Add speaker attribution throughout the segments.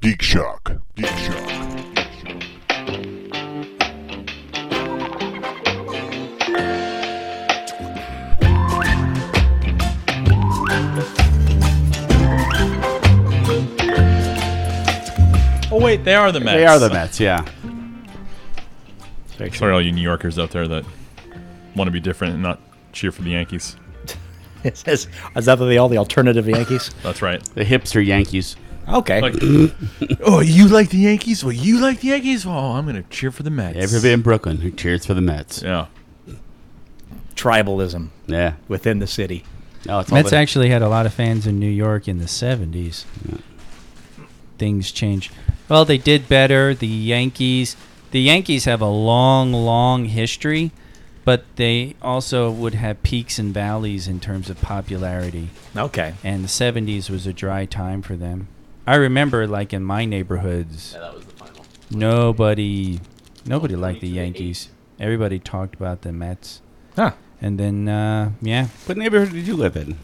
Speaker 1: Geek Shock. Geek Shock.
Speaker 2: Oh wait, they are the Mets.
Speaker 3: They are the Mets, yeah.
Speaker 2: Sorry, all you New Yorkers out there that want to be different and not cheer for the Yankees.
Speaker 4: It says, is that the, all the alternative Yankees?
Speaker 2: That's right.
Speaker 3: The hipster Yankees.
Speaker 4: Okay.
Speaker 2: Like, oh, you like the Yankees? Well, you like the Yankees? Well, I'm gonna cheer for the Mets.
Speaker 3: Everybody in Brooklyn who cheers for the Mets.
Speaker 2: Yeah.
Speaker 4: Tribalism
Speaker 3: Yeah.
Speaker 4: within the city.
Speaker 3: No, it's all
Speaker 5: Mets
Speaker 3: the-
Speaker 5: actually had a lot of fans in New York in the 70s. Things changed. Well, they did better. The Yankees, the Yankees have a long, long history, but they also would have peaks and valleys in terms of popularity.
Speaker 4: Okay.
Speaker 5: And the 70s was a dry time for them. I remember, like in my neighborhoods, nobody, nobody liked the Yankees. Everybody talked about the Mets.
Speaker 4: Huh.
Speaker 5: And then, uh, yeah,
Speaker 3: What neighborhood did you live in?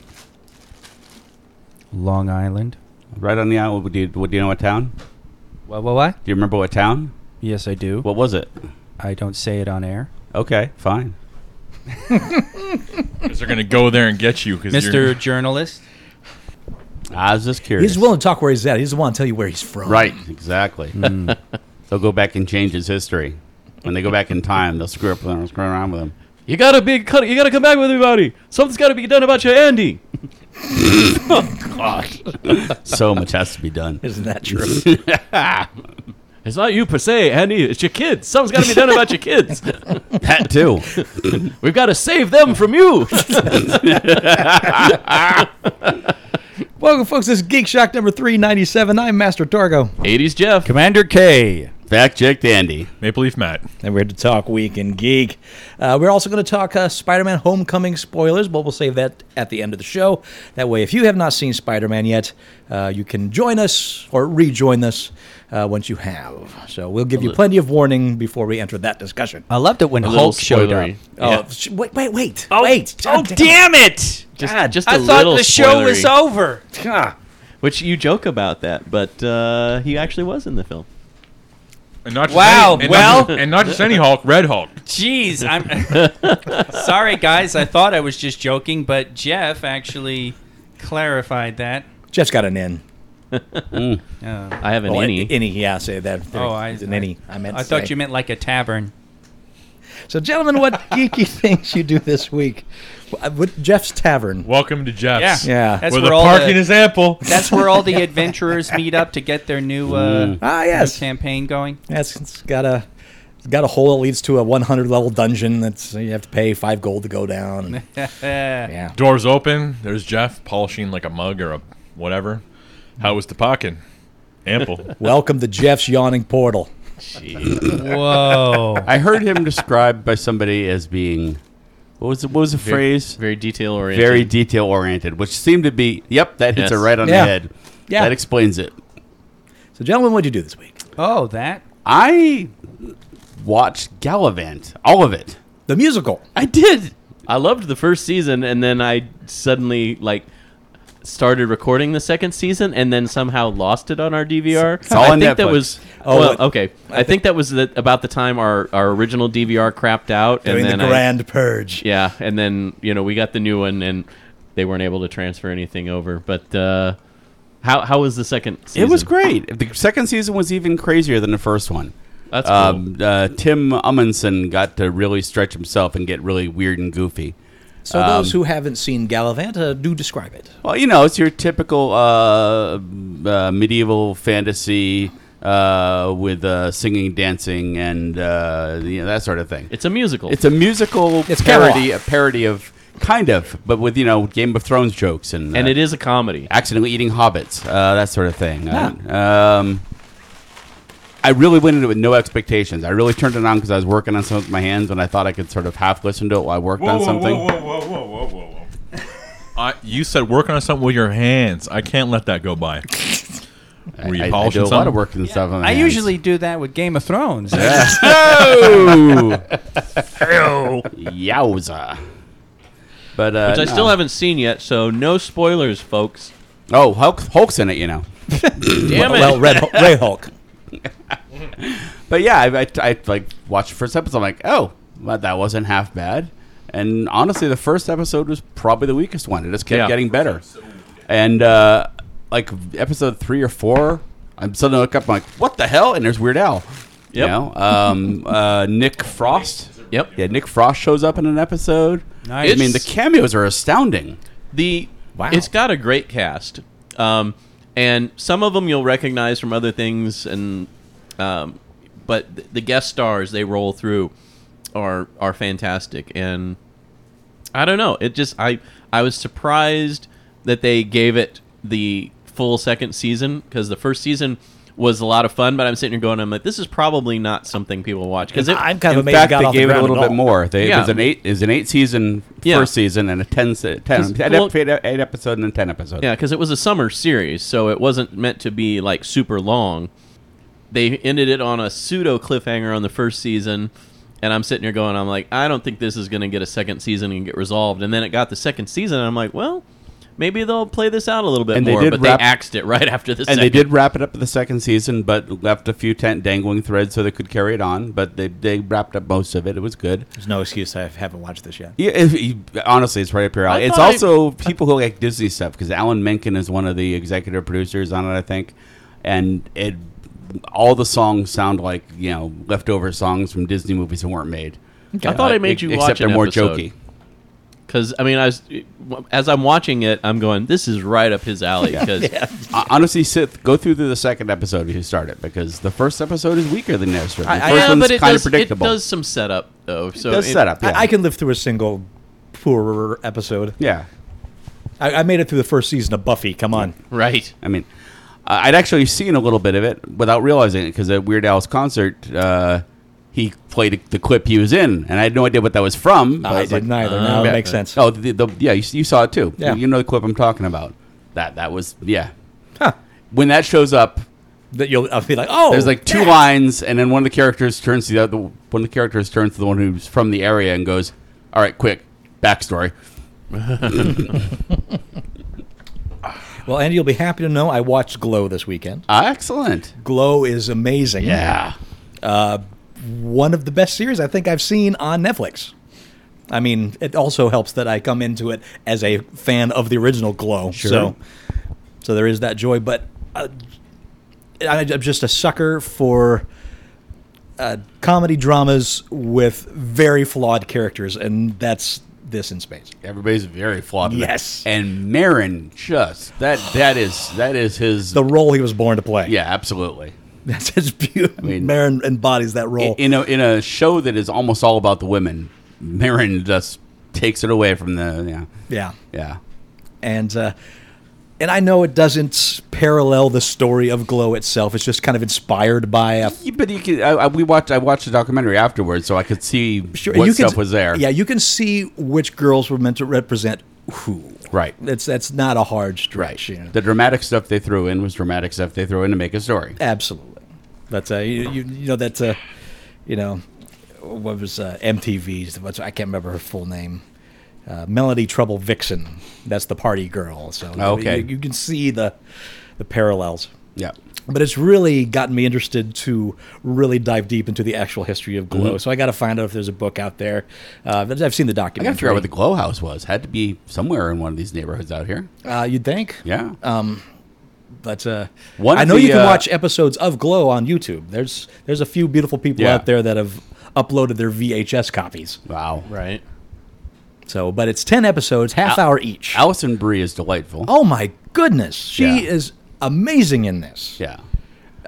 Speaker 5: Long Island.
Speaker 3: Right on the island. Do you, what, do you know what town?
Speaker 5: What, what, what?
Speaker 3: Do you remember what town?
Speaker 5: Yes, I do.
Speaker 3: What was it?
Speaker 5: I don't say it on air.
Speaker 3: Okay, fine.
Speaker 2: Because they're gonna go there and get you. Because
Speaker 5: Mr. Journalist,
Speaker 3: I was just curious.
Speaker 4: He's willing to talk where he's at. He doesn't want to tell you where he's from.
Speaker 3: Right, exactly. they'll go back and change his history. When they go back in time, they'll screw up with him, screw around with him.
Speaker 6: You gotta be cut. You gotta come back with everybody. Something's gotta be done about your Andy. Oh,
Speaker 3: So much has to be done.
Speaker 4: Isn't that true?
Speaker 6: It's not you per se, Andy. It's your kids. Something's gotta be done about your kids.
Speaker 3: That too.
Speaker 6: We've got to save them from you.
Speaker 4: Welcome, folks. This is Geek Shock number 397. I'm Master Targo.
Speaker 6: 80s Jeff.
Speaker 5: Commander K.
Speaker 3: Fact check, Dandy.
Speaker 2: Maple Leaf Matt.
Speaker 4: And we're here to talk Week in Geek. Uh, we're also going to talk uh, Spider Man Homecoming spoilers, but we'll save that at the end of the show. That way, if you have not seen Spider Man yet, uh, you can join us or rejoin us uh, once you have. So we'll give you plenty of warning before we enter that discussion.
Speaker 5: I loved it when
Speaker 6: little
Speaker 5: Hulk showed up.
Speaker 6: spoilery.
Speaker 4: Oh, sh- wait, wait, wait. Oh, wait.
Speaker 6: Oh damn it! Just,
Speaker 4: God,
Speaker 6: just
Speaker 5: I
Speaker 6: a
Speaker 5: thought
Speaker 6: little
Speaker 5: the show was
Speaker 6: spoilery.
Speaker 5: over.
Speaker 4: Ah.
Speaker 6: Which you joke about that, but uh, he actually was in the film.
Speaker 2: And not just
Speaker 5: Wow,
Speaker 2: Any, and
Speaker 5: well-
Speaker 2: not, and not just any Hulk, Red Hulk.
Speaker 5: Jeez, I'm sorry, guys. I thought I was just joking, but Jeff actually clarified that.
Speaker 4: Jeff's got an in.
Speaker 5: Uh,
Speaker 6: I have an
Speaker 4: Oh,
Speaker 6: innie.
Speaker 4: an innie, yeah, say that.
Speaker 5: oh, I,
Speaker 4: an innie. I meant.
Speaker 5: I
Speaker 4: to
Speaker 5: thought
Speaker 4: say.
Speaker 5: you meant like a tavern.
Speaker 4: So, gentlemen, what geeky things you do this week? Wh- What Jeff's Tavern?
Speaker 2: Welcome to Jeff's.
Speaker 4: Yeah.
Speaker 5: that's
Speaker 2: Where
Speaker 5: where,
Speaker 2: the
Speaker 5: all
Speaker 2: parking
Speaker 5: the,
Speaker 2: is ample.
Speaker 5: That's where all the adventurers meet up to get their new
Speaker 6: Mm.
Speaker 5: uh,
Speaker 4: Ah,
Speaker 5: new
Speaker 4: yes.
Speaker 5: campaign going.
Speaker 4: That's it's got a it's got a hole that leads to a 100 level dungeon. That's you have to pay five gold to go down.
Speaker 5: yeah.
Speaker 4: yeah.
Speaker 2: Doors open. There's Jeff polishing like a mug or a whatever. How was the parking? Ample.
Speaker 4: Welcome to Jeff's yawning portal.
Speaker 5: Whoa.
Speaker 3: I heard him described by somebody as being what was the, what was the phrase?
Speaker 6: Very detail oriented.
Speaker 3: Very detail oriented, which seemed to be yep, that hits
Speaker 6: Yes.
Speaker 3: it right on
Speaker 4: Yeah.
Speaker 3: the head.
Speaker 4: Yeah.
Speaker 3: That explains it.
Speaker 4: So, gentlemen, what'd you do this week?
Speaker 5: Oh, that.
Speaker 3: I watched Gallivant, all of it.
Speaker 4: The musical.
Speaker 6: I did. I loved the first season, and then I suddenly like started recording the second season, and then somehow lost it on our DVR.
Speaker 3: all
Speaker 6: I
Speaker 3: on
Speaker 6: think that
Speaker 3: Netflix.
Speaker 6: was.
Speaker 4: Oh,
Speaker 6: Oh,
Speaker 4: it-
Speaker 6: okay. I, think that was the, about the time our, our original DVR crapped out,
Speaker 4: Doing
Speaker 6: and
Speaker 4: the
Speaker 6: then I,
Speaker 4: grand purge.
Speaker 6: yeah, and then you know we got the new one, and they weren't able to transfer anything over. But uh, how how was the second? season?
Speaker 3: It was great. The second season was even crazier than the first one.
Speaker 6: That's cool.
Speaker 3: Um, uh, Tim Amundsen got to really stretch himself and get really weird and goofy.
Speaker 4: So, those who haven't seen Gallivant, uh, do describe it.
Speaker 3: Well, you know, it's your typical uh, uh, medieval fantasy uh, with uh, singing, dancing, and uh, you know, that sort of thing.
Speaker 6: It's a musical.
Speaker 3: It's a musical
Speaker 4: It's
Speaker 3: parody, a parody of kind of, but with you know Game of Thrones jokes and
Speaker 6: and
Speaker 3: uh,
Speaker 6: it is a comedy.
Speaker 3: accidentally eating hobbits, uh, that sort of thing. I, um, I really went into it with no expectations. I really turned it on because I was working on something with my hands, and I thought I could sort of half listen to it while I worked on something.
Speaker 2: whoa, whoa, whoa, whoa, whoa, whoa. I, you said working on something with your hands. I can't let that go by. Were you
Speaker 3: I, I
Speaker 2: polishing
Speaker 3: do a lot
Speaker 2: something?
Speaker 3: of work and stuff. On my
Speaker 5: I
Speaker 3: hands.
Speaker 5: usually do that with Game of Thrones.
Speaker 3: Oh! Yowza. But uh,
Speaker 6: Which I
Speaker 3: no.
Speaker 6: still haven't seen yet, so no spoilers, folks.
Speaker 3: Oh, Hulk, Hulk's in it, you know.
Speaker 6: Damn it.
Speaker 4: well, Red Hul- Ray Hulk.
Speaker 3: But yeah, I, I, I like watched the first episode. I'm like, oh, well, that wasn't half bad. And honestly, the first episode was probably the weakest one. It just kept
Speaker 2: Yeah.
Speaker 3: getting better. And uh, like episode three or four, I'm suddenly look up. I'm like, what the hell? And there's Weird Al. You
Speaker 6: Yep.
Speaker 3: know, um, uh, Nick Frost.
Speaker 6: Yep.
Speaker 3: Yeah, Nick Frost shows up in an episode.
Speaker 5: Nice.
Speaker 3: I mean, the cameos are astounding.
Speaker 6: The it's got a great cast, um, and some of them you'll recognize from other things, and um, but th- the guest stars they roll through are are fantastic, and I don't know, it just I I was surprised that they gave it the full second season because the first season was a lot of fun, but I'm sitting here going, I'm like, this is probably not something people watch because
Speaker 4: I'm kind of
Speaker 3: In
Speaker 4: amazed it
Speaker 3: fact,
Speaker 4: got
Speaker 3: they
Speaker 4: off the
Speaker 3: gave it a
Speaker 4: ground
Speaker 3: little
Speaker 4: at
Speaker 3: bit
Speaker 4: all.
Speaker 3: more. They,
Speaker 6: Yeah.
Speaker 3: It was an eight is an eight season
Speaker 6: Yeah.
Speaker 3: first season and a 10, se- 10,
Speaker 6: 'Cause,
Speaker 3: eight,
Speaker 6: well-
Speaker 3: ep- eight, eight episode and a ten episode.
Speaker 6: Yeah, because it was a summer series, so it wasn't meant to be like super long. They ended it on a pseudo cliffhanger on the first season, and I'm sitting here going, I'm like, I don't think this is going to get a second season and get resolved. And then it got the second season, and I'm like, well, maybe they'll play this out a little bit
Speaker 3: And they
Speaker 6: more.
Speaker 3: did
Speaker 6: but
Speaker 3: wrap-
Speaker 6: they axed it right after the
Speaker 3: and
Speaker 6: second.
Speaker 3: they did wrap it up the second season, but left a few tent dangling threads so they could carry it on. But they they wrapped up most of it. It was good.
Speaker 4: There's no excuse I haven't watched this yet.
Speaker 3: Yeah, if you- honestly, it's right up your alley.
Speaker 6: I
Speaker 3: It's
Speaker 6: thought
Speaker 3: also people who like Disney stuff because Alan Menken is one of the executive producers on it, I think, and it all the songs sound like you know leftover songs from Disney movies that weren't made.
Speaker 6: I thought I
Speaker 3: Uh,
Speaker 6: made you
Speaker 3: except
Speaker 6: watch
Speaker 3: they're
Speaker 6: an
Speaker 3: more
Speaker 6: episode.
Speaker 3: jokey.
Speaker 6: Because I mean, I was as I'm watching it, I'm going, this is right up his alley. Because
Speaker 3: Uh, honestly, Sith, go through to the second episode if you start it because the first episode is weaker than the other. The first
Speaker 6: yeah,
Speaker 3: one's
Speaker 6: but it
Speaker 3: kind
Speaker 6: does,
Speaker 3: of predictable.
Speaker 6: It does some setup though. So
Speaker 3: does
Speaker 6: it-
Speaker 3: set up. Yeah.
Speaker 4: I, I can live through a single poorer episode.
Speaker 3: yeah.
Speaker 4: I, I made it through the first season of Buffy. Come on.
Speaker 6: right?
Speaker 3: I mean, I- I'd actually seen a little bit of it without realizing it because at Weird Al's concert, uh, he played the clip he was in, and I had no idea what that was from. but
Speaker 4: I,
Speaker 3: was like,
Speaker 4: didn't either. now
Speaker 6: okay.
Speaker 4: it makes sense.
Speaker 3: Uh, Oh, the, the, yeah, you, s- you saw it too.
Speaker 4: Yeah.
Speaker 3: You know the clip I'm talking about. That that was yeah.
Speaker 4: Huh.
Speaker 3: When that shows up,
Speaker 4: That you'll I'll be like, oh,
Speaker 3: there's like two lines, and then one of the characters turns to the other. One of the characters turns to the one who's from the area and goes, "All right, quick backstory."
Speaker 4: Well, Andy, you'll be happy to know I watched Glow this weekend.
Speaker 3: Ah, excellent.
Speaker 4: Glow is amazing.
Speaker 3: Yeah.
Speaker 4: Uh, one of the best series I think I've seen on Netflix. I mean, it also helps that I come into it as a fan of the original Glow. So, so there is that joy. But uh, I- I'm just a sucker for uh, comedy dramas with very flawed characters, and that's this in space.
Speaker 3: Everybody's very flawed. in that.
Speaker 4: Yes.
Speaker 3: and Marin just that that is that is his.
Speaker 4: The role he was born to play.
Speaker 3: yeah, absolutely.
Speaker 4: that's his beauty.
Speaker 3: mean-
Speaker 4: Marin embodies that role.
Speaker 3: In a in a show that is almost all about the women, Marin just takes it away from the yeah
Speaker 4: yeah.
Speaker 3: yeah.
Speaker 4: and uh, and I know it doesn't parallel the story of Glow itself. It's just kind of inspired by a
Speaker 3: Yeah, But you can. I, I, we watched. I watched the documentary afterwards, so I could see what
Speaker 4: can-
Speaker 3: stuff was there.
Speaker 4: Yeah, you can see which girls were meant to represent who.
Speaker 3: Right.
Speaker 4: That's that's not a hard
Speaker 3: Right.
Speaker 4: stretch. you know.
Speaker 3: The dramatic stuff they threw in was dramatic stuff they threw in to make a story.
Speaker 4: Absolutely. But uh, you, you you know that uh, you know what was uh, MTV's? What's, I can't remember her full name. Uh, Melody Trouble Vixen. That's the party girl. So
Speaker 3: Okay.
Speaker 4: you, you can see the the parallels.
Speaker 3: Yeah.
Speaker 4: but it's really gotten me interested to really dive deep into the actual history of
Speaker 3: Mm-hmm.
Speaker 4: glow. So I got to find out if there's a book out there. Uh, but I've seen the
Speaker 3: I
Speaker 4: documentary.
Speaker 3: gotta figure out where the glow house was. Had to be somewhere in one of these neighborhoods out here.
Speaker 4: uh, um, you'd think,
Speaker 3: Yeah.
Speaker 4: but uh,
Speaker 3: One
Speaker 4: I
Speaker 3: of
Speaker 4: know you
Speaker 3: the,
Speaker 4: can
Speaker 3: uh,
Speaker 4: watch episodes of Glow on YouTube. There's there's a few beautiful people
Speaker 3: Yeah.
Speaker 4: out there that have uploaded their VHS copies.
Speaker 3: wow.
Speaker 6: Right.
Speaker 4: So, but it's ten episodes, half hour each.
Speaker 3: Allison Brie is delightful.
Speaker 4: oh my goodness, she
Speaker 3: Yeah.
Speaker 4: is amazing in this.
Speaker 3: Yeah.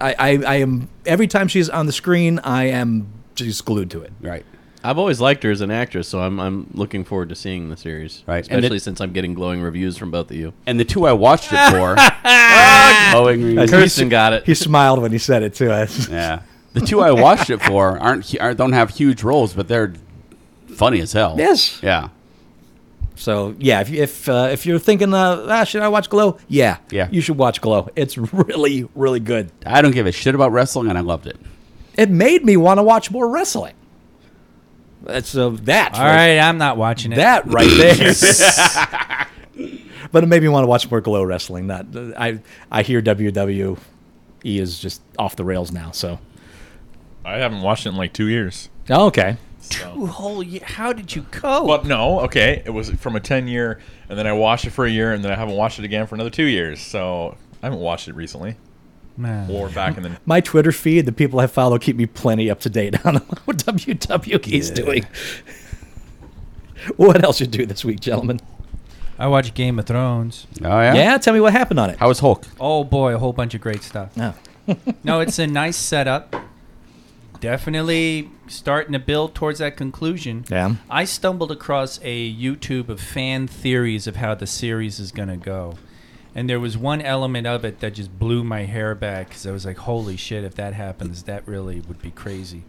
Speaker 4: I, I I am every time she's on the screen, I am just glued to it.
Speaker 3: Right.
Speaker 6: I've always liked her as an actress, so I'm I'm looking forward to seeing the series.
Speaker 3: Right, and
Speaker 6: Especially
Speaker 3: it-
Speaker 6: since I'm getting glowing reviews from both of you.
Speaker 3: And the two I watched it for.
Speaker 4: Oh,
Speaker 3: glowing reviews.
Speaker 6: Kirsten got it.
Speaker 4: He smiled when he said it to us.
Speaker 3: Yeah. The two I watched it for aren't, hu- aren't don't have huge roles, but they're funny as hell.
Speaker 4: Yes.
Speaker 3: Yeah.
Speaker 4: So yeah, if if uh, if you're thinking, uh, ah, should I watch Glow? Yeah,
Speaker 3: Yeah.
Speaker 4: you should watch Glow. It's really really good.
Speaker 3: I don't give a shit about wrestling, and I loved it.
Speaker 4: It made me want to watch more wrestling. That's uh, that.
Speaker 5: All right, I'm not watching it.
Speaker 4: that right there. but it made me want to watch more Glow Wrestling. Not I I hear WWE is just off the rails now. So
Speaker 2: I haven't watched it in like two years.
Speaker 4: oh, okay,
Speaker 5: Ooh, holy! How did you
Speaker 3: Oh.
Speaker 5: go?
Speaker 2: But no, okay, it was from a ten year, and then I watched it for a year, and then I haven't watched it again for another two years. So I haven't watched it recently
Speaker 5: Man.
Speaker 2: or back in the.
Speaker 4: my Twitter feed, the people I follow keep me plenty up to date on what WWE's doing. what else you do this week, gentlemen?
Speaker 5: I watched Game of Thrones.
Speaker 3: Oh yeah.
Speaker 4: Yeah, tell me what happened on it.
Speaker 3: How was Hulk?
Speaker 5: Oh boy, a whole bunch of great stuff.
Speaker 4: Oh.
Speaker 5: no, it's a nice setup. Definitely starting to build towards that conclusion.
Speaker 4: Yeah.
Speaker 5: I stumbled across a YouTube of fan theories of how the series is going to go. And there was one element of it that just blew my hair back because I was like, holy shit, if that happens, that really would be crazy.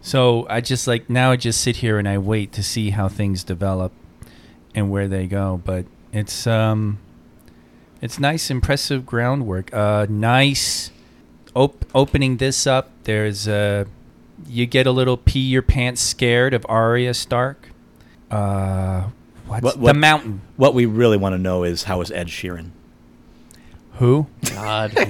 Speaker 5: So I just like, now I just sit here and I wait to see how things develop and where they go. But it's, um, it's nice, impressive groundwork. Uh, nice op- opening this up. There's uh, you get a little pee your pants scared of Arya Stark. Uh, what's
Speaker 4: What-
Speaker 5: the
Speaker 4: what-
Speaker 5: mountain?
Speaker 4: What we really want to know is how is Ed Sheeran?
Speaker 5: Who?
Speaker 6: God. I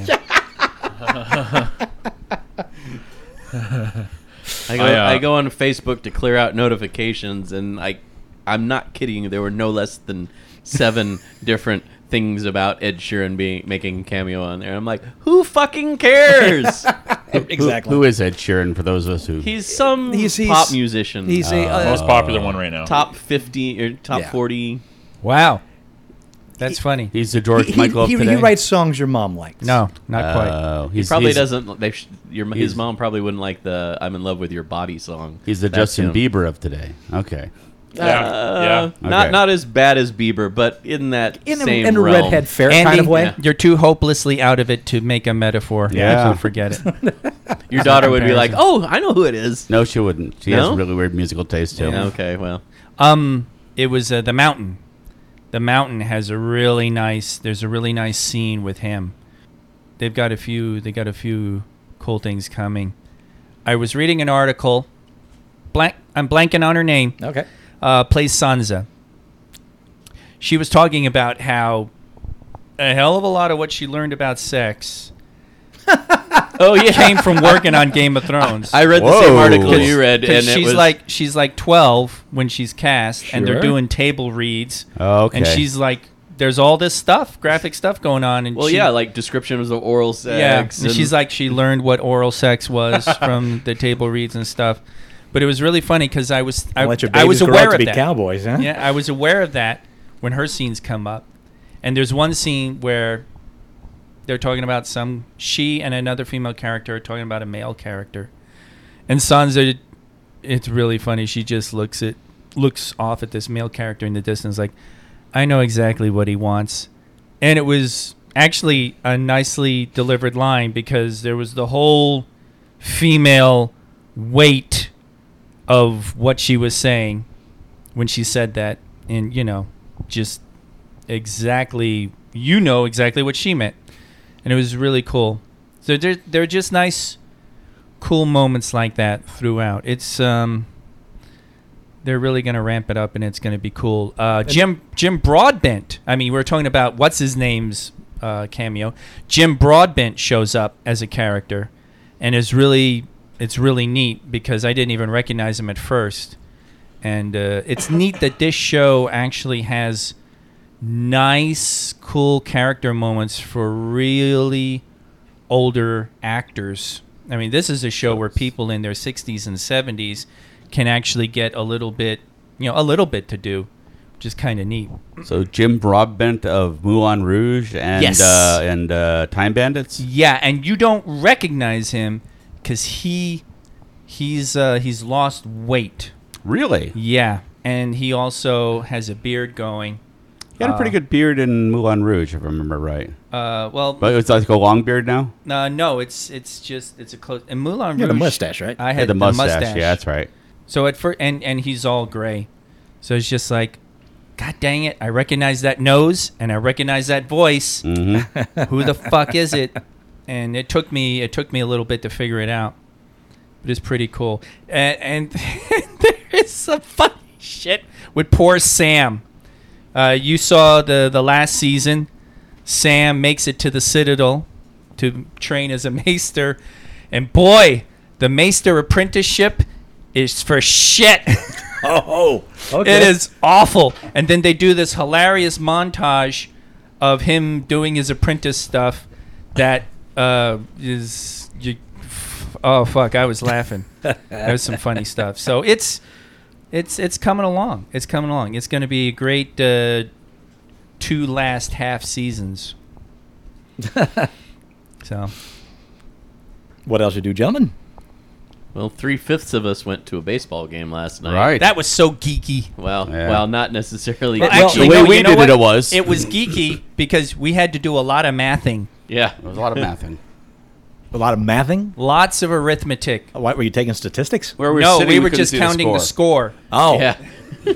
Speaker 6: go,
Speaker 2: I, uh,
Speaker 6: I go on Facebook to clear out notifications, and I, I'm not kidding. There were no less than seven different things about Ed Sheeran being making a cameo on there. I'm like, who fucking cares?
Speaker 3: Who- who is Ed Sheeran? For those of us who
Speaker 6: he's some
Speaker 4: He's- he's-
Speaker 6: pop musician,
Speaker 4: He's a uh,
Speaker 2: Most popular one
Speaker 3: Oh.
Speaker 2: right now.
Speaker 6: top fifty or top
Speaker 4: Yeah.
Speaker 6: forty.
Speaker 5: Wow, that's funny.
Speaker 3: he's the George
Speaker 4: he,
Speaker 3: Michael
Speaker 4: he,
Speaker 3: of
Speaker 4: he
Speaker 3: today.
Speaker 4: writes songs your mom likes.
Speaker 5: No, not
Speaker 4: Uh,
Speaker 5: quite.
Speaker 3: Oh, he's,
Speaker 6: Probably
Speaker 3: he's-
Speaker 6: doesn't. They sh- your, his
Speaker 3: he's-
Speaker 6: mom probably wouldn't like the "I'm in love with your body" song.
Speaker 3: He's the
Speaker 6: That's
Speaker 3: Justin
Speaker 6: him.
Speaker 3: Bieber of today. Okay.
Speaker 2: Yeah, yeah.
Speaker 3: Okay.
Speaker 6: Uh, Not not as bad as Bieber, but in that
Speaker 4: in a,
Speaker 6: same
Speaker 4: in a
Speaker 6: realm.
Speaker 4: redhead fair
Speaker 5: Andy,
Speaker 4: kind of way.
Speaker 6: Yeah.
Speaker 5: you're too hopelessly out of it to make a metaphor.
Speaker 3: Yeah.
Speaker 5: so forget it.
Speaker 6: Your daughter would be like,
Speaker 5: Comparison.
Speaker 6: "Oh, I know who it is."
Speaker 3: No, she wouldn't. She
Speaker 6: No?
Speaker 3: has really weird musical taste too.
Speaker 6: Yeah, okay, well,
Speaker 5: Um, it was uh, the mountain. The mountain has a really nice. There's a really nice scene with him. They've got a few. They got a few cool things coming. I was reading an article. Blank. I'm blanking on her name.
Speaker 4: Okay.
Speaker 5: Uh, plays Sansa. She was talking about how a hell of a lot of what she learned about sex. oh yeah, came from working on Game of Thrones.
Speaker 6: I read the same
Speaker 3: Whoa.
Speaker 6: article
Speaker 3: Cause-
Speaker 6: you read, and
Speaker 5: Because
Speaker 6: it
Speaker 5: she's
Speaker 6: was
Speaker 5: like she's like twelve when she's cast, and they're
Speaker 4: Sure.
Speaker 5: doing table reads.
Speaker 3: Okay.
Speaker 5: And she's like, there's all this stuff, graphic stuff going on, and
Speaker 6: well,
Speaker 5: she-
Speaker 6: yeah, like descriptions of oral
Speaker 5: yeah.
Speaker 6: sex.
Speaker 5: and she's like, she learned what oral sex was from the table reads and stuff. But it was really funny because I was I,
Speaker 4: Don't let your
Speaker 5: I
Speaker 4: babies
Speaker 5: was
Speaker 4: grow
Speaker 5: aware
Speaker 4: up to
Speaker 5: of
Speaker 4: be
Speaker 5: that.
Speaker 4: cowboys, huh?
Speaker 5: Yeah, I was aware of that when her scenes come up. And there's one scene where they're talking about some she and another female character are talking about a male character. And Sansa it's really funny. She just looks at looks off at this male character in the distance like I know exactly what he wants. And it was actually a nicely delivered line because there was the whole female weight of what she was saying when she said that and you know just exactly you know exactly what she meant and it was really cool so there there are just nice cool moments like that throughout it's um they're really going to ramp it up and it's going to be cool uh jim jim broadbent i mean we are talking about what's his name's uh cameo jim broadbent shows up as a character and is really it's really neat because i didn't even recognize him at first and uh, it's neat that this show actually has nice, cool character moments for really older actors. I mean, this is a show where people in their 60s and 70s can actually get a little bit, you know, a little bit to do, which is kind of neat.
Speaker 3: so Jim Broadbent of Moulin Rouge and
Speaker 5: Yes.
Speaker 3: uh, and uh, Time Bandits.
Speaker 5: Yeah, and you don't recognize him because he he's uh, he's lost weight.
Speaker 3: Really? He
Speaker 5: Yeah, and he also has a beard going.
Speaker 3: had a pretty
Speaker 6: Uh,
Speaker 3: good beard in Moulin Rouge, if I remember right.
Speaker 5: Uh, well,
Speaker 3: But it's like a long beard now.
Speaker 5: Uh, no, it's it's just it's a close. And Moulin Rouge.
Speaker 4: You had a mustache, right?
Speaker 5: I
Speaker 3: He
Speaker 5: had
Speaker 3: the mustache. Yeah, that's right.
Speaker 5: So at first, and and he's all gray, so it's just like, God dang it! I recognize that nose and I recognize that voice.
Speaker 3: Mm-hmm.
Speaker 5: Who the fuck is it? And it took me it took me a little bit to figure it out, but it's pretty cool. And, and there is some funny shit with poor Sam. Uh, you saw the the last season. Sam makes it to the Citadel to train as a maester, and boy, the maester apprenticeship is for shit.
Speaker 4: Oh, okay.
Speaker 5: It is awful. And then they do this hilarious montage of him doing his apprentice stuff that uh, is. You, oh fuck! I was laughing. There's some funny stuff. So it's it's it's coming along. It's coming along. It's going to be a great uh, two last half seasons. so
Speaker 4: What else you do, gentlemen?
Speaker 6: Well, three fifths of us went to a baseball game last night.
Speaker 3: Right.
Speaker 5: that was so geeky.
Speaker 6: Well,
Speaker 3: Yeah.
Speaker 6: well, not necessarily.
Speaker 5: Well,
Speaker 6: geeky.
Speaker 5: actually,
Speaker 3: the way
Speaker 5: no,
Speaker 3: we
Speaker 5: you know
Speaker 3: did
Speaker 5: what?
Speaker 3: it, it was.
Speaker 5: It was geeky because we had to do a lot of mathing,
Speaker 6: yeah.
Speaker 3: There was a lot of mathing.
Speaker 4: A lot of mathing.
Speaker 5: lots of arithmetic.
Speaker 4: What were you taking statistics?
Speaker 3: Where
Speaker 5: no, we were just counting the score.
Speaker 4: Oh,
Speaker 6: Yeah.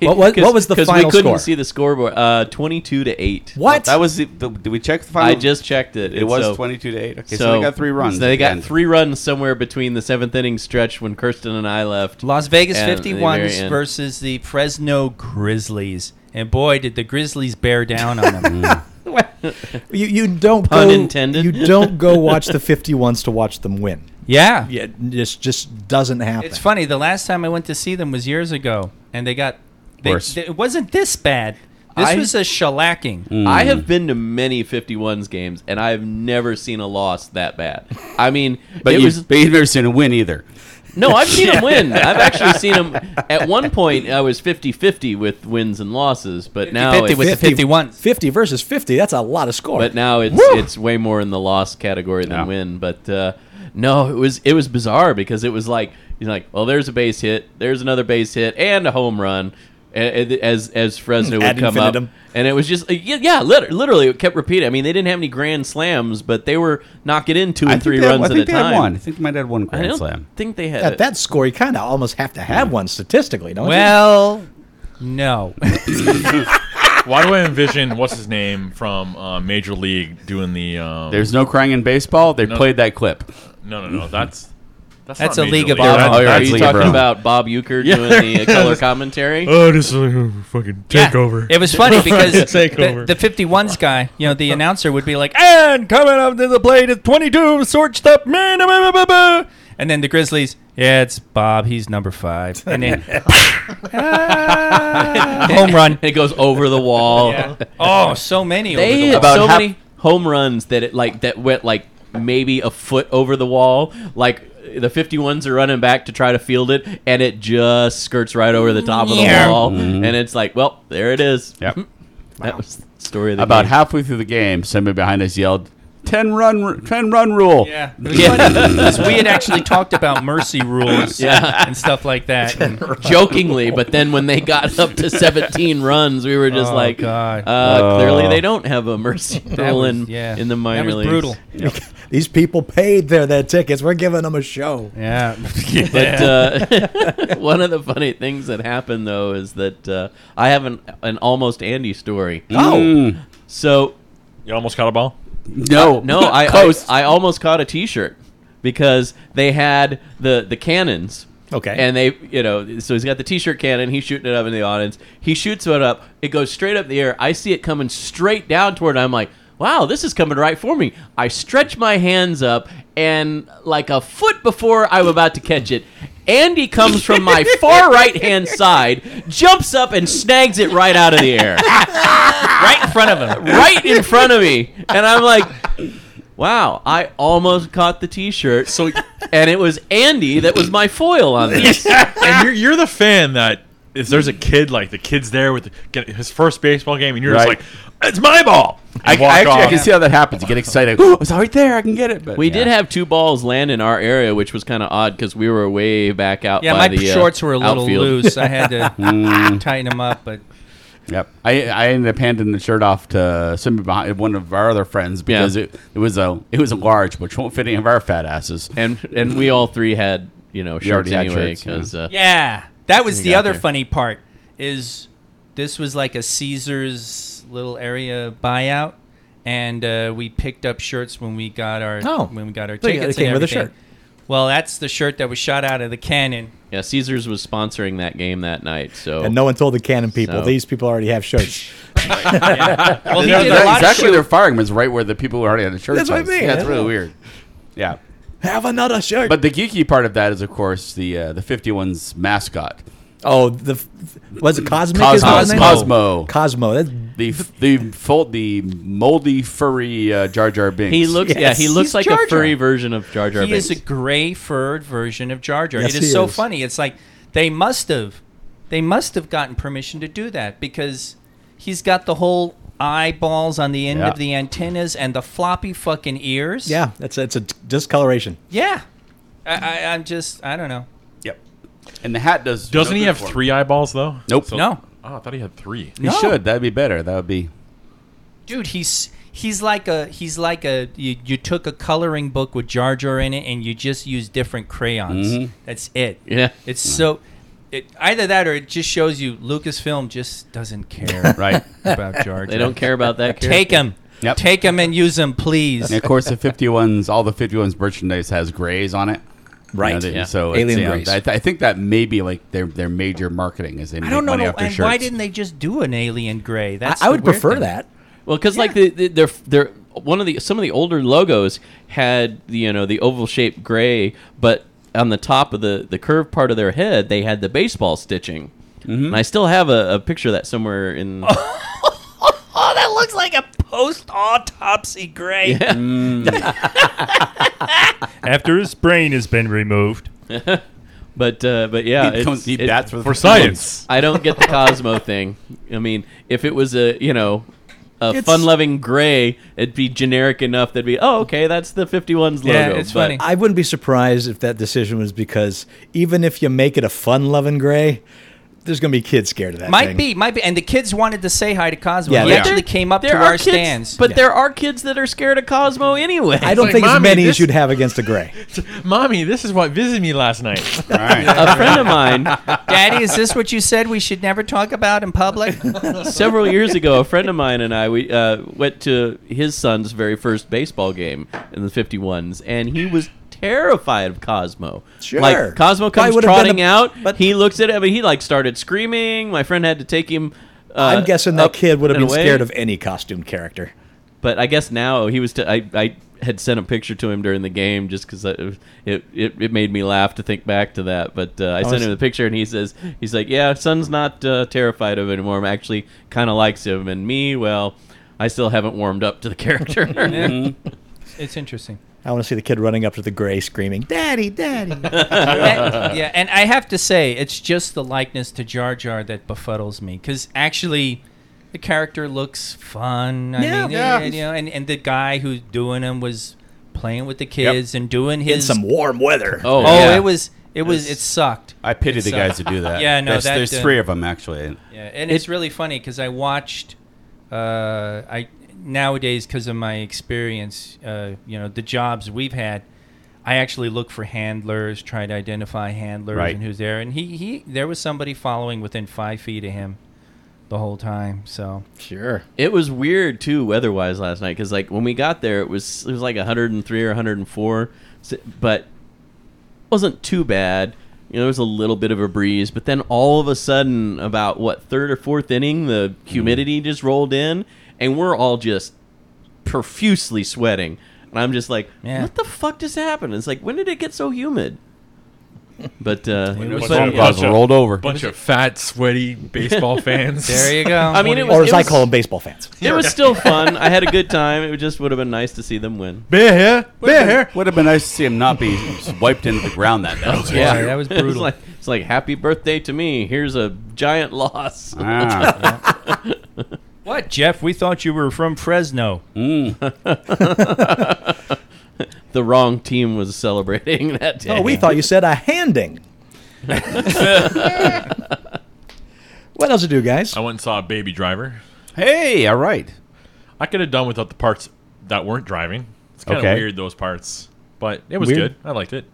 Speaker 4: What was- what was the
Speaker 6: 'Cause
Speaker 4: final
Speaker 6: we couldn't
Speaker 4: score?
Speaker 6: see the scoreboard. Uh, twenty-two to eight.
Speaker 4: what?
Speaker 3: That was the, the, did we check the final?
Speaker 6: I just checked it.
Speaker 3: It was
Speaker 6: so,
Speaker 3: 22 to 8. Okay,
Speaker 6: So,
Speaker 3: so, they got three runs.
Speaker 6: so they
Speaker 3: at the
Speaker 6: got
Speaker 3: end.
Speaker 6: three runs somewhere between the seventh inning stretch when Kirsten and I left.
Speaker 5: Las Vegas
Speaker 6: And the
Speaker 5: 51s
Speaker 6: very end.
Speaker 5: versus the Fresno Grizzlies. And boy, did the Grizzlies bear down on them.
Speaker 4: you, you don't
Speaker 6: Pun
Speaker 4: go,
Speaker 6: intended.
Speaker 4: You don't go watch the 51s to watch them win.
Speaker 5: yeah.
Speaker 4: Yeah, this just doesn't happen.
Speaker 5: It's funny. The last time I went to see them was years ago, and they got. They,
Speaker 3: Worse.
Speaker 5: they- it wasn't this bad. This
Speaker 6: I- Mm.
Speaker 5: was a shellacking.
Speaker 6: I have been to many 51s games, and I have never seen a loss that bad. I mean,
Speaker 3: But,
Speaker 6: it
Speaker 3: you,
Speaker 6: was
Speaker 3: but you've never seen a win either.
Speaker 6: No, I've seen him win. I've actually seen him. At one point, I was 50-50 with wins and losses, but now
Speaker 5: 50
Speaker 6: it's,
Speaker 5: with the 51s.
Speaker 4: 50 versus 50, that's a lot of score.
Speaker 6: but now it's
Speaker 4: Woo!
Speaker 6: it's way more in the loss category than
Speaker 3: Yeah.
Speaker 6: win. But uh, no, it was it was bizarre because it was like you know, like, well, there's a base hit, there's another base hit, and a home run. a- a- As as Fresno would
Speaker 4: Ad
Speaker 6: come
Speaker 4: infinitum.
Speaker 6: up, and it was just yeah, yeah lit- literally it kept repeating. I mean, they didn't have any grand slams, but they were knocking in two and
Speaker 3: I think
Speaker 6: three
Speaker 3: they had-
Speaker 6: runs
Speaker 3: I
Speaker 6: at
Speaker 3: think
Speaker 6: a
Speaker 3: they had
Speaker 6: time.
Speaker 3: one. I think they might have had one
Speaker 6: I
Speaker 3: grand
Speaker 6: don't
Speaker 3: slam.
Speaker 6: think they had
Speaker 4: at
Speaker 6: it.
Speaker 4: that score, you kind of almost have to have one statistically, don't
Speaker 5: Well, no.
Speaker 2: Why do I envision what's his name from uh, Major League doing the? Um,
Speaker 3: There's no crying in baseball. They
Speaker 2: No.
Speaker 3: played that clip.
Speaker 2: no, no, no. That's that's,
Speaker 5: That's
Speaker 2: not
Speaker 5: a
Speaker 2: Major
Speaker 5: League of Their
Speaker 2: That-
Speaker 5: Own.
Speaker 6: Oh,
Speaker 3: Oh, yeah,
Speaker 6: are
Speaker 3: it's
Speaker 6: you
Speaker 3: Lee
Speaker 6: talking
Speaker 3: Brown.
Speaker 6: about Bob Euchre doing the uh, color commentary?
Speaker 2: Oh, this is a fucking
Speaker 5: Yeah.
Speaker 2: takeover.
Speaker 5: It was funny because
Speaker 2: Take
Speaker 5: the,
Speaker 2: over.
Speaker 5: the 51s guy, you know, the announcer would be like, and coming up to the plate is 22, shortstop, man, blah, blah, blah, blah." and then the Grizzlies, yeah, it's Bob, he's number five, and then ah, home run.
Speaker 6: It goes over the wall.
Speaker 5: Oh, so many.
Speaker 6: They
Speaker 5: over the
Speaker 6: hit
Speaker 5: wall.
Speaker 6: so many home runs that it like that went like maybe a foot over the wall. Like the 51s are running back to try to field it, and it just skirts right over the top of the
Speaker 5: Yeah.
Speaker 6: wall, and it's like, well, there it is.
Speaker 3: Yep.
Speaker 6: That was the story of the
Speaker 3: About
Speaker 6: game.
Speaker 3: halfway through the game, somebody behind us yelled, 10 run, ru- 10 run rule.
Speaker 5: Yeah, it was funny, 'cause we had actually talked about mercy rules
Speaker 6: Yeah.
Speaker 5: and stuff like that. And
Speaker 6: jokingly, but then when they got up to 17 runs, we were just
Speaker 5: Oh,
Speaker 6: like,
Speaker 5: God.
Speaker 6: Uh, clearly they don't have a mercy rule
Speaker 5: was-
Speaker 6: in,
Speaker 5: yeah.
Speaker 6: in the
Speaker 5: That
Speaker 6: minor
Speaker 5: was
Speaker 6: leagues.
Speaker 5: brutal.
Speaker 4: you? These people paid their, their tickets. We're giving them a show.
Speaker 5: yeah,
Speaker 6: But uh, one of the funny things that happened though is that uh, I have an an almost Andy story.
Speaker 4: Oh.
Speaker 3: Mm.
Speaker 6: So
Speaker 2: You almost caught a ball.
Speaker 3: No.
Speaker 6: no, I, I
Speaker 3: Oh, Close.
Speaker 6: I almost caught a T-shirt because they had the the cannons.
Speaker 4: Okay.
Speaker 6: And they, you know, so he's got the T-shirt cannon. He's shooting it up in the audience. He shoots it up. It goes straight up in the air. I see it coming straight down toward. I'm like, wow, this is coming right for me. I stretch my hands up, and like a foot before I'm about to catch it, Andy comes from my far right hand side, jumps up and snags it right out of the air
Speaker 5: right in front of him.
Speaker 6: right in front of me, and I'm like, "Wow, I almost caught the T-shirt." So, and it was Andy that was my foil on this.
Speaker 2: and you're, you're the fan that if there's a kid like the kid's there with the, get his first baseball game, and you're
Speaker 3: Right.
Speaker 2: just like, "It's my ball."
Speaker 3: I,
Speaker 2: And walk
Speaker 3: I actually I
Speaker 2: off.
Speaker 3: can see how that happens. You get excited. Ooh, it's right there. I can get it. But
Speaker 6: We
Speaker 3: yeah.
Speaker 6: did have two balls land in our area, which was kind of odd because we were way back out.
Speaker 5: Yeah,
Speaker 6: by
Speaker 5: my
Speaker 6: the, uh,
Speaker 5: shorts were a little
Speaker 6: outfield. Mm.
Speaker 5: loose. I had to tighten them up, but
Speaker 3: Yep. I, I ended up handing the shirt off to somebody behind one of our other friends because
Speaker 6: Yeah.
Speaker 3: it, it was a it was a large, which won't fit any of our fat asses.
Speaker 6: and and we all three had you know shorts
Speaker 3: already had
Speaker 6: anyway
Speaker 3: shirts, yeah.
Speaker 6: because uh,
Speaker 5: Yeah, that was
Speaker 6: You
Speaker 5: the
Speaker 6: got
Speaker 5: other
Speaker 6: there.
Speaker 5: funny part. Is this was like a Caesar's little area buyout, and uh, we picked up shirts when we got our
Speaker 4: Oh.
Speaker 5: when we got our
Speaker 4: So you-
Speaker 5: tickets.
Speaker 4: it Oh. came with
Speaker 5: and
Speaker 4: a
Speaker 5: everything.
Speaker 4: shirt.
Speaker 5: Well, that's the shirt that was shot out of the cannon.
Speaker 6: Yeah, Caesars was sponsoring that game that night, so
Speaker 4: And no one told the Canon people.
Speaker 6: So-
Speaker 4: These people already have shirts.
Speaker 5: Well, he
Speaker 3: Yeah,
Speaker 5: did a
Speaker 3: that's
Speaker 5: lot of
Speaker 3: exactly
Speaker 5: shoot-
Speaker 3: where they're firing them is right where the people who already had the shirts.
Speaker 4: That's what I
Speaker 3: on.
Speaker 4: mean,
Speaker 3: Yeah, it's
Speaker 4: yeah.
Speaker 3: really weird. Yeah,
Speaker 4: have another shirt.
Speaker 3: but the geeky part of that is, of course, the uh, the 51's mascot,
Speaker 4: oh, the f- was it Cosmic? is
Speaker 3: Cosmo.
Speaker 4: that his name?
Speaker 3: Cosmo.
Speaker 4: Cosmo. That's
Speaker 3: the the fold, the moldy furry uh, Jar Jar Binks.
Speaker 6: he looks yeah,
Speaker 4: Yes.
Speaker 6: he looks
Speaker 5: He's
Speaker 6: like
Speaker 5: Jar Jar.
Speaker 6: a furry version of Jar Jar.
Speaker 5: He is a
Speaker 6: Binks.
Speaker 5: gray furred version of Jar Jar.
Speaker 4: Yes,
Speaker 5: it is
Speaker 4: he
Speaker 5: so
Speaker 4: is.
Speaker 5: funny. It's like they must have, they must have gotten permission to do that because he's got the whole eyeballs on the end
Speaker 3: Yeah.
Speaker 5: of the antennas and the floppy fucking ears.
Speaker 4: yeah. That's it's a discoloration.
Speaker 5: yeah. I, I, I'm just, I don't know.
Speaker 3: Yep. And the hat does.
Speaker 2: Doesn't
Speaker 3: no
Speaker 2: he
Speaker 3: good
Speaker 2: have
Speaker 3: for him.
Speaker 2: three eyeballs though?
Speaker 3: Nope.
Speaker 5: No,
Speaker 2: Oh, I thought he had three.
Speaker 3: He
Speaker 5: No.
Speaker 3: should. That'd be better. That would be.
Speaker 5: dude, he's he's like a he's like a you, you took a coloring book with Jar Jar in it and you just use different crayons.
Speaker 3: Mhm.
Speaker 5: That's it.
Speaker 6: Yeah.
Speaker 5: It's so it, either that or it just shows you Lucasfilm just doesn't care
Speaker 3: Right.
Speaker 5: about Jar Jar.
Speaker 6: They don't care about that character.
Speaker 5: Take him.
Speaker 3: Yep.
Speaker 5: Take him and use him, please.
Speaker 3: and of course, the 51's, all the 51's merchandise has grays on it. You
Speaker 4: Right.
Speaker 3: know, they-
Speaker 6: Yeah.
Speaker 3: So
Speaker 4: Alien
Speaker 3: it's, yeah,
Speaker 4: grays.
Speaker 3: I, th- I think that may be like their their major marketing is they make
Speaker 5: I don't know.
Speaker 3: money
Speaker 5: no-
Speaker 3: off their
Speaker 5: And
Speaker 3: shirts.
Speaker 5: why didn't they just do an alien gray? That's
Speaker 4: I, I
Speaker 5: the
Speaker 4: would
Speaker 5: weird
Speaker 4: prefer
Speaker 5: thing.
Speaker 4: that.
Speaker 6: Well, because like the, the they're they're one of the some of the older logos had you know the oval shaped gray, but on the top of the the curved part of their head they had the baseball stitching. And I still have a, a picture of that somewhere in.
Speaker 5: Oh, that looks like a post autopsy gray.
Speaker 7: After his brain has been removed.
Speaker 6: But uh, but yeah,
Speaker 3: He
Speaker 6: it's-
Speaker 3: comes- he
Speaker 6: it-
Speaker 3: bats with
Speaker 2: For science.
Speaker 6: I don't get the Cosmo thing. I mean, if it was a you know a
Speaker 4: It's-
Speaker 6: fun loving gray, it'd be generic enough. That'd be oh okay, that's the 51's
Speaker 5: Yeah,
Speaker 6: logo.
Speaker 5: it's
Speaker 6: but-
Speaker 5: funny.
Speaker 4: I wouldn't be surprised if that decision was because even if you make it a fun-loving gray, there's going to be kids scared of that.
Speaker 5: Might
Speaker 4: thing.
Speaker 5: be, might be, and the kids wanted to say hi to Cosmo.
Speaker 4: Yeah,
Speaker 5: he
Speaker 4: they
Speaker 5: actually
Speaker 6: there-
Speaker 5: came up to
Speaker 6: there
Speaker 5: our
Speaker 6: are kids-
Speaker 5: stands.
Speaker 6: But there are kids that are scared of Cosmo anyway.
Speaker 4: I don't
Speaker 2: like,
Speaker 4: think as
Speaker 2: "Mommy,
Speaker 4: many as
Speaker 2: this-
Speaker 4: you'd have against a gray.
Speaker 2: Mommy, this is what visited me last night.
Speaker 3: All right.
Speaker 6: a friend of mine
Speaker 5: Daddy, is this what you said we should never talk about in public?
Speaker 6: several years ago, a friend of mine and I we uh, went to his son's very first baseball game in the 51s, and he was terrified of Cosmo.
Speaker 4: Sure.
Speaker 6: like
Speaker 4: Probably
Speaker 6: Cosmo comes
Speaker 4: would have been
Speaker 6: trotting
Speaker 4: a-
Speaker 6: out.
Speaker 4: but-
Speaker 6: he looks at it. I mean, he like started screaming. My friend had to take him. Uh,
Speaker 4: I'm guessing that
Speaker 6: up
Speaker 4: kid would have
Speaker 6: and
Speaker 4: been
Speaker 6: away.
Speaker 4: scared of any costume character.
Speaker 6: But I guess now he was. T- I I had sent a picture to him during the game just because it, it it made me laugh to think back to that. But uh, I sent him the picture and he says he's like, yeah, son's not uh, terrified of it anymore. I'm actually kind of likes him. And me, well, I still haven't warmed up to the character.
Speaker 5: it's interesting.
Speaker 4: I want to see the kid running up to the gray screaming, "Daddy, daddy!"
Speaker 5: And- yeah, and I have to say, it's just the likeness to Jar Jar that befuddles me because actually, the character looks fun. I
Speaker 4: Yeah.
Speaker 5: mean,
Speaker 4: Yeah.
Speaker 5: And, you know, and, and the guy who's doing him was playing with the kids and doing his.
Speaker 4: in some warm weather.
Speaker 6: oh,
Speaker 5: oh,
Speaker 6: yeah.
Speaker 5: it was. It was. It sucked.
Speaker 3: I pity
Speaker 5: It
Speaker 3: the
Speaker 5: sucked.
Speaker 3: guys who do that.
Speaker 5: Yeah, no,
Speaker 3: There's,
Speaker 5: that,
Speaker 3: there's
Speaker 5: uh,
Speaker 3: three of them actually.
Speaker 5: Yeah, and it's really funny because I watched, uh, I nowadays because of my experience, uh, you know, the jobs we've had, I actually look for handlers, try to identify handlers
Speaker 3: Right.
Speaker 5: and who's there. And he, he, there was somebody following within five feet of him the whole time. So
Speaker 4: sure.
Speaker 6: It was weird too, weather-wise last night because like when we got there, it was it was like 103 or 104, so- but it wasn't too bad. You know, there was a little bit of a breeze, but then all of a sudden, about what third or fourth inning, the humidity just rolled in, and we're all just profusely sweating. And I'm just like,
Speaker 5: Yeah.
Speaker 6: what the fuck just happened? It's like, when did it get so humid? But uh, it was-
Speaker 7: was wrong,
Speaker 6: yeah.
Speaker 7: Bunch of-
Speaker 3: rolled over.
Speaker 2: Bunch of fat, sweaty baseball fans.
Speaker 5: there you go.
Speaker 6: I mean, it
Speaker 4: Or as
Speaker 6: It
Speaker 4: I
Speaker 6: was-
Speaker 4: call them, baseball fans.
Speaker 6: it was still fun. I had a good time. It just would have been nice to see them win.
Speaker 2: Bear hair, bear hair.
Speaker 3: Would have been nice to see him not be wiped into the ground that night.
Speaker 5: Yeah, that was brutal.
Speaker 6: it's like it's like happy birthday to me. Here's a giant loss.
Speaker 3: Ah,
Speaker 5: what, Jeff? We thought you were from Fresno.
Speaker 6: The wrong team was celebrating that day.
Speaker 4: Oh, we thought you said a handing. what else to do, guys?
Speaker 2: I went and saw Baby Driver.
Speaker 3: hey, all right.
Speaker 2: I could have done without the parts that weren't driving. It's kind of
Speaker 3: Okay.
Speaker 2: weird those parts, but it was
Speaker 4: Weird.
Speaker 2: good. I liked it.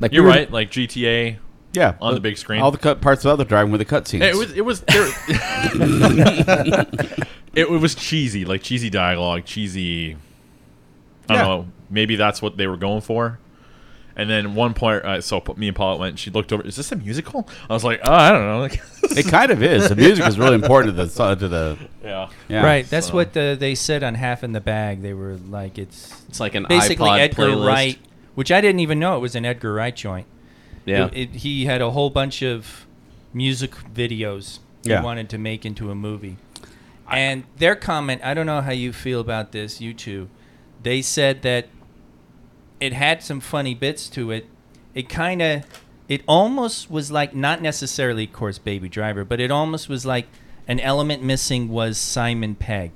Speaker 4: Like
Speaker 2: You're
Speaker 4: we were-
Speaker 2: right, like GTA.
Speaker 3: Yeah,
Speaker 2: On the big screen.
Speaker 3: All the cut parts of the driving with the cutscenes.
Speaker 2: It was it was there, it, was cheesy, like cheesy dialogue, cheesy. I
Speaker 3: Yeah.
Speaker 2: don't know. Maybe that's what they were going for. And then one point, uh, so me and Paula went. She looked over. Is this a musical? I was like, oh, I don't know. Like,
Speaker 3: It kind of is. The music is really important to the so- to the
Speaker 2: yeah.
Speaker 3: yeah.
Speaker 5: right. That's what the, they said on Half in the Bag. They were like, it's
Speaker 6: It's like an
Speaker 5: basically
Speaker 6: iPod
Speaker 5: Edgar
Speaker 6: playlist.
Speaker 5: Wright, which I didn't even know it was an Edgar Wright joint.
Speaker 6: Yeah.
Speaker 5: It- it- he had a whole bunch of music videos
Speaker 3: Yeah.
Speaker 5: he wanted to make into a movie. And their comment, I don't know how you feel about this, you two. They said that it had some funny bits to it. It kind of, it almost was like not necessarily, of course, Baby Driver, but it almost was like an element missing was Simon Pegg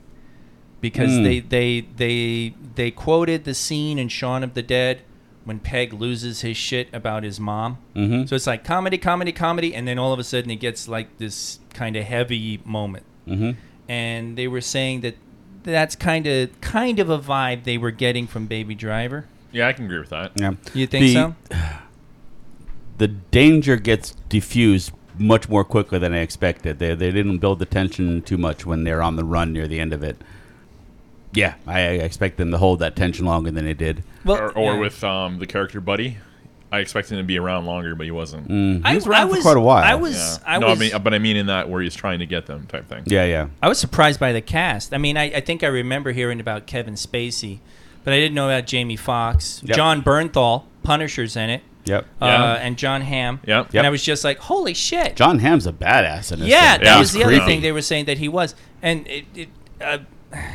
Speaker 5: because
Speaker 3: Mm.
Speaker 5: they, they they they quoted the scene in Shaun of the Dead when Peg loses his shit about his mom.
Speaker 3: Mhm.
Speaker 5: So it's like comedy, comedy, comedy, and then all of a sudden it gets like this kind of heavy moment.
Speaker 3: hmm
Speaker 5: And they were saying that that's kind of kind of a vibe they were getting from Baby Driver.
Speaker 2: Yeah, I can agree with that.
Speaker 3: Yeah.
Speaker 5: You think
Speaker 3: The-
Speaker 5: so?
Speaker 3: the danger gets diffused much more quickly than I expected. They, they didn't build the tension too much when they're on the run near the end of it. Yeah, I I expect them to hold that tension longer than they did.
Speaker 5: Well,
Speaker 2: Or, or
Speaker 5: yeah.
Speaker 2: with um, the character Buddy, I expected him to be around longer, but he wasn't.
Speaker 5: I,
Speaker 3: was around
Speaker 5: I
Speaker 3: for quite a while.
Speaker 5: I was
Speaker 2: Yeah.
Speaker 5: I
Speaker 2: no,
Speaker 5: was
Speaker 2: I mean, but I mean in that where he's trying to get them type thing.
Speaker 3: Yeah, yeah.
Speaker 5: I was surprised by the cast. I mean, I, I think I remember hearing about Kevin Spacey, but I didn't know about Jamie Foxx.
Speaker 3: Yep.
Speaker 5: John Bernthal, Punisher's in it,
Speaker 3: Yep.
Speaker 2: Yeah.
Speaker 5: uh, and John Hamm.
Speaker 2: Yep.
Speaker 5: And I
Speaker 3: Yep.
Speaker 5: was just like, holy shit.
Speaker 3: John Hamm's a badass in this.
Speaker 5: yeah, that
Speaker 3: thing.
Speaker 2: Yeah.
Speaker 5: was the
Speaker 3: Creepy.
Speaker 5: other thing they were saying that he was. And it, it uh,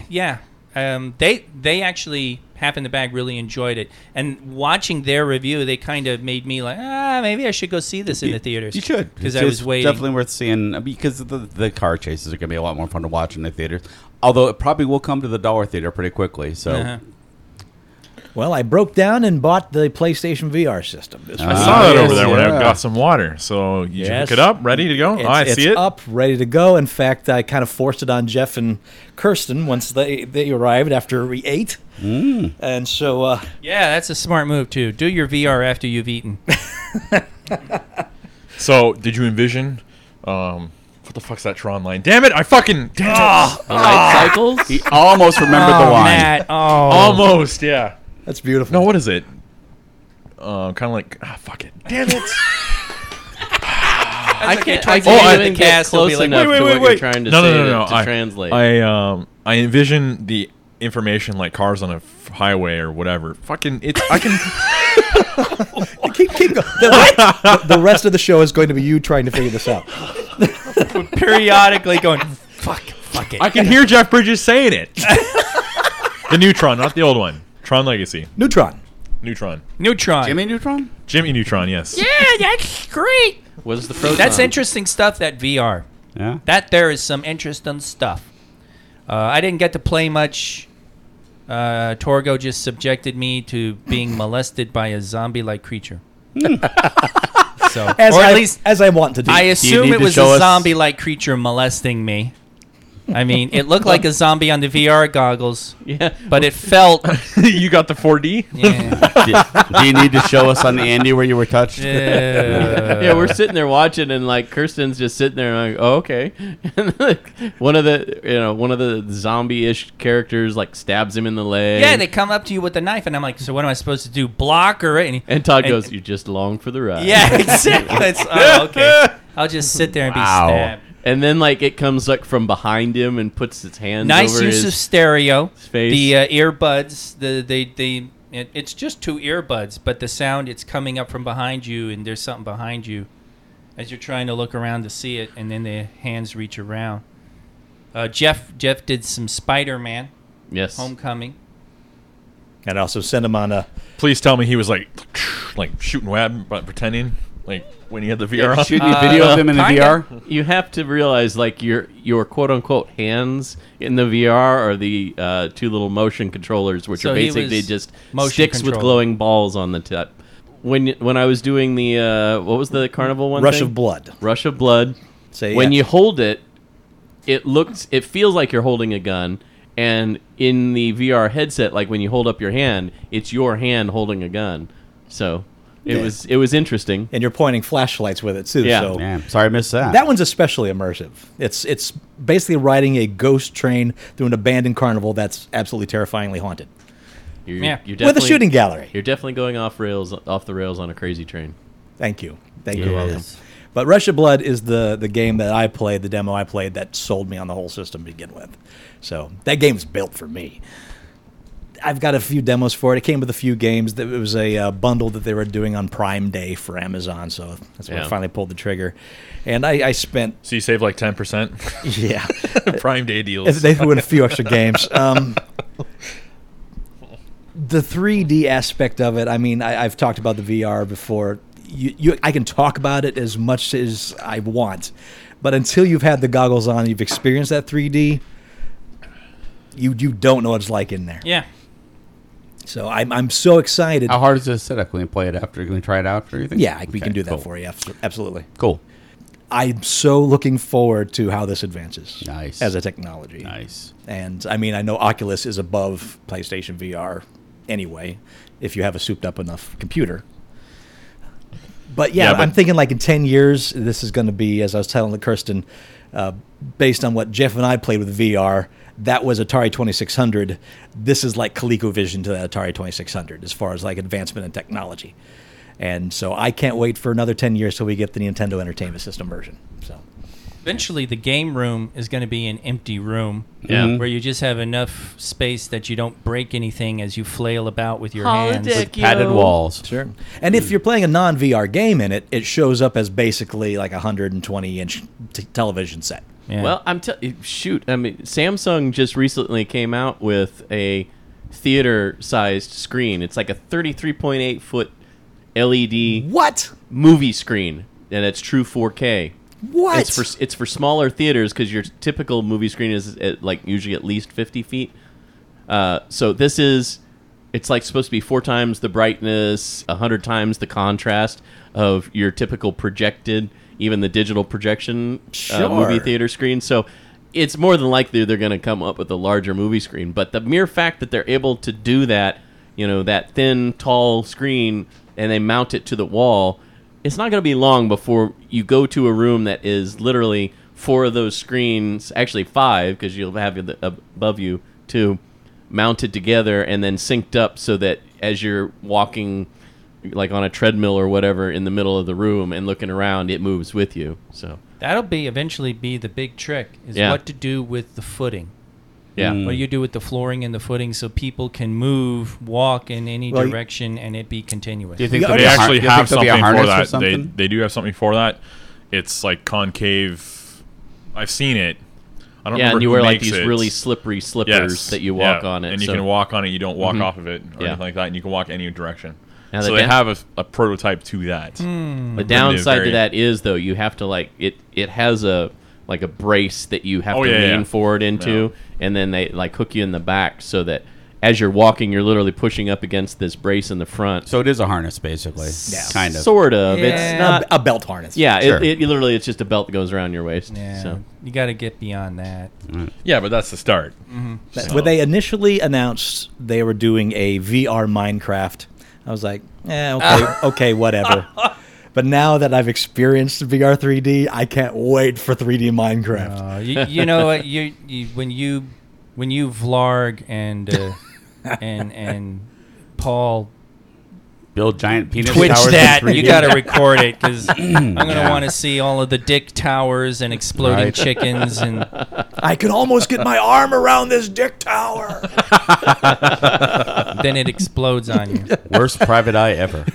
Speaker 5: yeah, um, they they actually, Half in the Bag, really enjoyed it. And watching their review, they kind of made me like, ah, maybe I should go see this in the theaters.
Speaker 3: You should
Speaker 5: Because
Speaker 3: It's-
Speaker 5: I
Speaker 3: it's
Speaker 5: was waiting.
Speaker 3: Definitely worth seeing uh, because the the car chases are going to be a lot more fun to watch in the theaters. Although it probably will come to the dollar theater pretty quickly. So
Speaker 5: Uh-huh.
Speaker 4: Well, I broke down and bought the PlayStation VR system. This
Speaker 2: I
Speaker 4: week.
Speaker 2: saw that
Speaker 3: yes,
Speaker 2: over there when I
Speaker 3: yeah.
Speaker 2: got some water. So you
Speaker 4: Yes.
Speaker 2: hook it up, ready to go.
Speaker 4: It's,
Speaker 2: Oh, I
Speaker 4: it's
Speaker 2: see it.
Speaker 4: up, ready to go. In fact, I kind of forced it on Jeff and Kirsten once they, they arrived after we ate.
Speaker 6: Mm.
Speaker 4: And so, uh,
Speaker 5: Yeah, that's a smart move, too. Do your VR after you've eaten.
Speaker 2: So did you envision? Um, what the fuck's that Tron line? Damn it! I fucking damn it.
Speaker 6: Life cycles.
Speaker 3: he almost remembered the line.
Speaker 5: Matt, oh.
Speaker 2: almost. Yeah.
Speaker 4: that's beautiful.
Speaker 2: No, what is it? Um, kind of like ah, fuck it. Damn it.
Speaker 6: I can't. I
Speaker 5: towards
Speaker 2: the end
Speaker 6: can't
Speaker 2: of
Speaker 6: even
Speaker 5: the
Speaker 6: get
Speaker 5: cast, they'll
Speaker 6: close
Speaker 5: be like,
Speaker 6: enough
Speaker 2: wait, wait,
Speaker 6: to what
Speaker 2: wait,
Speaker 6: you're
Speaker 2: wait.
Speaker 6: trying to
Speaker 2: no,
Speaker 6: say
Speaker 2: no, no,
Speaker 6: to-
Speaker 2: no.
Speaker 6: to
Speaker 2: I,
Speaker 6: translate.
Speaker 2: I um I envision the information like cars on a f- highway or whatever. Fucking it's I can
Speaker 4: keep, keep going. The, the rest of the show is going to be you trying to figure this out.
Speaker 5: periodically going, fuck, fuck it.
Speaker 2: I can hear Jeff Bridges saying it. the Neutron, not the old one. Tron Legacy.
Speaker 4: Neutron.
Speaker 2: Neutron.
Speaker 5: Neutron.
Speaker 3: Jimmy Neutron.
Speaker 2: Jimmy Neutron, yes.
Speaker 5: Yeah, that's great.
Speaker 6: Was the proton?
Speaker 5: That's interesting stuff, that VR.
Speaker 3: Yeah.
Speaker 5: That there is some interesting stuff. Uh, I didn't get to play much. Uh, Torgo just subjected me to being molested by a zombie like creature. so,
Speaker 4: As
Speaker 5: or at
Speaker 4: I,
Speaker 5: least
Speaker 4: as I want to do.
Speaker 5: I
Speaker 3: do you
Speaker 5: assume
Speaker 3: need
Speaker 5: it
Speaker 3: to
Speaker 5: was
Speaker 3: show
Speaker 5: a
Speaker 3: us-
Speaker 5: zombie like creature molesting me. I mean, it looked like a zombie on the VR goggles,
Speaker 6: Yeah.
Speaker 5: but it felt.
Speaker 2: you got the 4D?
Speaker 5: Yeah.
Speaker 3: do, do you need to show us on the Andy where you were touched?
Speaker 2: Uh,
Speaker 6: yeah, we're sitting there watching, and like Kirsten's just sitting there, and I'm like, oh, okay. And like, one of the, you know, one of the zombie-ish characters like stabs him in the leg.
Speaker 5: Yeah, they come up to you with a knife, and I'm like, so what am I supposed to do? Block or any?
Speaker 6: and Todd goes, "You just long for the ride."
Speaker 5: Yeah, exactly. It's, oh, okay. I'll just sit there and
Speaker 3: Wow.
Speaker 4: Oh.
Speaker 5: be stabbed.
Speaker 6: And then like it comes like from behind him and puts its hands
Speaker 5: Nice
Speaker 6: over
Speaker 5: use
Speaker 6: his.
Speaker 5: of stereo.
Speaker 6: face.
Speaker 5: The uh, earbuds. The they they. It, it's just two earbuds, but the sound it's coming up from behind you, and there's something behind you, as you're trying to look around to see it, and then the hands reach around. Uh, Jeff Jeff did some Spider-Man
Speaker 6: yes.
Speaker 5: Homecoming.
Speaker 4: and I also sent him on a.
Speaker 2: Please tell me he was like like shooting web but pretending like when he had the VR on.
Speaker 3: Shooting a video of him in the
Speaker 5: kinda.
Speaker 3: VR.
Speaker 6: You have to realize like your your quote unquote hands in the VR are the uh, two little motion controllers, which
Speaker 5: So
Speaker 6: are
Speaker 5: he
Speaker 6: basically
Speaker 5: was
Speaker 6: just
Speaker 5: motion
Speaker 6: sticks with
Speaker 5: controller.
Speaker 6: glowing balls on the tip. When when I was doing the uh, what was the carnival one?
Speaker 4: Rush
Speaker 6: thing?
Speaker 4: of blood.
Speaker 6: Rush of blood.
Speaker 4: Say
Speaker 6: when
Speaker 4: yes.
Speaker 6: you hold it, it looks it feels like you're holding a gun. And in the VR headset, like when you hold up your hand, it's your hand holding a gun. So it was it was interesting.
Speaker 4: And you're pointing flashlights with it, too.
Speaker 6: Yeah.
Speaker 4: So.
Speaker 3: Damn, sorry I missed that.
Speaker 4: That one's especially immersive. It's it's basically riding a ghost train through an abandoned carnival that's absolutely terrifyingly haunted.
Speaker 6: You're,
Speaker 5: Yeah.
Speaker 6: you're
Speaker 4: with a
Speaker 6: definitely-
Speaker 4: shooting gallery.
Speaker 6: You're definitely going off rails, off the rails on a crazy train.
Speaker 4: Thank you. Thank you.
Speaker 5: Yes.
Speaker 4: Welcome. But Russia Blood is the the game that I played, the demo I played that sold me on the whole system to begin with. So that game's built for me. I've got a few demos for it. It came with a few games. That- It was a uh, bundle that they were doing on Prime Day for Amazon, so that's when I
Speaker 6: Yeah.
Speaker 4: finally pulled the trigger. And I, I spent,
Speaker 2: So you save like ten percent.
Speaker 4: yeah,
Speaker 2: Prime day deals.
Speaker 4: if they threw in a few extra games. Um, the 3D aspect of it, I mean, I, I've talked about the VR before. You, you, I can talk about it as much as I want, but until you've had the goggles on, and you've experienced that 3D. You you don't know what it's like in there.
Speaker 5: Yeah.
Speaker 4: So I'm I'm so excited.
Speaker 3: How hard is this setup? Can we play it after? Can we try it out for anything?
Speaker 4: yeah, I we can do that
Speaker 3: cool.
Speaker 4: for you. abso- Absolutely.
Speaker 3: Cool.
Speaker 4: I'm so looking forward to how this advances.
Speaker 3: Nice.
Speaker 4: As a technology.
Speaker 3: Nice.
Speaker 4: And I mean, I know Oculus is above PlayStation VR anyway, if you have a souped up enough computer. But yeah,
Speaker 2: Yeah, but-
Speaker 4: I'm thinking like in 10 years, this is going to be, as I was telling Kirsten, uh, based on what Jeff and I played with VR, that was Atari 2600. This is like ColecoVision to that Atari 2600 as far as like advancement in technology. And so I can't wait for another 10 years till we get the Nintendo Entertainment System version. So
Speaker 5: Eventually, the game room is going to be an empty room.
Speaker 6: Yeah. Mm-hmm.
Speaker 5: Where you just have enough space that you don't break anything as you flail about with your hands.
Speaker 6: Holodeck.
Speaker 3: Padded
Speaker 6: Yo.
Speaker 3: walls.
Speaker 4: Sure. And if you're playing a non VR game in it, it shows up as basically like a 120 inch t- television set.
Speaker 5: Yeah.
Speaker 6: Well, I'm tell shoot. I mean, Samsung just recently came out with a theater-sized screen. It's like a 33.8 foot LED
Speaker 4: What?
Speaker 6: movie screen, and it's true 4K.
Speaker 4: What?
Speaker 6: It's for it's for smaller theaters because your typical movie screen is at, like usually at least 50 feet. Uh, so this is it's like supposed to be four times the brightness, a hundred times the contrast of your typical projected, even the digital projection uh, movie
Speaker 4: Sure.
Speaker 6: theater screen. So it's more than likely they're going to come up with a larger movie screen. But the mere fact that they're able to do that, you know, that thin, tall screen, and they mount it to the wall, it's not going to be long before you go to a room that is literally four of those screens, actually five, because you'll have it above you too mounted together and then synced up so that as you're walking like on a treadmill or whatever in the middle of the room and looking around it moves with you so
Speaker 5: That'll be eventually be the big trick is
Speaker 6: Yeah. Mm.
Speaker 5: what to do with the footing.
Speaker 6: yeah
Speaker 5: What do you do with the flooring and the footing so people can move, walk in any
Speaker 4: Well, you-
Speaker 5: direction, and it be continuous?
Speaker 3: Do you think
Speaker 4: Yeah,
Speaker 3: there'll
Speaker 2: they
Speaker 3: be a har-
Speaker 2: actually
Speaker 3: do you
Speaker 2: have
Speaker 3: think there'll be
Speaker 2: something
Speaker 3: a
Speaker 2: for
Speaker 3: harness
Speaker 2: that.
Speaker 3: or something?
Speaker 2: They they do have something for that. It's like concave. I've seen it. I don't
Speaker 6: yeah
Speaker 2: remember
Speaker 6: and you
Speaker 2: who
Speaker 6: wear like
Speaker 2: makes
Speaker 6: these
Speaker 2: it.
Speaker 6: really slippery slippers
Speaker 2: yes.
Speaker 6: that you walk
Speaker 2: yeah.
Speaker 6: on it
Speaker 2: and you
Speaker 6: so- Mm-hmm.
Speaker 2: can walk on it. You don't walk off of it or
Speaker 6: Yeah.
Speaker 2: anything like that, and you can walk any direction.
Speaker 6: Now
Speaker 2: so
Speaker 6: the
Speaker 2: they
Speaker 6: dan-
Speaker 2: have a, a prototype to that.
Speaker 3: Hmm.
Speaker 6: the downside to
Speaker 2: variant.
Speaker 6: that is though you have to like it it has a like a brace that you have
Speaker 2: Oh,
Speaker 6: to
Speaker 2: yeah,
Speaker 6: lean
Speaker 2: yeah.
Speaker 6: forward into and then they like hook you in the back so that as you're walking you're literally pushing up against this brace in the front
Speaker 3: So it is a harness, basically. Yeah. Kind of.
Speaker 6: sort of
Speaker 5: Yeah.
Speaker 6: it's
Speaker 4: a,
Speaker 6: not
Speaker 4: a belt harness.
Speaker 6: uh, Yeah,
Speaker 3: Sure.
Speaker 6: it, it literally it's just a belt that goes around your waist.
Speaker 5: yeah,
Speaker 6: So Mm.
Speaker 5: you got to get beyond that.
Speaker 2: Yeah, but that's the start.
Speaker 3: Mm-hmm.
Speaker 4: That- When they initially announced they were doing a VR Minecraft, I was like, eh, okay, okay, whatever. But now that I've experienced VR 3D, I can't wait for 3D Minecraft.
Speaker 5: Uh, you, you know what? You, you when you when you vlog and uh, and and Paul
Speaker 3: Build giant penis
Speaker 5: twitch
Speaker 3: towers in
Speaker 5: that,
Speaker 3: 3D.
Speaker 5: you got to record it because I'm gonna
Speaker 3: Yeah.
Speaker 5: want to see all of the dick towers and exploding
Speaker 3: Right.
Speaker 5: chickens and
Speaker 4: I can almost get my arm around this dick tower.
Speaker 5: then it explodes on you.
Speaker 3: Worst private eye ever.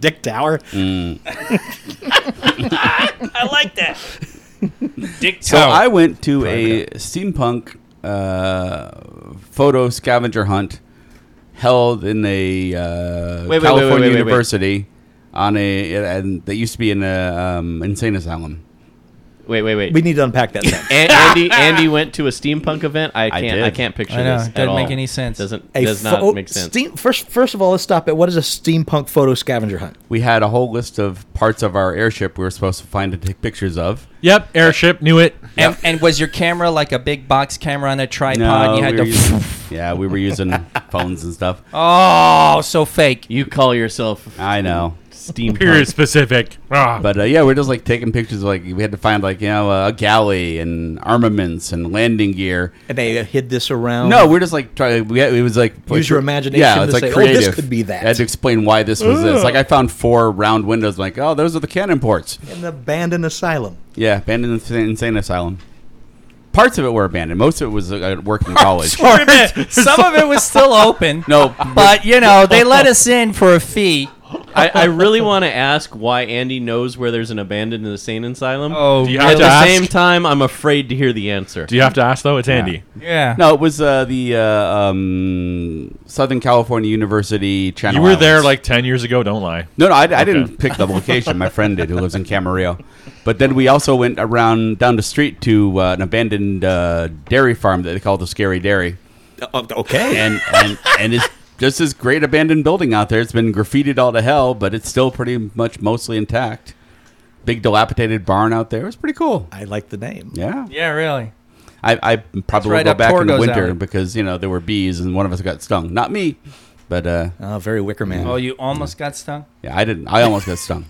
Speaker 4: dick tower?
Speaker 5: I like that.
Speaker 7: Dick
Speaker 3: So I went to a steampunk uh, photo scavenger hunt held in a uh,
Speaker 6: wait, wait,
Speaker 3: California
Speaker 6: wait, wait, wait.
Speaker 3: university on a and that used to be in a um, insane asylum.
Speaker 6: wait, wait, wait.
Speaker 4: We need to unpack that. sentence.
Speaker 6: An- Andy Andy went to a steampunk event. I can't
Speaker 3: did.
Speaker 6: I, can't picture
Speaker 5: I know,
Speaker 6: this.
Speaker 5: it
Speaker 6: at
Speaker 5: doesn't make
Speaker 6: all.
Speaker 5: any sense.
Speaker 6: Doesn't
Speaker 4: A
Speaker 6: does
Speaker 4: pho-
Speaker 6: not make sense.
Speaker 4: Steam, first, first of all, let's stop at what is a steampunk photo scavenger hunt?
Speaker 3: We had a whole list of parts of our airship we were supposed to find and take pictures of.
Speaker 2: Yep, airship knew it.
Speaker 5: And, and was your camera like a big box camera on a tripod? and you had
Speaker 3: we
Speaker 5: to.
Speaker 3: were using, yeah, we were using phones and stuff.
Speaker 5: oh, so fake.
Speaker 6: You call yourself
Speaker 3: I know.
Speaker 6: steampunk.
Speaker 2: Period specific. Ah.
Speaker 3: But uh, yeah, we're just like taking pictures. Of, like we had to find like you know a galley and armaments and landing gear.
Speaker 4: And they hid this around.
Speaker 3: No, we're just like trying. We had, it was like
Speaker 4: Oh. Use your imagination
Speaker 3: Yeah,
Speaker 4: to
Speaker 3: it's like
Speaker 4: say, "Oh, this
Speaker 3: creative.
Speaker 4: could be that."
Speaker 3: I had to explain why this was this. Like I found four round windows. like oh, those are the cannon ports.
Speaker 4: An abandoned asylum.
Speaker 3: Yeah, abandoned insane, insane asylum. Parts of it were abandoned. Most of it was uh, working college.
Speaker 5: Some of it was still open.
Speaker 3: No,
Speaker 5: But, you know, they let us in for a fee.
Speaker 6: I, I really want to ask why Andy knows where there's an abandoned insane asylum.
Speaker 5: Oh,
Speaker 2: Do you
Speaker 6: At
Speaker 2: have
Speaker 6: the
Speaker 2: to ask?
Speaker 6: same time, I'm afraid to hear the answer.
Speaker 2: Do you have to ask though? It's Andy.
Speaker 5: yeah.
Speaker 3: no, it was uh, the uh, um, Southern California University Channel.
Speaker 2: You were there
Speaker 3: Islands.
Speaker 2: like ten years ago. Don't lie.
Speaker 3: No, no, I, I didn't pick the location. My friend did, who lives in Camarillo. But then we also went around down the street to uh, an abandoned uh, dairy farm that they call the Scary Dairy,
Speaker 6: Oh,
Speaker 4: okay.
Speaker 3: and and and it's just this great abandoned building out there. It's been graffitied all to hell, but it's still pretty much mostly intact. Big dilapidated barn out there. It was pretty cool.
Speaker 4: I like the name.
Speaker 3: Yeah,
Speaker 5: Yeah, really.
Speaker 3: I, I probably
Speaker 5: right
Speaker 3: go
Speaker 5: up
Speaker 3: back in the
Speaker 5: Torgo's
Speaker 3: winter
Speaker 5: alley.
Speaker 3: because you know there were bees and one of us got stung. Not me, but uh,
Speaker 4: Oh, very Wicker Man.
Speaker 5: Oh, you almost got stung?
Speaker 3: Yeah, I didn't. I almost got stung.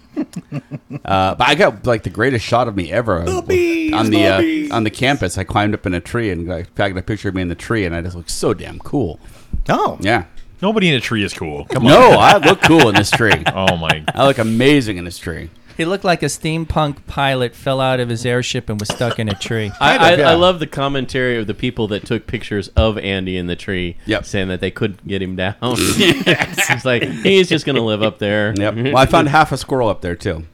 Speaker 3: uh, but I got like the greatest shot of me ever I was-
Speaker 4: bees,
Speaker 3: on
Speaker 4: the
Speaker 3: the uh,
Speaker 4: bees.
Speaker 3: on the campus. I climbed up in a tree and I got a picture of me in the tree, and I just looked so damn cool.
Speaker 4: Oh.
Speaker 3: Yeah.
Speaker 2: Nobody in a tree is cool. Come on.
Speaker 3: No, I look cool in this tree.
Speaker 2: Oh my.
Speaker 3: I look amazing in this tree.
Speaker 5: He looked like a steampunk pilot fell out of his airship and was stuck in a tree.
Speaker 6: I,
Speaker 3: Kind of,
Speaker 6: I,
Speaker 3: yeah.
Speaker 6: I love the commentary of the people that took pictures of Andy in the tree,
Speaker 3: Yep.
Speaker 6: saying that they couldn't get him down. it's like he's just gonna live up there.
Speaker 3: Yep. Well, I found half a squirrel up there too.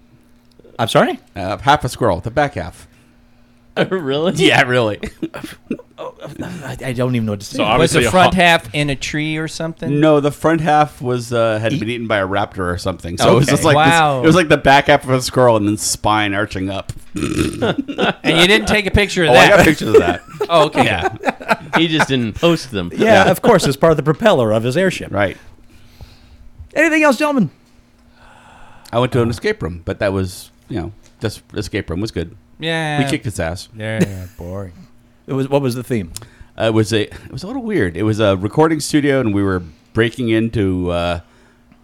Speaker 4: I'm sorry?
Speaker 3: Uh, half a squirrel, the back half.
Speaker 6: really?
Speaker 3: Yeah, really.
Speaker 4: I, I don't even know what to say.
Speaker 2: So
Speaker 5: Was
Speaker 2: obviously
Speaker 5: the
Speaker 2: a
Speaker 5: front
Speaker 2: hot-
Speaker 5: half in a tree or something?
Speaker 3: No, the front half was uh, had been eaten by a raptor or something. So it was
Speaker 4: Okay.
Speaker 3: just like this-
Speaker 5: Wow.
Speaker 3: it was like the back half of a squirrel and then spine arching up.
Speaker 5: And you didn't take a picture of
Speaker 3: Oh, I got
Speaker 5: that.
Speaker 3: pictures of that.
Speaker 5: Oh, okay.
Speaker 3: yeah,
Speaker 6: He just didn't post them.
Speaker 4: yeah,
Speaker 3: Yeah.
Speaker 4: of course, it's part of the propeller of his airship.
Speaker 3: right.
Speaker 4: Anything else, gentlemen?
Speaker 3: I went to an escape room, but that was you know this escape room was good.
Speaker 5: Yeah.
Speaker 3: We kicked its ass.
Speaker 5: Yeah, boring.
Speaker 4: It was what was the theme?
Speaker 3: Uh, it was a it was a little weird. It was a recording studio, and we were breaking in to uh,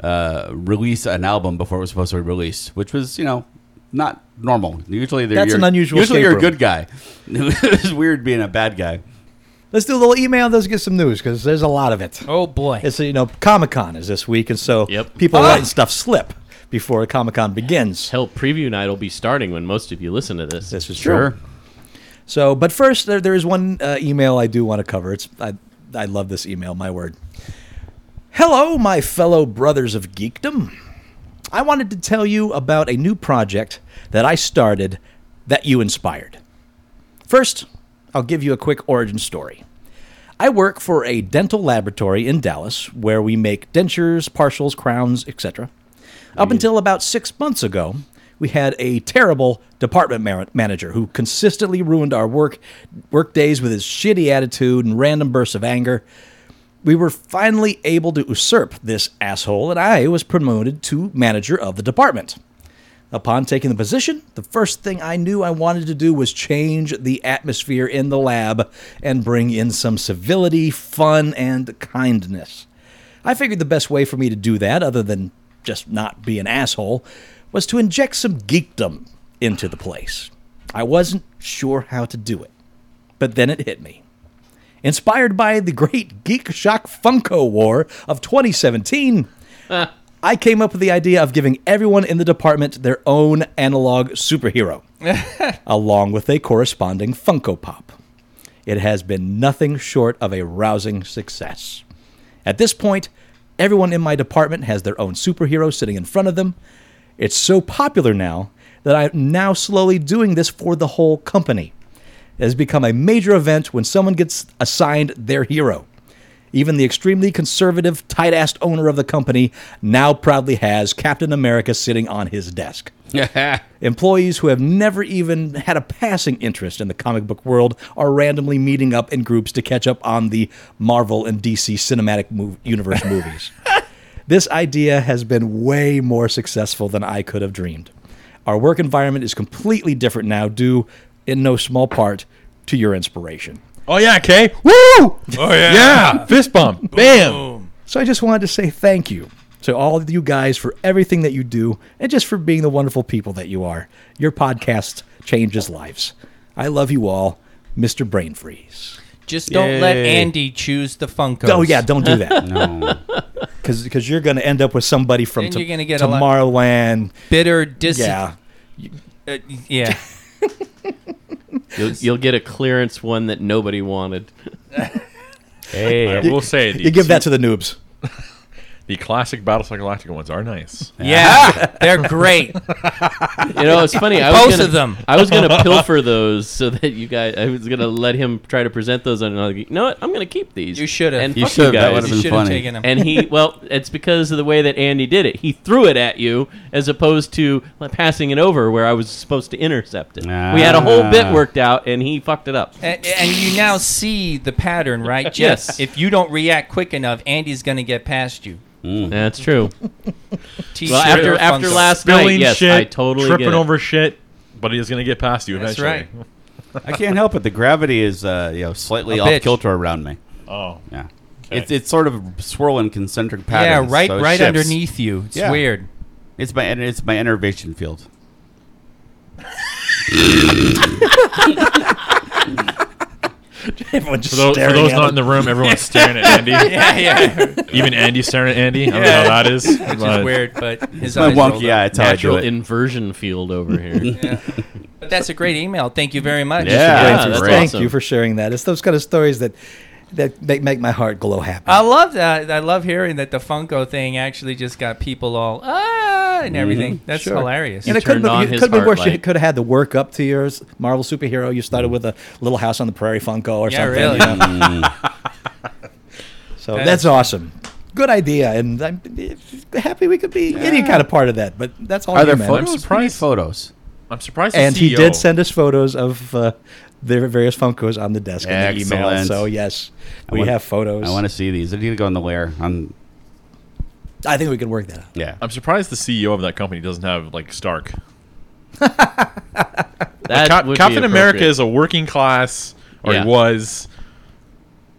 Speaker 3: uh, release an album before it was supposed to be released, which was you know not normal. Usually they're
Speaker 4: That's
Speaker 3: you're-
Speaker 4: an unusual
Speaker 3: Usually
Speaker 4: escape
Speaker 3: you're a
Speaker 4: room.
Speaker 3: good guy. it was weird being a bad guy.
Speaker 4: Let's do a little email. Let's get some news because there's a lot of it.
Speaker 5: Oh, boy.
Speaker 4: It's you know Comic Con is this week, and so
Speaker 6: Yep.
Speaker 4: people are
Speaker 5: Ah.
Speaker 4: letting stuff slip before Comic Con begins.
Speaker 6: Hell, preview night will be starting when most of you listen to this.
Speaker 4: This is true. So, but first, there, there is one uh, email I do want to cover. It's I, I love this email. My word. Hello, my fellow brothers of geekdom. I wanted to tell you about a new project that I started that you inspired. First, I'll give you a quick origin story. I work for a dental laboratory in Dallas where we make dentures, partials, crowns, etc. Up until about six months ago, we had a terrible department mar- manager who consistently ruined our work work days with his shitty attitude and random bursts of anger. We were finally able to usurp this asshole, and I was promoted to manager of the department. Upon taking the position, the first thing I knew I wanted to do was change the atmosphere in the lab and bring in some civility, fun, and kindness. I figured the best way for me to do that, other than just not be an asshole, was to inject some geekdom into the place. I wasn't sure how to do it, but then it hit me. Inspired by the great Geek Shock Funko War of 2017, I came up with the idea of giving everyone in the department their own analog superhero, along with a corresponding Funko Pop. It has been nothing short of a rousing success. At this point, everyone in my department has their own superhero sitting in front of them. It's so popular now that I'm now slowly doing this for the whole company. It has become a major event when someone gets assigned their hero. Even the extremely conservative, tight assed owner of the company now proudly has Captain America sitting on his desk. Employees who have never even had a passing interest in the comic book world are randomly meeting up in groups to catch up on the Marvel and DC cinematic mov- universe movies. This idea has been way more successful than I could have dreamed. Our work environment is completely different now, due in no small part to your inspiration.
Speaker 2: Oh yeah, Kay. Woo! Oh
Speaker 7: yeah.
Speaker 2: Yeah. Fist bump. Bam.
Speaker 7: Boom.
Speaker 4: So I just wanted to say thank you to all of you guys for everything that you do and just for being the wonderful people that you are. Your podcast changes lives. I love you all, Mr. Brain Freeze.
Speaker 5: Just don't let
Speaker 3: Yay.
Speaker 5: Andy choose the Funkos.
Speaker 4: Oh yeah, don't do that
Speaker 3: No.
Speaker 4: because you're going to end up with somebody from
Speaker 5: Then
Speaker 4: to-
Speaker 5: you're gonna get a lot-
Speaker 4: Tomorrowland.
Speaker 5: bitter dis.
Speaker 4: Yeah,
Speaker 5: uh, yeah.
Speaker 6: You'll, you'll get a clearance one that nobody wanted.
Speaker 3: hey,
Speaker 2: I will say the,
Speaker 4: you give that to the noobs.
Speaker 2: the classic Battlestar Galactica ones are nice.
Speaker 5: Yeah, they're great.
Speaker 6: You know, it's funny. I
Speaker 5: Both
Speaker 6: was gonna,
Speaker 5: of them.
Speaker 6: I was gonna pilfer those so that you guys. I was gonna let him try to present those on another. You know what? I'm gonna keep these.
Speaker 5: You should have.
Speaker 6: And
Speaker 5: You
Speaker 6: fuck you
Speaker 3: should've, that
Speaker 6: guys.
Speaker 3: would've been
Speaker 5: should have
Speaker 3: funny.
Speaker 5: taken him.
Speaker 6: and he well it's because of the way that andy did it he threw it at you as opposed to like, passing it over where i was supposed to intercept it we had a whole bit
Speaker 3: Ah.
Speaker 6: worked out and he fucked it up
Speaker 5: And, and you now see the pattern, right? Jeff?
Speaker 6: Yes.
Speaker 5: If you don't react quick enough, Andy's going to get past you.
Speaker 6: that's true
Speaker 5: T-shirt
Speaker 6: well after
Speaker 5: or
Speaker 6: after
Speaker 5: Funko.
Speaker 6: last night
Speaker 2: Spilling
Speaker 6: yes
Speaker 2: shit,
Speaker 6: i totally
Speaker 2: tripping
Speaker 6: get it.
Speaker 2: over shit, but he's gonna get past you
Speaker 5: That's
Speaker 2: eventually.
Speaker 3: I can't help it. The gravity is, uh, you know, slightly
Speaker 5: A
Speaker 3: off
Speaker 5: bitch.
Speaker 3: kilter around me.
Speaker 2: Oh.
Speaker 3: Yeah, it's it's sort of swirling concentric
Speaker 5: Yeah,
Speaker 3: patterns.
Speaker 5: right,
Speaker 3: so it
Speaker 5: right
Speaker 3: shifts.
Speaker 5: underneath you. It's
Speaker 3: Yeah.
Speaker 5: weird.
Speaker 3: It's my ener- it's my innervation field.
Speaker 4: Everyone just
Speaker 2: For, tho- for
Speaker 4: staring
Speaker 2: those
Speaker 4: at
Speaker 2: not in
Speaker 4: him.
Speaker 2: the room, everyone's staring at Andy.
Speaker 5: Yeah, yeah. Which
Speaker 2: Even Andy's staring at Andy. I don't know how that is.
Speaker 5: is
Speaker 2: but-
Speaker 5: weird, but his
Speaker 3: My
Speaker 5: eyes rolled
Speaker 3: wonky
Speaker 5: up.
Speaker 3: eye. It's how I do
Speaker 6: natural
Speaker 3: it.
Speaker 6: inversion field over here
Speaker 5: But that's a great email. Thank you very much.
Speaker 3: Yeah.
Speaker 4: Brain
Speaker 6: Yeah,
Speaker 4: Freeze.
Speaker 6: that's
Speaker 4: Thank
Speaker 6: awesome.
Speaker 4: you for sharing that. It's those kind of stories that that make, make my heart glow happy.
Speaker 5: I love that. I love hearing that the Funko thing actually just got people all ah and everything. That's
Speaker 4: Sure.
Speaker 5: hilarious.
Speaker 4: And it could
Speaker 6: turned on
Speaker 4: have
Speaker 6: his
Speaker 4: been, been
Speaker 6: heart
Speaker 4: worse. You
Speaker 6: light.
Speaker 4: could have had the work up to your s- Marvel superhero. You started with a Little House on the Prairie Funko or
Speaker 5: Yeah,
Speaker 4: something.
Speaker 5: really.
Speaker 4: you know?
Speaker 3: Mm.
Speaker 4: so
Speaker 5: That
Speaker 4: that's
Speaker 5: is-
Speaker 4: awesome. Good idea, and I'm eh, happy we could be any kind of part of that. But that's all
Speaker 3: Are
Speaker 4: you,
Speaker 3: there
Speaker 4: man.
Speaker 3: photos?
Speaker 2: I'm
Speaker 3: Any
Speaker 2: surprised.
Speaker 3: Photos.
Speaker 2: I'm surprised. the
Speaker 4: And he
Speaker 2: CEO
Speaker 4: did send us photos of uh, their various Funkos on the desk in the email.
Speaker 3: Excellent.
Speaker 4: So yes,
Speaker 3: I
Speaker 4: we
Speaker 3: want-
Speaker 4: have photos.
Speaker 3: I want to see these. I need to go in the lair. I'm
Speaker 4: I think we can work that out.
Speaker 3: yeah.
Speaker 2: I'm surprised the CEO of that company doesn't have like Stark.
Speaker 6: that
Speaker 2: Cap-
Speaker 6: would be
Speaker 2: Captain America
Speaker 6: appropriate.
Speaker 2: is a working class, or
Speaker 6: Yeah.
Speaker 2: he was,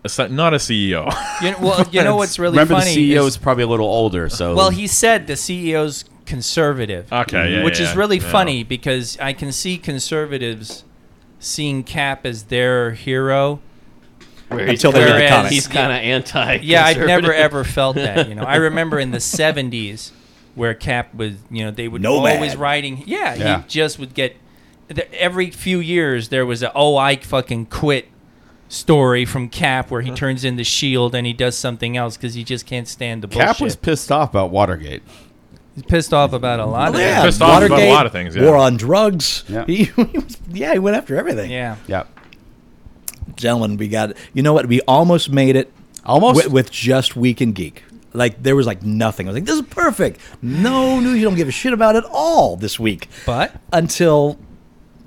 Speaker 2: a, se- not a E CEO.
Speaker 5: You know, well, you know what's really
Speaker 3: Remember, the E
Speaker 5: funny?
Speaker 3: CEO
Speaker 5: is-
Speaker 3: is probably a little older, so
Speaker 5: well, he said the CEO's conservative.
Speaker 2: okay, Ah, yeah,
Speaker 5: which
Speaker 2: yeah,
Speaker 5: is really
Speaker 2: yeah.
Speaker 5: funny because I can see conservatives seeing Cap as their hero.
Speaker 6: Where
Speaker 4: Until they
Speaker 6: he's
Speaker 4: read the
Speaker 6: kinda-
Speaker 4: comics.
Speaker 6: he's kind of anti
Speaker 5: Yeah, I've never ever felt that. You know, I remember in the '70s where Cap was, you know, they would
Speaker 4: Nomad.
Speaker 5: always riding. Yeah,
Speaker 3: Yeah.
Speaker 5: he just would get. The, every few years, there was a oh I fucking quit story from Cap where he turns in the Shield and he does something else because he just can't stand the bullshit.
Speaker 3: Cap was pissed off about Watergate.
Speaker 5: He's pissed off about a lot of
Speaker 2: yeah.
Speaker 5: that.
Speaker 2: Pissed off about a lot of things, yeah.
Speaker 4: War on drugs.
Speaker 3: Yeah.
Speaker 4: He, was- yeah, he went after everything.
Speaker 5: Yeah.
Speaker 3: Yeah,
Speaker 4: Gentlemen, we got. You know what? We almost made it.
Speaker 3: Almost?
Speaker 4: with, with just Weekend Geek. Like there was like nothing. I was like, this is perfect. No news. You don't give a shit about at all this week.
Speaker 5: But
Speaker 4: until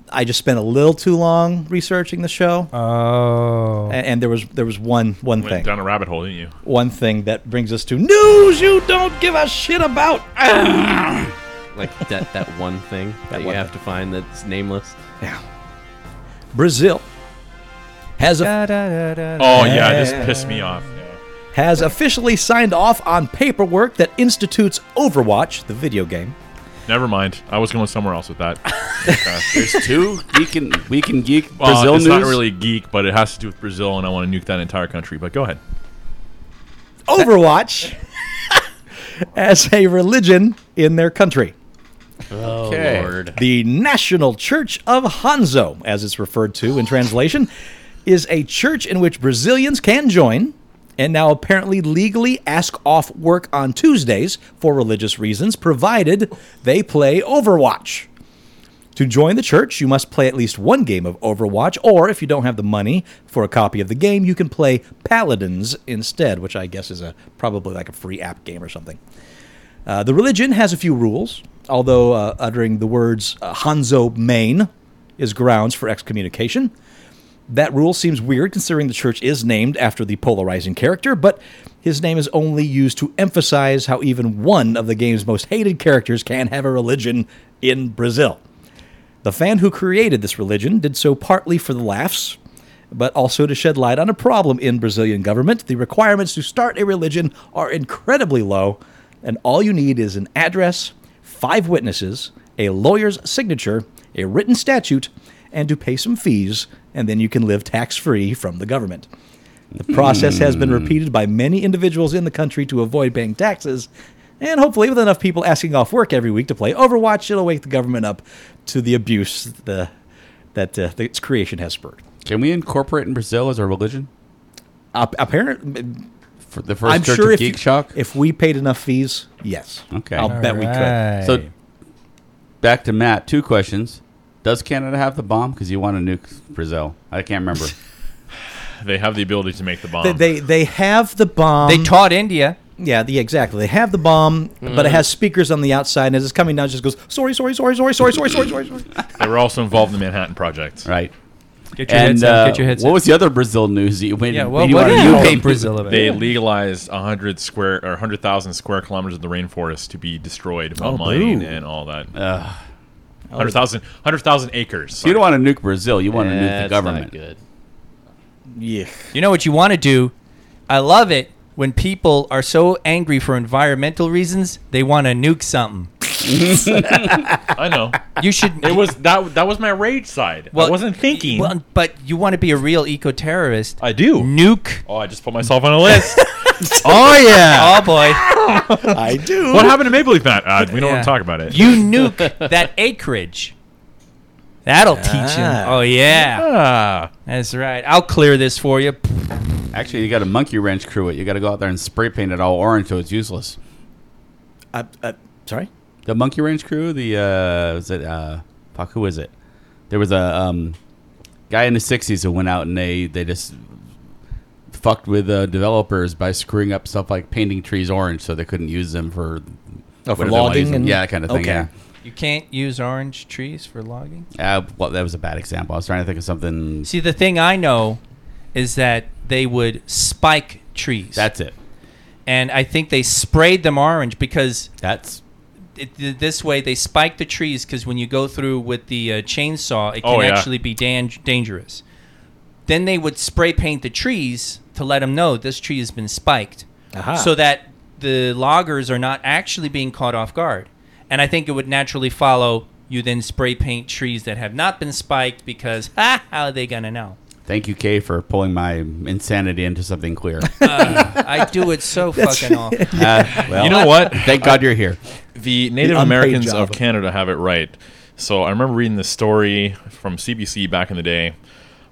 Speaker 4: I just spent a little too long researching the show,
Speaker 5: oh,
Speaker 4: a- and, there was there was one one
Speaker 2: Went
Speaker 4: thing,
Speaker 2: down a rabbit hole, didn't you?
Speaker 4: one thing that brings us to news you don't give a shit about.
Speaker 6: like that that one thing that, you
Speaker 4: one
Speaker 6: have to find that's nameless
Speaker 4: Yeah. Brazil has a,
Speaker 2: Oh yeah, this pissed me off. Yeah.
Speaker 4: has officially signed off on paperwork that institutes Overwatch, the video game.
Speaker 2: Never mind. I was going somewhere else with that. Okay.
Speaker 3: there's two. We can we can geek
Speaker 2: Well,
Speaker 3: Brazil
Speaker 2: it's
Speaker 3: news.
Speaker 2: not really geek, but it has to do with Brazil, and I want to nuke that entire country. But go ahead.
Speaker 4: Overwatch as a religion in their country. Oh,
Speaker 3: okay.
Speaker 4: The National Church of Hanzo, as it's referred to in translation, is a church in which Brazilians can join and now apparently legally ask off work on Tuesdays for religious reasons, provided they play Overwatch. To join the church, you must play at least one game of Overwatch, or if you don't have the money for a copy of the game, you can play Paladins instead, which I guess is a probably like a free app game or something. Uh, the religion has a few rules, although uh, uttering the words uh, Hanzo Main is grounds for excommunication. That rule seems weird considering the church is named after the polarizing character, but his name is only used to emphasize how even one of the game's most hated characters can have a religion in Brazil. The fan who created this religion did so partly for the laughs, but also to shed light on a problem in Brazilian government. The requirements to start a religion are incredibly low, and all you need is an address, five witnesses, a lawyer's signature, a written statute, and to pay some fees, and then you can live tax free from the government. The process has been repeated by many individuals in the country to avoid paying taxes, and hopefully, with enough people asking off work every week to play Overwatch, it'll wake the government up to the abuse the, that uh, its creation has spurred.
Speaker 3: Can we incorporate in Brazil as our religion?
Speaker 4: Ap- apparent,
Speaker 3: For the 1st
Speaker 4: I'm
Speaker 3: Church
Speaker 4: sure
Speaker 3: of
Speaker 4: if
Speaker 3: Geek
Speaker 4: you-
Speaker 3: Shock?
Speaker 4: if we paid enough fees, yes,
Speaker 3: Okay.
Speaker 4: I'll bet we could.
Speaker 3: So back to Matt, two questions. Does Canada have the bomb? Because you want to nuke Brazil. I can't remember.
Speaker 2: They have the ability to make the bomb.
Speaker 4: They, they they have the bomb.
Speaker 3: Um,
Speaker 5: they taught India.
Speaker 4: Yeah, the, exactly. They have the bomb, but
Speaker 3: Hmm.
Speaker 4: it has speakers on the outside, and as it's coming down, it just goes sorry, sorry, sorry, sorry, sorry, sorry, sorry, sorry. sorry.
Speaker 2: They were also involved in the Manhattan Project.
Speaker 3: right.
Speaker 5: Get your
Speaker 3: and
Speaker 5: heads up.
Speaker 3: uh,
Speaker 5: Get your heads
Speaker 3: what
Speaker 5: up.
Speaker 3: was the other Brazil news that you went
Speaker 5: yeah,
Speaker 3: that
Speaker 5: well,
Speaker 3: you
Speaker 5: what
Speaker 3: wanted
Speaker 5: do
Speaker 3: to
Speaker 5: you
Speaker 3: nuke?
Speaker 5: call Brazil of it?
Speaker 2: They legalized 100 square or 100,000 square kilometers of the rainforest to be destroyed by
Speaker 4: Oh,
Speaker 2: mining
Speaker 4: boo.
Speaker 2: and all that. 100,000 100,000 acres.
Speaker 3: You don't want to nuke Brazil. You want to nuke the
Speaker 6: That's
Speaker 3: government.
Speaker 6: not good.
Speaker 4: Yeah.
Speaker 5: You know what you want to do? I love it when people are so angry for environmental reasons, they want to nuke something.
Speaker 2: I know.
Speaker 5: You should.
Speaker 2: It was that that was my rage side.
Speaker 5: Well,
Speaker 2: I wasn't thinking.
Speaker 5: Well, but you want to be a real eco terrorist.
Speaker 2: I do.
Speaker 5: Nuke.
Speaker 2: Oh, I just put myself on a list.
Speaker 5: Oh, yeah. Oh, boy.
Speaker 4: I do.
Speaker 2: what happened to Maple Leaf Matt? Uh, we don't want
Speaker 5: Yeah.
Speaker 2: to talk about it.
Speaker 5: You nuke that acreage. That'll teach
Speaker 4: Ah.
Speaker 5: him. Oh, yeah.
Speaker 2: Ah,
Speaker 5: That's right. I'll clear this for you.
Speaker 3: Actually, you got to monkey wrench crew it. You got to go out there and spray paint it all orange so it's useless.
Speaker 4: I, I, Uh, sorry.
Speaker 3: The monkey wrench crew. The uh, was it uh, fuck? Who was it? There was a um, guy in the '60s who went out and they they just fucked with uh, developers by screwing up stuff like painting trees orange so they couldn't use them for whatever they
Speaker 4: Oh, for
Speaker 3: wanted to
Speaker 4: logging
Speaker 3: use them.
Speaker 4: and-
Speaker 3: yeah, that kind of thing.
Speaker 4: Okay.
Speaker 3: Yeah.
Speaker 5: You can't use orange trees for logging.
Speaker 3: Uh, well, that was a bad example. I was trying to think of something.
Speaker 5: See, the thing I know is that they would spike trees.
Speaker 3: That's it.
Speaker 5: and I think they sprayed them orange because
Speaker 3: That's
Speaker 5: it, th- this way they spike the trees because when you go through with the uh, chainsaw, it can
Speaker 2: Oh, yeah.
Speaker 5: actually be dan- dangerous. Then they would spray paint the trees to let them know this tree has been spiked,
Speaker 4: Aha.
Speaker 5: so that the loggers are not actually being caught off guard. And I think it would naturally follow you then spray paint trees that have not been spiked because ha, how are they gonna know?
Speaker 3: thank you, Kay, for pulling my insanity into something clear.
Speaker 5: I do it so fucking often.
Speaker 3: Uh, well,
Speaker 2: you know what?
Speaker 3: Thank God you're here.
Speaker 2: The Native
Speaker 4: unpaid
Speaker 2: Americans
Speaker 4: job.
Speaker 2: of Canada have it right. So I remember reading this story from CBC back in the day.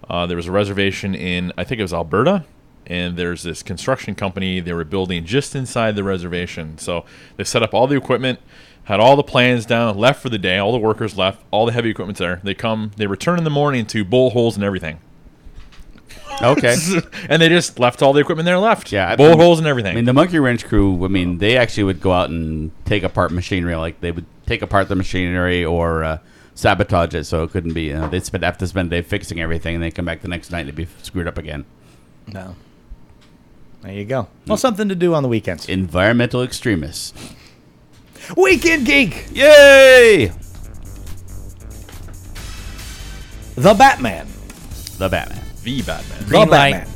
Speaker 2: Uh, there was a reservation in, I think it was Alberta, and there's this construction company they were building just inside the reservation. So they set up all the equipment, had all the plans down, left for the day, all the workers left, all the heavy equipment's there. They come, they return in the morning to bowl holes and everything.
Speaker 3: Okay.
Speaker 2: and they just left all the equipment there left.
Speaker 3: Yeah, I-
Speaker 2: bowl holes and everything.
Speaker 3: I mean, the Monkey Wrench crew. I mean, they actually would go out and take apart machinery. Like they would take apart the machinery or uh, sabotage it, so it couldn't be. You know, they'd spend have to spend a day fixing everything, and then come back the next night and it'd be screwed up again.
Speaker 4: No. There you
Speaker 3: Hmm.
Speaker 4: go. Well, something to do on the weekends.
Speaker 3: Environmental extremists.
Speaker 4: Weekend geek.
Speaker 3: Yay!
Speaker 4: The Batman.
Speaker 3: The Batman.
Speaker 2: the Batman.
Speaker 4: The
Speaker 5: Green light.
Speaker 4: Batman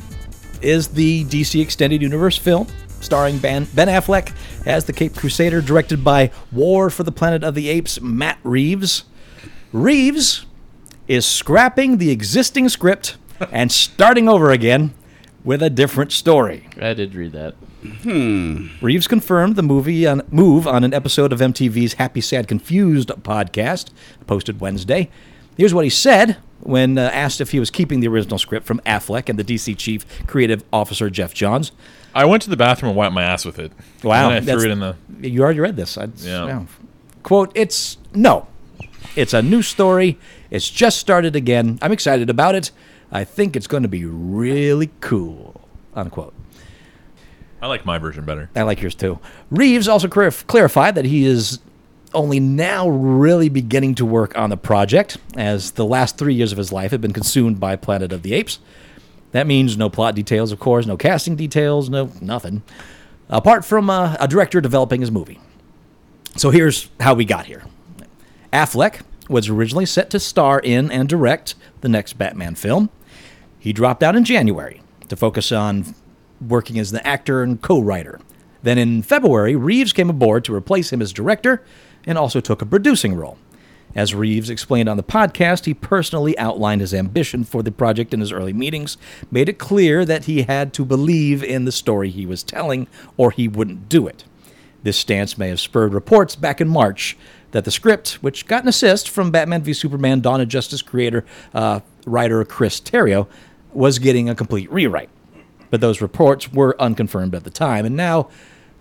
Speaker 4: is the DC Extended Universe film starring Ben, ben Affleck as the Cape Crusader, directed by War for the Planet of the Apes Matt Reeves. Reeves is scrapping the existing script and starting over again with a different story.
Speaker 6: I did read that.
Speaker 4: Reeves confirmed the movie on move on an episode of MTV's Happy Sad Confused podcast posted Wednesday. Here's what he said when uh, asked if he was keeping the original script from Affleck and the DC chief creative officer Jeff Johns.
Speaker 2: I went to the bathroom and wiped my ass with it. And
Speaker 4: Wow,
Speaker 2: then I
Speaker 4: that's-
Speaker 2: threw it in the.
Speaker 4: You already read this. I,
Speaker 2: Yeah.
Speaker 4: yeah. Quote, it's no. It's a new story. It's just started again. I'm excited about it. I think it's going to be really cool. Unquote.
Speaker 2: I like my version better.
Speaker 4: I like yours too. Reeves also clar- clarified that he is only now really beginning to work on the project, as the last three years of his life had been consumed by Planet of the Apes. That means no plot details, of course, no casting details, no nothing, apart from uh, a director developing his movie. So here's how we got here. Affleck was originally set to star in and direct the next Batman film. He dropped out in January to focus on working as an actor and co writer. Then in February, Reeves came aboard to replace him as director and also took a producing role. As Reeves explained on the podcast, he personally outlined his ambition for the project in his early meetings, made it clear that he had to believe in the story he was telling or he wouldn't do it. This stance may have spurred reports back in March that the script, which got an assist from Batman v Superman Dawn of Justice creator uh, writer Chris Terrio, was getting a complete rewrite. But those reports were unconfirmed at the time, and now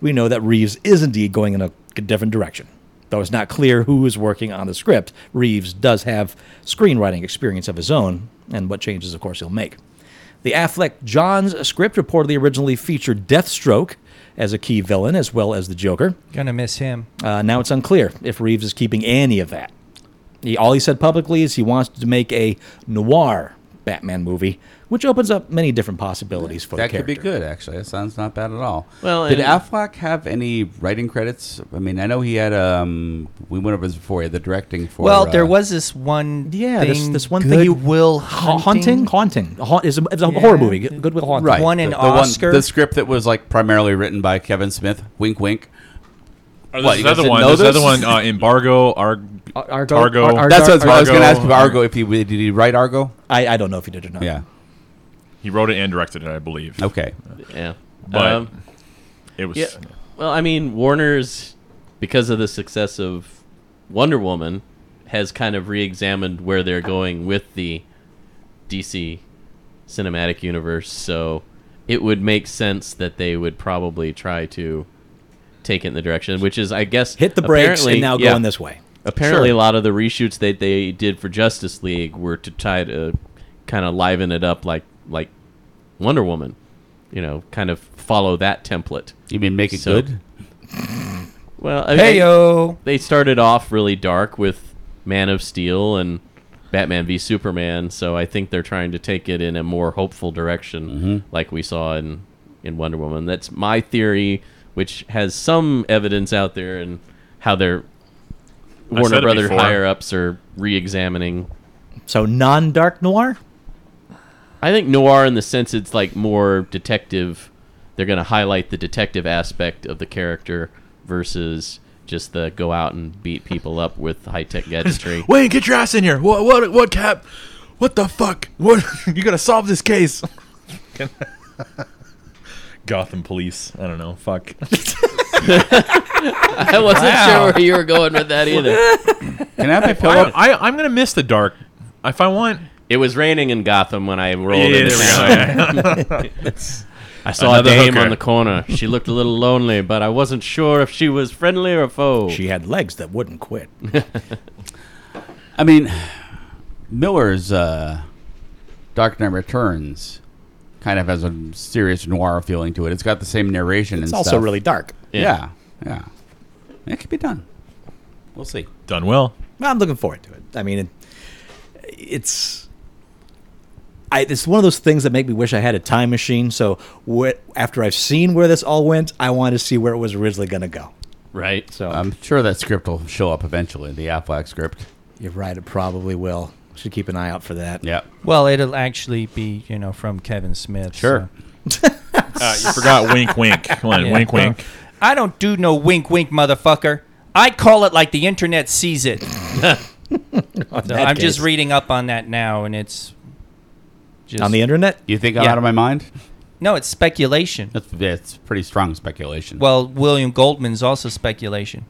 Speaker 4: we know that Reeves is indeed going in a different direction. Though it's not clear who is working on the script, Reeves does have screenwriting experience of his own, and what changes, of course, he'll make. The Affleck Johns script reportedly originally featured Deathstroke as a key villain, as well as the Joker.
Speaker 5: Gonna miss him.
Speaker 4: Uh, now it's unclear if Reeves is keeping any of that. He, all he said publicly is he wants to make a noir Batman movie, which opens up many different possibilities for
Speaker 3: that
Speaker 4: the
Speaker 3: could
Speaker 4: character.
Speaker 3: be good, actually. That sounds not bad at all.
Speaker 6: Well,
Speaker 3: did
Speaker 6: and-
Speaker 3: Affleck have any writing credits? I mean, I know he had. Um, we went over this before. He had the directing for.
Speaker 5: Well,
Speaker 3: uh,
Speaker 5: there was this one.
Speaker 4: Yeah,
Speaker 5: thing,
Speaker 4: this- this one thing you-
Speaker 5: will
Speaker 4: Ha- Haunting, haunting, haunting. It's a, it's a
Speaker 5: Yeah.
Speaker 4: horror movie. Goodwill Haunting.
Speaker 3: right
Speaker 5: one
Speaker 3: the-
Speaker 5: in
Speaker 3: the
Speaker 5: Oscar.
Speaker 3: the script that was like primarily written by Kevin Smith. Wink, wink.
Speaker 2: Or
Speaker 3: What,
Speaker 2: there's
Speaker 3: you guys
Speaker 2: another
Speaker 3: didn't
Speaker 2: one.
Speaker 3: know
Speaker 2: There's
Speaker 3: this?
Speaker 2: another one. Uh, embargo. Arg-
Speaker 4: Ar- Argo-
Speaker 2: Argo. Argo.
Speaker 4: Ar- Ar-
Speaker 3: That's what I was, I was
Speaker 2: Argo.
Speaker 3: going to ask about Argo. If he did he write Argo?
Speaker 4: I, I don't know if he did or not.
Speaker 3: Yeah.
Speaker 2: he wrote it and directed it, I believe.
Speaker 3: Okay.
Speaker 6: Yeah.
Speaker 2: But it was.
Speaker 6: yeah. Well, I mean, Warner's because of the success of Wonder Woman has kind of re-examined where they're going with the DC cinematic universe. So it would make sense that they would probably try to take it in the direction, which is, I guess,
Speaker 4: Hit the brakes
Speaker 6: apparently-
Speaker 4: and now
Speaker 6: yeah.
Speaker 4: going this way.
Speaker 6: Apparently,
Speaker 4: Sure.
Speaker 6: a lot of the reshoots that they did for Justice League were to try to kind of liven it up, like like Wonder Woman. You know, kind of follow that template.
Speaker 3: You mean make it
Speaker 6: So-
Speaker 3: good?
Speaker 6: Well, I mean,
Speaker 5: Hey yo.
Speaker 6: they started off really dark with Man of Steel and Batman v Superman, so I think they're trying to take it in a more hopeful direction,
Speaker 2: Mm-hmm.
Speaker 6: like we saw in in Wonder Woman. That's my theory, which has some evidence out there, and how their Warner
Speaker 2: said it
Speaker 6: Brother
Speaker 2: before.
Speaker 6: higher ups are re-examining.
Speaker 4: So non dark noir.
Speaker 6: I think noir, in the sense it's like more detective. They're going to highlight the detective aspect of the character versus just the go out and beat people up with high tech gadgetry.
Speaker 2: Wayne, get your ass in here. What? What? What? Cap? What the fuck? What? you gotta solve this case. Gotham police. I don't know. Fuck.
Speaker 6: I wasn't sure where you were going with that either.
Speaker 3: Can I have my pillow?
Speaker 2: I, I, I'm gonna miss the dark. If I want,
Speaker 6: It was raining in Gotham when I rolled
Speaker 2: Yeah,
Speaker 6: in.
Speaker 2: there we
Speaker 6: town. I saw a
Speaker 2: Another
Speaker 6: dame
Speaker 2: hooker.
Speaker 6: on the corner. She looked a little lonely, but I wasn't sure if she was friendly or foe.
Speaker 4: She had legs that wouldn't quit.
Speaker 3: I mean, Miller's uh, Dark Knight Returns kind of has a serious noir feeling to it. It's got the same narration
Speaker 4: It's
Speaker 3: and
Speaker 4: also
Speaker 3: stuff.
Speaker 4: really dark.
Speaker 3: yeah, yeah. It could be done. We'll see.
Speaker 2: Done well.
Speaker 4: I'm looking forward to it. I mean, it, it's I, it's one of those things that make me wish I had a time machine. So wh- after I've seen where this all went, I want to see where it was originally going to go.
Speaker 6: Right.
Speaker 4: So
Speaker 3: I'm sure that script will show up eventually. The Affleck script.
Speaker 4: you're right; it probably will. Should keep an eye out for that.
Speaker 3: Yep.
Speaker 5: Well, it'll actually be you know from Kevin Smith.
Speaker 3: Sure.
Speaker 5: so-
Speaker 2: Uh, you forgot wink, wink. Come on,
Speaker 5: Yeah.
Speaker 2: wink, wink.
Speaker 5: I don't do no wink, wink, motherfucker. I call it like the internet sees it. So
Speaker 4: that
Speaker 5: I'm just
Speaker 4: case.
Speaker 5: reading up on that now, and it's just
Speaker 4: On the internet,
Speaker 3: You think I'm
Speaker 5: Yeah.
Speaker 3: out of my mind?
Speaker 5: no, it's speculation.
Speaker 3: That's that's pretty strong speculation.
Speaker 5: Well, William Goldman's also speculation.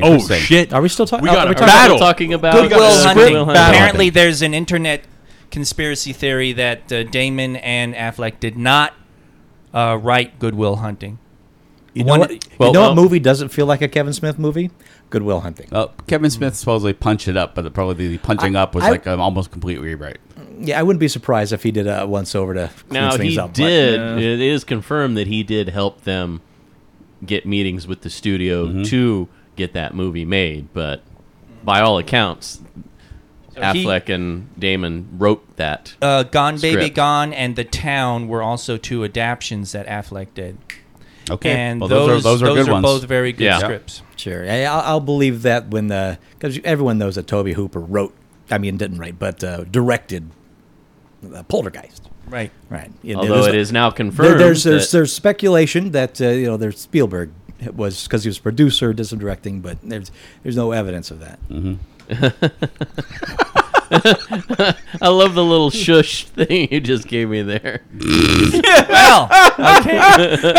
Speaker 2: Oh
Speaker 3: Interesting.
Speaker 2: shit!
Speaker 4: are we still talking? Oh,
Speaker 2: We
Speaker 4: are
Speaker 2: got a
Speaker 4: talking
Speaker 2: battle.
Speaker 6: talking about
Speaker 3: Goodwill
Speaker 6: uh,
Speaker 3: hunting.
Speaker 6: Goodwill
Speaker 3: Battle.
Speaker 6: hunting.
Speaker 5: Apparently, there's an internet conspiracy theory that uh, Damon and Affleck did not uh, write Goodwill Hunting.
Speaker 4: You know,
Speaker 5: One-
Speaker 4: what, you
Speaker 6: well,
Speaker 4: know
Speaker 6: well-
Speaker 4: what movie doesn't feel like a Kevin Smith movie? Goodwill Hunting.
Speaker 3: Well, Kevin Smith supposedly punched it up, but the, probably the punching up was
Speaker 4: I-
Speaker 3: like an almost complete rewrite.
Speaker 4: Yeah, I wouldn't be surprised if he did a once over to clean
Speaker 6: Now
Speaker 4: things
Speaker 6: he
Speaker 4: up. but-
Speaker 6: did. It is confirmed that he did help them get meetings with the studio to get that movie made. But by all accounts,
Speaker 5: he-
Speaker 6: Affleck and Damon wrote that.
Speaker 5: uh, Gone Baby
Speaker 6: Script.
Speaker 5: Gone and The Town were also two adaptions that Affleck did.
Speaker 3: Okay,
Speaker 5: And
Speaker 3: well,
Speaker 5: those, those are,
Speaker 3: good ones.
Speaker 5: both very good
Speaker 6: Yeah.
Speaker 5: scripts.
Speaker 4: Sure, I- I'll, I'll believe that when the because everyone knows that Toby Hooper wrote, I mean didn't write, but uh, directed uh, Poltergeist.
Speaker 5: Right.
Speaker 4: Right. Yeah,
Speaker 6: Although
Speaker 4: there's-
Speaker 6: it is now
Speaker 4: there-
Speaker 6: confirmed,
Speaker 4: there's there's
Speaker 6: that-
Speaker 4: there's speculation that uh, you know there's Spielberg was because he was producer, did some directing, but there's there's no evidence of that.
Speaker 6: I love the little shush thing you just gave me there.
Speaker 5: Well, okay.
Speaker 4: I'm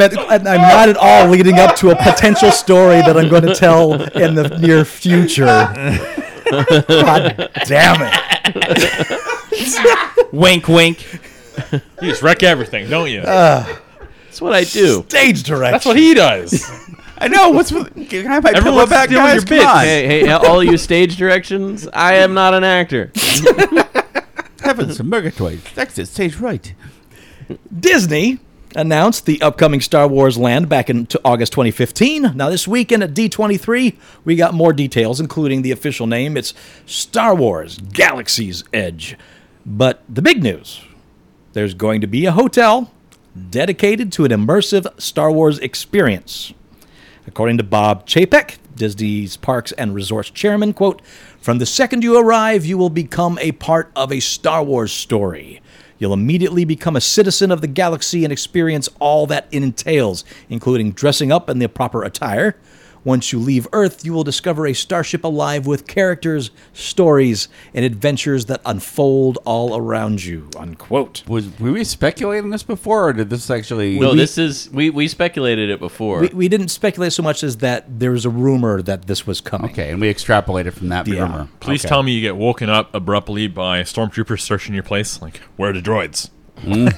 Speaker 4: at, I'm not at all leading up to a potential story that I'm going to tell in the near future. God damn it!
Speaker 5: wink, wink.
Speaker 2: You just wreck everything, don't you?
Speaker 6: That's what I do.
Speaker 4: Stage direction.
Speaker 2: That's what he does.
Speaker 3: I know. What's with? Can I have my pillow
Speaker 2: Everyone's
Speaker 3: back,
Speaker 2: stealing
Speaker 3: guys?
Speaker 2: your
Speaker 3: Come on.
Speaker 6: Hey, hey, all you stage directions, I am not an actor.
Speaker 3: Heavens and Murgatroyd. Texas, stage right.
Speaker 4: Disney announced the upcoming Star Wars land back in to August 2015. Now, this weekend at D23, we got more details, including the official name. It's Star Wars Galaxy's Edge. But the big news there's going to be a hotel dedicated to an immersive Star Wars experience. According to Bob Chapek, Disney's Parks and Resorts chairman, quote, "From the second you arrive, you will become a part of a Star Wars story. You'll immediately become a citizen of the galaxy and experience all that it entails, including dressing up in the proper attire. Once you leave Earth, you will discover a starship alive with characters, stories, and adventures that unfold all around you." Unquote.
Speaker 3: Was were we speculating this before, or did this actually?
Speaker 6: No, this is we we speculated it before.
Speaker 4: We, we didn't speculate so much as that there was a rumor that this was coming.
Speaker 3: Okay, and we extrapolated from that
Speaker 4: Yeah.
Speaker 3: rumor.
Speaker 2: Please
Speaker 3: Okay.
Speaker 2: tell me you get woken up abruptly by stormtroopers searching your place. Like, where are the droids?
Speaker 4: Hmm.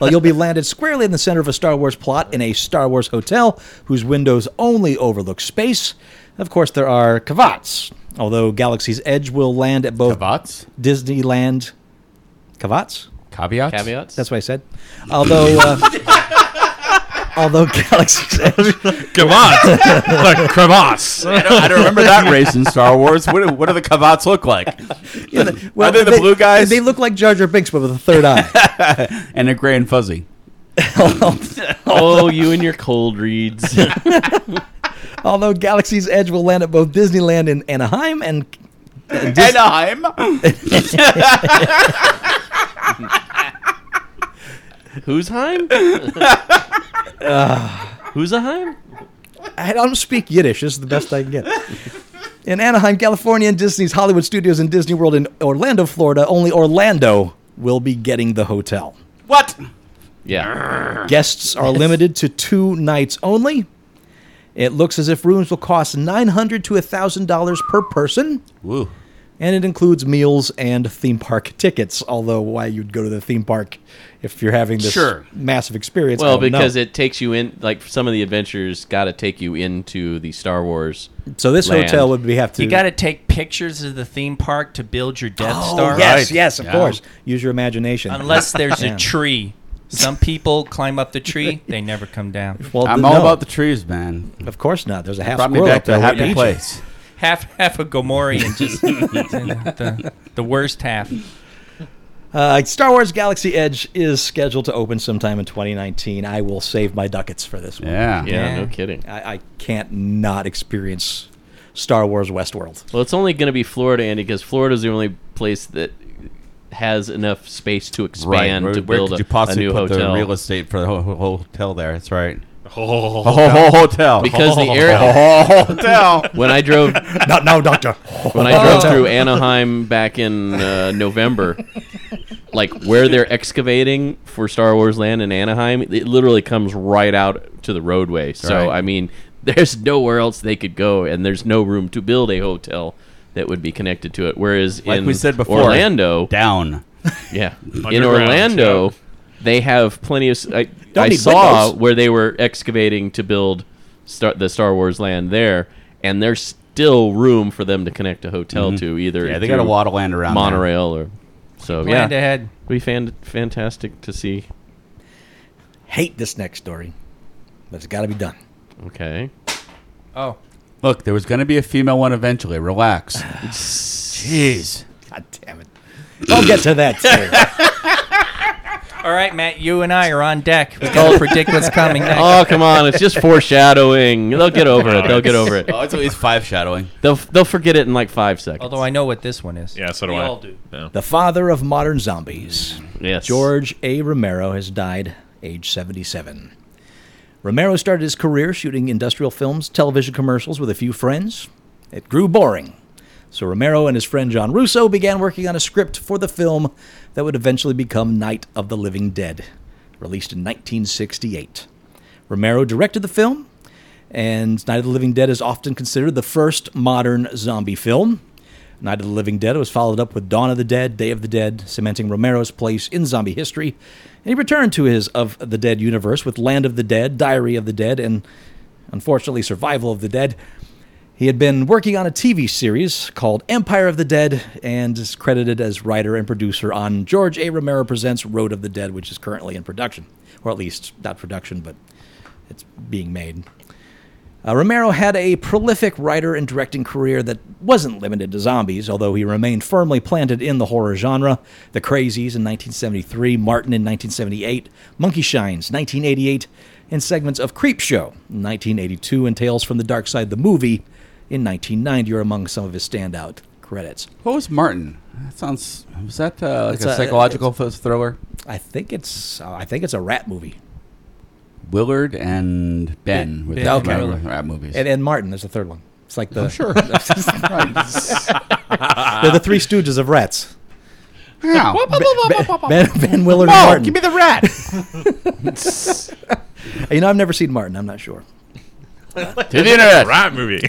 Speaker 4: well, you'll be landed squarely in the center of a Star Wars plot in a Star Wars hotel whose windows only overlook space. Of course, there are cavats, although Galaxy's Edge will land at both
Speaker 3: Caveats?
Speaker 4: Disneyland. Cavats?
Speaker 3: Caveats?
Speaker 6: Caveats.
Speaker 4: That's what I said. Although. Uh, Although Galaxy's Edge,
Speaker 2: Cravats! like, crevasse.
Speaker 3: I don't, I don't remember that race in Star Wars. What, do- what do the cavats look like?
Speaker 4: Yeah, they- well,
Speaker 3: they the blue guys?
Speaker 4: They look like Jar Jar Binks, but with a third eye.
Speaker 3: And they're gray and fuzzy.
Speaker 6: oh, you and your cold reads.
Speaker 4: Although Galaxy's Edge will land at both Disneyland in Anaheim and
Speaker 3: Anaheim.
Speaker 6: Who's Heim? Who's a Heim?
Speaker 4: I don't speak Yiddish. This is the best I can get. In Anaheim, California, and Disney's Hollywood Studios and Disney World in Orlando, Florida, only Orlando will be getting the hotel.
Speaker 3: What?
Speaker 6: Yeah.
Speaker 4: Guests are limited to two nights only. It looks as if rooms will cost $900 to $1,000 per person,
Speaker 3: Woo.
Speaker 4: and it includes meals and theme park tickets. Although, why you'd go to the theme park if you're having this
Speaker 3: Sure.
Speaker 4: massive experience?
Speaker 6: Well, because it takes you in. Like some of the adventures, got to take you into the Star Wars.
Speaker 4: so this
Speaker 6: land.
Speaker 4: hotel would be have to
Speaker 5: You got to take pictures of the theme park to build your Death Star.
Speaker 4: Oh, yes, yes, of
Speaker 3: Yeah.
Speaker 4: course. Use your imagination.
Speaker 5: Oh, Unless there's
Speaker 4: Yeah.
Speaker 5: a tree. Some people climb up the tree, they never come down.
Speaker 4: well,
Speaker 3: I'm
Speaker 4: no.
Speaker 3: all about the trees, man.
Speaker 4: Of course not. There's a half
Speaker 3: Brought me
Speaker 4: squirrel
Speaker 3: back
Speaker 4: up
Speaker 3: to a
Speaker 4: there waiting
Speaker 3: happy
Speaker 4: eat
Speaker 3: place.
Speaker 5: Half half a Gomorian just the, the worst half.
Speaker 4: you. Uh, Star Wars Galaxy Edge is scheduled to open sometime in 2019. I will save my ducats for this one.
Speaker 3: Yeah.
Speaker 6: Yeah,
Speaker 5: Yeah.
Speaker 6: no kidding.
Speaker 4: I, I can't not experience Star Wars Westworld.
Speaker 6: Well, it's only going to be Florida, Andy, because Florida's the only place that has enough space to expand
Speaker 3: Where,
Speaker 6: to
Speaker 3: where
Speaker 6: build
Speaker 3: could
Speaker 6: a,
Speaker 3: you possibly
Speaker 6: a new
Speaker 3: put
Speaker 6: hotel.
Speaker 3: the real estate for the whole, hotel there? That's right.
Speaker 2: Oh,
Speaker 3: Whole, whole hotel.
Speaker 6: because the air.
Speaker 3: whole hotel.
Speaker 6: When I drove
Speaker 4: Not now, Doctor.
Speaker 6: when I drove through Anaheim back in uh, November, like where they're excavating for Star Wars Land in Anaheim, it literally comes right out to the roadway. So
Speaker 3: Right.
Speaker 6: I mean, there's nowhere else they could go, and there's no room to build a hotel that would be connected to it. Whereas
Speaker 3: Like
Speaker 6: in
Speaker 3: we said before,
Speaker 6: Orlando,
Speaker 3: Down.
Speaker 6: yeah, in
Speaker 2: Underground,
Speaker 6: Orlando,
Speaker 2: yeah.
Speaker 6: they have plenty of. s- I, I
Speaker 4: need
Speaker 6: saw
Speaker 4: windows.
Speaker 6: where they were excavating to build star, the Star Wars land there, and there's still room for them to connect a hotel to either.
Speaker 3: Mm-hmm. Yeah, they got a
Speaker 6: through
Speaker 3: lot of land around there.
Speaker 6: monorail or. So
Speaker 5: Planned
Speaker 6: yeah,
Speaker 5: ahead.
Speaker 6: it'd be fan- fantastic to see.
Speaker 4: Hate this next story, but it's got to be done.
Speaker 6: Okay,
Speaker 5: Oh,
Speaker 3: Look, there was going to be a female one eventually. Relax. Jeez.
Speaker 4: God damn it. I'll get to that too.
Speaker 5: all right, Matt. You and I are on deck. We can
Speaker 3: Oh.
Speaker 5: all predict what's coming next.
Speaker 6: Oh, come on. It's just foreshadowing. They'll get over it. They'll get over it.
Speaker 3: Oh, it's always five shadowing.
Speaker 6: They'll, they'll forget it in like five seconds.
Speaker 5: Although I know what this one is.
Speaker 2: Yeah, so do
Speaker 5: we
Speaker 2: I.
Speaker 5: all do.
Speaker 2: Yeah.
Speaker 4: the father of modern zombies,
Speaker 6: yes.
Speaker 4: George A. Romero, has died age 77. Romero started his career shooting industrial films, television commercials with a few friends. It grew boring. So Romero and his friend John Russo began working on a script for the film that would eventually become Night of the Living Dead, released in 1968. Romero directed the film, and Night of the Living Dead is often considered the first modern zombie film. Night of the Living Dead was followed up with Dawn of the Dead, Day of the Dead, cementing Romero's place in zombie history. And he returned to his Of the Dead universe with Land of the Dead, Diary of the Dead, and unfortunately Survival of the Dead. He had been working on a TV series called Empire of the Dead and is credited as writer and producer on George A. Romero Presents Road of the Dead, which is currently in production. Or at least, not production, but it's being made. Uh, Romero had a prolific writer and directing career that wasn't limited to zombies, although he remained firmly planted in the horror genre. The Crazies in 1973, Martin in 1978, Monkey Shines 1988, and segments of Creep Show in 1982 and Tales from the Dark Side the movie in 1990 are among some of his standout credits.
Speaker 3: What was Martin? That sounds. Was that uh, like
Speaker 4: It's
Speaker 3: a,
Speaker 4: a-
Speaker 3: psychological f thriller?
Speaker 4: I think it's uh, I think it's a rat movie.
Speaker 3: Willard and Ben. were
Speaker 5: Ben
Speaker 3: the
Speaker 4: Okay.
Speaker 3: rap- rap movies.
Speaker 4: And, and Martin is the third one. It's like the
Speaker 3: Oh, sure.
Speaker 4: they're the Three Stooges of rats.
Speaker 3: Wow.
Speaker 4: Ben, ben Willard and
Speaker 3: Oh,
Speaker 4: Martin.
Speaker 3: give me the rat.
Speaker 4: You know, I've never seen Martin. I'm not sure.
Speaker 2: To the internet. Right movie.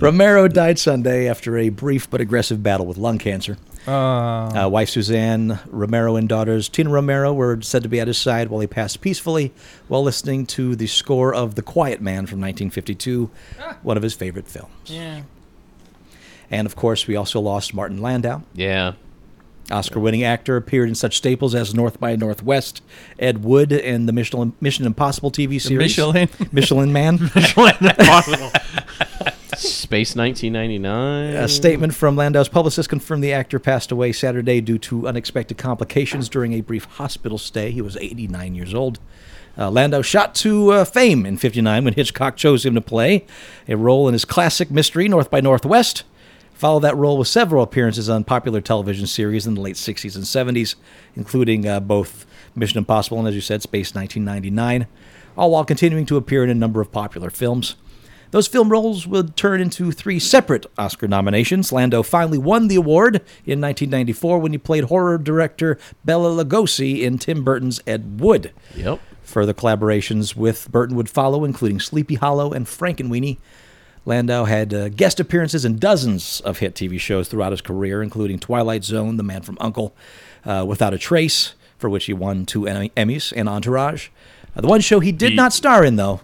Speaker 4: Romero died Sunday after a brief but aggressive battle with lung cancer.
Speaker 5: Uh,
Speaker 4: Uh, wife Suzanne Romero and daughters Tina Romero were said to be at his side while he passed peacefully while listening to the score of The Quiet Man from 1952, one of his favorite films.
Speaker 5: Ah. yeah.
Speaker 4: And of course, we also lost Martin Landau.
Speaker 6: Yeah.
Speaker 4: Oscar winning actor appeared in such staples as North by Northwest, Ed Wood, and the Michelin, Mission Impossible TV series.
Speaker 5: Michelin.
Speaker 4: Michelin Man.
Speaker 6: Space 1999.
Speaker 4: A statement from Landau's publicist confirmed the actor passed away Saturday due to unexpected complications during a brief hospital stay. He was 89 years old. Uh, Landau shot to uh, fame in 59 when Hitchcock chose him to play a role in his classic mystery, North by Northwest. Followed that role with several appearances on popular television series in the late 60s and 70s, including uh, both Mission Impossible and, as you said, Space 1999, all while continuing to appear in a number of popular films. Those film roles would turn into three separate Oscar nominations. Lando finally won the award in 1994 when he played horror director Bella Lugosi in Tim Burton's Ed Wood.
Speaker 6: Yep.
Speaker 4: Further collaborations with Burton would follow, including Sleepy Hollow and Frankenweenie. Landau had uh, guest appearances in dozens of hit TV shows throughout his career, including Twilight Zone, The Man from Uncle, uh, Without a Trace, for which he won two Emmy- Emmys, and Entourage. Uh, the one show he did
Speaker 2: The-
Speaker 4: not star in, though,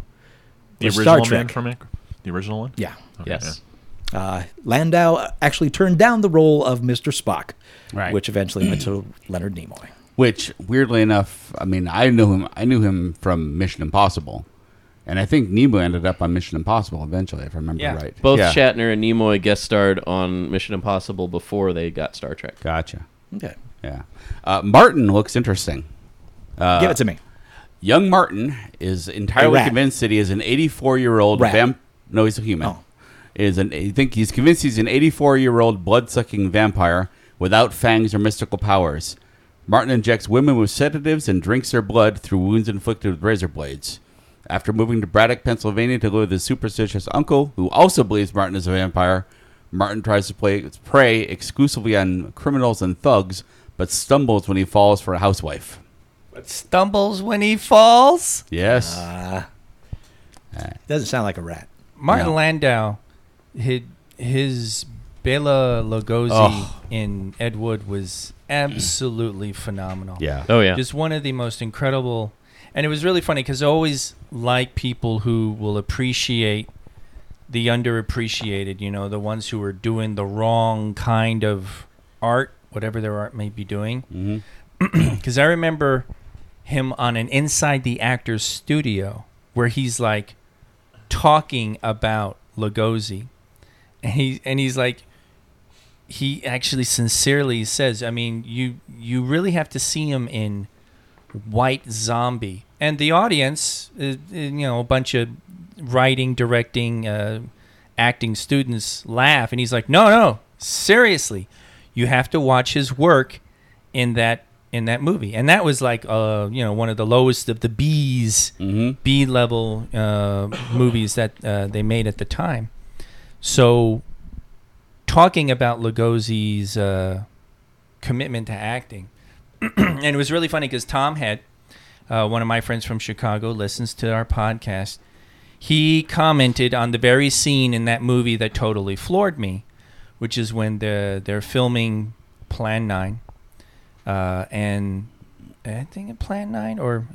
Speaker 2: The
Speaker 4: was
Speaker 2: original
Speaker 4: Star
Speaker 2: Man
Speaker 4: Trek.
Speaker 2: from Anch- The original one?
Speaker 4: Yeah.
Speaker 2: Okay,
Speaker 6: Yes.
Speaker 4: Uh, Landau actually turned down the role of Mr. Spock,
Speaker 3: Right.
Speaker 4: which eventually went to Leonard Nimoy.
Speaker 3: Which, weirdly enough, I mean, I knew him. I knew him from Mission Impossible, and I think Nemo ended up on Mission Impossible eventually, if I remember
Speaker 5: Yeah.
Speaker 3: right.
Speaker 6: Both
Speaker 3: yeah.
Speaker 6: Shatner and Nimoy guest starred on Mission Impossible before they got Star Trek.
Speaker 3: Gotcha.
Speaker 4: Okay.
Speaker 3: Yeah. Uh, Martin looks interesting.
Speaker 4: Give it to me.
Speaker 3: Young Martin is entirely
Speaker 4: rat.
Speaker 3: convinced that he is an 84 year old
Speaker 4: Rat.
Speaker 3: vamp. No, he's a human.
Speaker 4: Oh.
Speaker 3: Is an I think he's convinced he's an 84 year old blood sucking vampire without fangs or mystical powers. Martin injects women with sedatives and drinks their blood through wounds inflicted with razor blades. After moving to Braddock, Pennsylvania to live with his superstitious uncle, who also believes Martin is a vampire, Martin tries to play, prey exclusively on criminals and thugs, but stumbles when he falls for a housewife.
Speaker 5: Stumbles when he falls.
Speaker 3: Yes.
Speaker 4: Doesn't sound like a rat.
Speaker 5: Martin
Speaker 3: No.
Speaker 5: Landau, his, his Bela Lugosi
Speaker 3: Oh.
Speaker 5: in Ed Wood was absolutely phenomenal.
Speaker 3: yeah.
Speaker 6: Oh, yeah.
Speaker 5: Just one of the most incredible. And it was really funny because I always like people who will appreciate the underappreciated, you know, the ones who are doing the wrong kind of art, whatever their art may be doing. Because I remember him on an inside the actors studio where he's like talking about Lugosi, and he and he's like he actually sincerely says, I mean, you you really have to see him in White Zombie, and the audience, is, is, you know, a bunch of writing, directing, uh, acting students laugh, and he's like, no, no, seriously, you have to watch his work in that in that movie, and that was like, uh, you know, one of the lowest of the B's B level uh, movies that uh, they made at the time. So talking about Lugosi's uh, commitment to acting, and it was really funny because Tom had uh, one of my friends from Chicago listens to our podcast. He commented on the very scene in that movie that totally floored me, which is when they're they're filming Plan Nine, uh, and I think in Plan Nine or.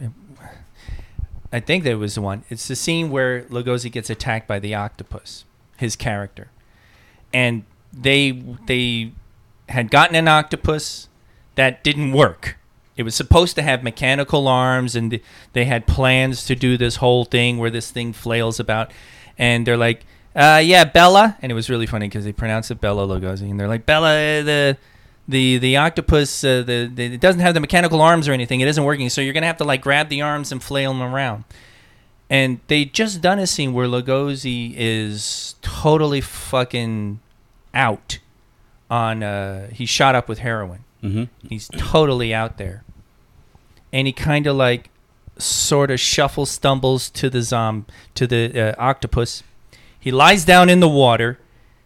Speaker 5: I think that was the one. It's the scene where Lugosi gets attacked by the octopus, his character and they they had gotten an octopus that didn't work. It was supposed to have mechanical arms, and they had plans to do this whole thing where this thing flails about, and they're like, uh, "Yeah, Bella," and it was really funny because they pronounced it Bella Lugosi, and they're like, "Bella, uh, the." The, the octopus uh, the, the it doesn't have the mechanical arms or anything it isn't working so you're gonna have to like grab the arms and flail them around and they just done a scene where Lugosi is totally fucking out on uh he's shot up with heroin. Mm-hmm. He's totally out there. And he kind of like sort of shuffle stumbles to the zom to the uh, octopus. He lies down in the water.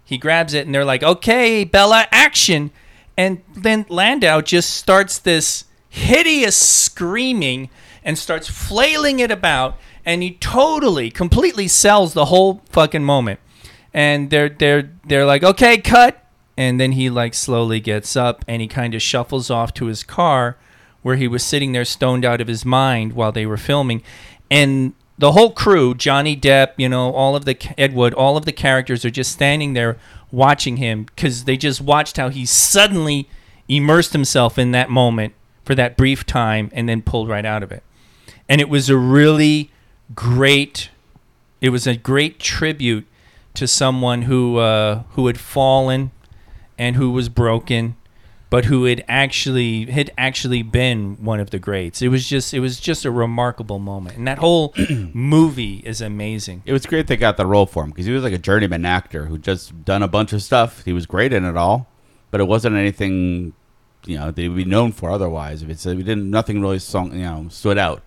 Speaker 5: He grabs it and they're like, "Okay, Bella, action." And then Landau just starts this hideous screaming and starts flailing it about and he totally completely sells the whole fucking moment and they're they're they're like okay cut and then he like slowly gets up and he kind of shuffles off to his car where he was sitting there stoned out of his mind while they were filming and the whole crew johnny depp you know all of the ed wood all of the characters are just standing there watching him because they just watched how he suddenly immersed himself in that moment for that brief time and then pulled right out of it and it was a really great it was a great tribute to someone who uh, who had fallen and who was broken but who had actually had actually been one of the greats it was just it was just a remarkable moment and that whole movie is amazing
Speaker 3: It was great they got the role for him because he was like a journeyman actor who just done a bunch of stuff. He was great in it all, but it wasn't anything you know that he'd be known for otherwise. If it's we didn't nothing really song you know stood out.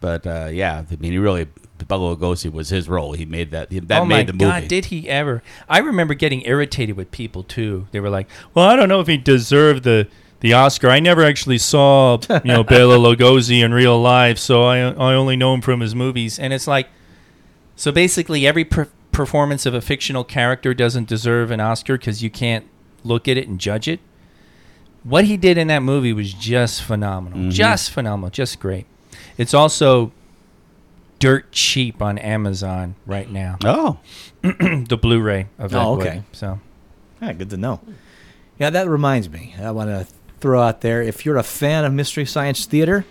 Speaker 3: But uh, yeah, I mean, he really Bela Lugosi was his role. He made that he- that
Speaker 5: oh
Speaker 3: made
Speaker 5: my
Speaker 3: the movie.
Speaker 5: god did he ever i remember getting irritated with people too they were like well i don't know if he deserved the the oscar i never actually saw you know bela lugosi in real life so i i only know him from his movies and it's like so basically every per- performance of a fictional character doesn't deserve an oscar because you can't look at it and judge it what he did in that movie was just phenomenal
Speaker 3: Mm-hmm.
Speaker 5: just phenomenal just great it's also dirt cheap on amazon right now
Speaker 3: oh,
Speaker 5: the Blu-ray of
Speaker 4: Oh,
Speaker 5: Ed Wood,
Speaker 4: okay.
Speaker 5: So
Speaker 4: Yeah, good to know. Yeah, that reminds me. I want to throw out there if you're a fan of Mystery Science Theater,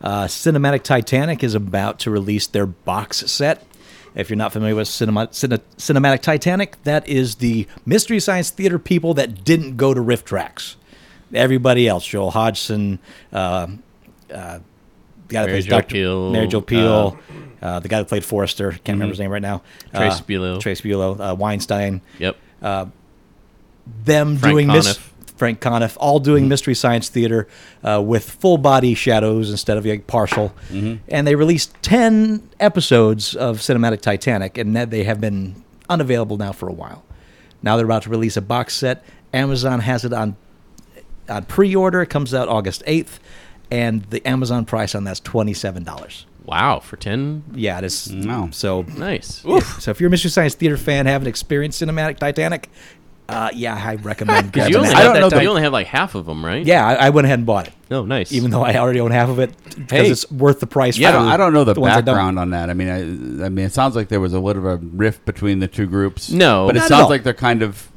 Speaker 4: uh, Cinematic Titanic is about to release their box set. If you're not familiar with Cinema, Cine, Cinematic Titanic, that is the Mystery Science Theater people that didn't go to Rift Tracks. Everybody else, Joel Hodgson, uh, the guy that
Speaker 6: Mary
Speaker 4: plays
Speaker 6: Jo
Speaker 4: Dr.
Speaker 6: Peel,
Speaker 4: Mary Jo Peel, uh, the guy that played Forrester, can't remember his name right now.
Speaker 6: Mm-hmm. Trace
Speaker 4: uh,
Speaker 6: Bulow.
Speaker 4: Trace Bulow, uh, Weinstein
Speaker 6: Yep.
Speaker 4: Uh, them
Speaker 6: Frank
Speaker 4: doing this.
Speaker 6: Conniff. Mm-hmm.
Speaker 4: Frank Conniff, all doing Mystery Science Theater uh, with full body shadows instead of like partial.
Speaker 6: Mm-hmm.
Speaker 4: And they released 10 episodes of Cinematic Titanic, and that they have been unavailable now for a while. Now they're about to release a box set. Amazon has it on, on pre order. It comes out August 8th, and the Amazon price on that's $27.
Speaker 6: Wow, for ten,
Speaker 4: Yeah, it is.
Speaker 3: Wow.
Speaker 4: So
Speaker 6: nice.
Speaker 4: so if you're a Mystery Science Theater fan, haven't experienced Cinematic Titanic, uh, yeah, I recommend.
Speaker 6: Because
Speaker 4: grabbing
Speaker 6: you only
Speaker 4: that.
Speaker 6: have
Speaker 4: I don't know.
Speaker 6: that
Speaker 4: That
Speaker 6: You only have like half of them, right?
Speaker 4: yeah, I, I went ahead and bought it,
Speaker 6: No, nice.
Speaker 4: even though I already own half of it because
Speaker 6: Hey.
Speaker 4: it's worth the price.
Speaker 3: I don't,
Speaker 4: for
Speaker 3: I don't know the,
Speaker 4: ones I don't.
Speaker 3: background on that. I mean, I, I mean, it sounds like there was a little bit of a rift between the two groups.
Speaker 6: No.
Speaker 3: but it
Speaker 6: Not
Speaker 4: at
Speaker 3: sounds
Speaker 4: all.
Speaker 3: like they're kind of.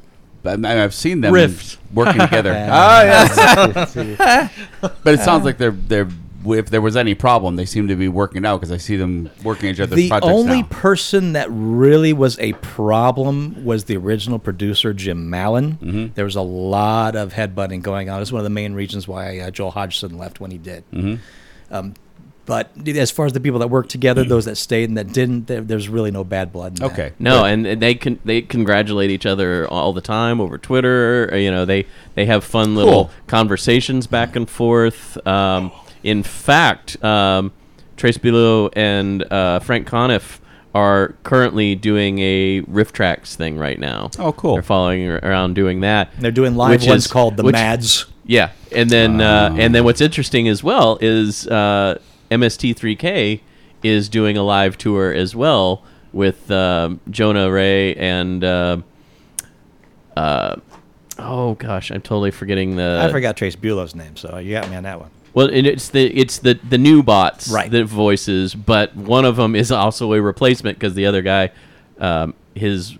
Speaker 3: I mean, I've seen them
Speaker 6: Rift.
Speaker 3: working together. Oh,
Speaker 4: Yeah.
Speaker 3: but it sounds like they're they're if there was any problem, they seem to be working out because I see them working each other's
Speaker 4: the
Speaker 3: projects
Speaker 4: only
Speaker 3: now.
Speaker 4: person that really was a problem was the original producer Jim Mallon.
Speaker 3: Mm-hmm.
Speaker 4: There was a lot of headbutting going on. It's one of the main reasons why uh, Joel Hodgson left when he did. Um,
Speaker 3: Mm-hmm.
Speaker 4: but as far as the people that worked together, those that stayed and that didn't, there, there's really no bad blood. In that.
Speaker 3: okay,
Speaker 6: No, and, and they can they congratulate each other all the time over Twitter. or, You know, they they have fun little conversations back and forth. Um, in fact, um, Trace Below and uh, Frank Conniff are currently doing a riff tracks thing right now.
Speaker 3: Oh, cool.
Speaker 6: They're following ar- around doing that.
Speaker 4: They're doing live
Speaker 6: which
Speaker 4: ones
Speaker 6: is-
Speaker 4: called the
Speaker 6: which-
Speaker 4: Mads.
Speaker 6: Yeah, and then uh, and then what's interesting as well is uh, MST3K is doing a live tour as well with um Jonah Ray and uh, uh, oh gosh, I'm totally forgetting the
Speaker 3: uh,
Speaker 4: I forgot Trace Bulow's name, so you got me on that one.
Speaker 6: well, and it's the it's the the new bots
Speaker 4: Right.
Speaker 6: that voices, but one of them is also a replacement because the other guy, um, his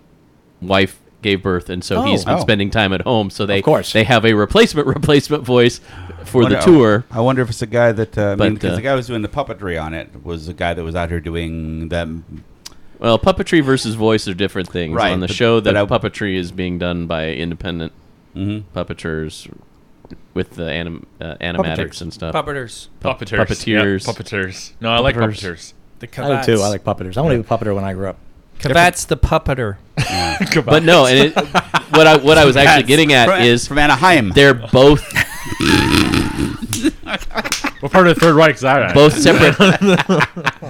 Speaker 6: wife gave birth, and so he's been
Speaker 3: Oh.
Speaker 6: spending time at home. So they
Speaker 4: Of course.
Speaker 6: they have a replacement replacement voice for
Speaker 3: Wonder-
Speaker 6: the tour.
Speaker 3: I wonder if it's the guy that uh, I mean,
Speaker 6: But,
Speaker 3: 'cause
Speaker 6: uh,
Speaker 3: the guy who was doing the puppetry on it was the guy that was out here doing that.
Speaker 6: Well, puppetry versus voice are different things.
Speaker 3: Right,
Speaker 6: On the
Speaker 3: but-
Speaker 6: show, the
Speaker 3: but I- Mm-hmm.
Speaker 6: puppetry is being done by independent puppeters with the anim, uh, animatics and stuff.
Speaker 5: Puppeters.
Speaker 2: Puppeteers.
Speaker 6: Puppeteers.
Speaker 2: Yeah, puppeteers. No, I like puppeteers.
Speaker 7: The
Speaker 4: I
Speaker 7: Kavats.
Speaker 4: do too. I like puppeters. I want to be a puppeter when I grow up.
Speaker 5: Kavat's the puppeter.
Speaker 6: But no, and it, what I what I was actually getting at
Speaker 3: from,
Speaker 6: is
Speaker 3: from Anaheim.
Speaker 6: they're both
Speaker 2: What part of the Third Reich is that at?
Speaker 6: both separate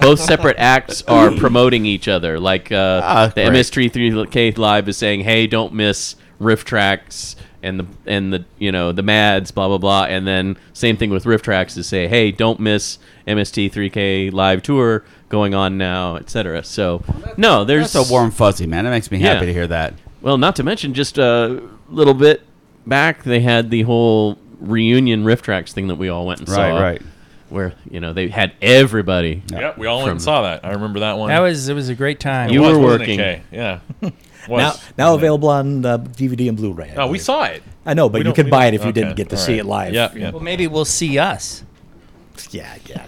Speaker 6: both separate acts are promoting each other. Like uh,
Speaker 3: Ah,
Speaker 6: the
Speaker 3: great.
Speaker 6: MS3K Live is saying, "Hey, don't miss riff tracks." And the and the you know the Mads blah blah blah and then same thing with riff tracks is say hey don't miss MST3K live tour going on now etc. So no there's
Speaker 3: That's a warm fuzzy man. That makes me
Speaker 6: Yeah.
Speaker 3: happy to hear that.
Speaker 6: well, not to mention, just a little bit back, they had the whole reunion riff tracks thing that we all went and
Speaker 3: Right,
Speaker 6: saw.
Speaker 3: right.
Speaker 6: Where you know they had everybody.
Speaker 2: Yeah, we all went and saw that. I remember that one.
Speaker 5: That was it was a great time.
Speaker 6: You
Speaker 2: It was,
Speaker 6: were
Speaker 2: wasn't it,
Speaker 6: working.
Speaker 2: Kay? Yeah.
Speaker 4: Now,
Speaker 2: Was.
Speaker 4: now available on uh, DVD and Blu-ray. I
Speaker 2: No, Oh, we
Speaker 4: believe.
Speaker 2: saw it.
Speaker 4: I know,
Speaker 2: We
Speaker 4: but you
Speaker 2: don't-
Speaker 4: could
Speaker 2: we
Speaker 4: buy it
Speaker 2: don't-
Speaker 4: if you didn't
Speaker 2: okay,
Speaker 4: get to
Speaker 2: all
Speaker 4: see
Speaker 2: right.
Speaker 4: it live.
Speaker 2: Yeah, yeah.
Speaker 5: Well, maybe we'll see us.
Speaker 4: Yeah, yeah,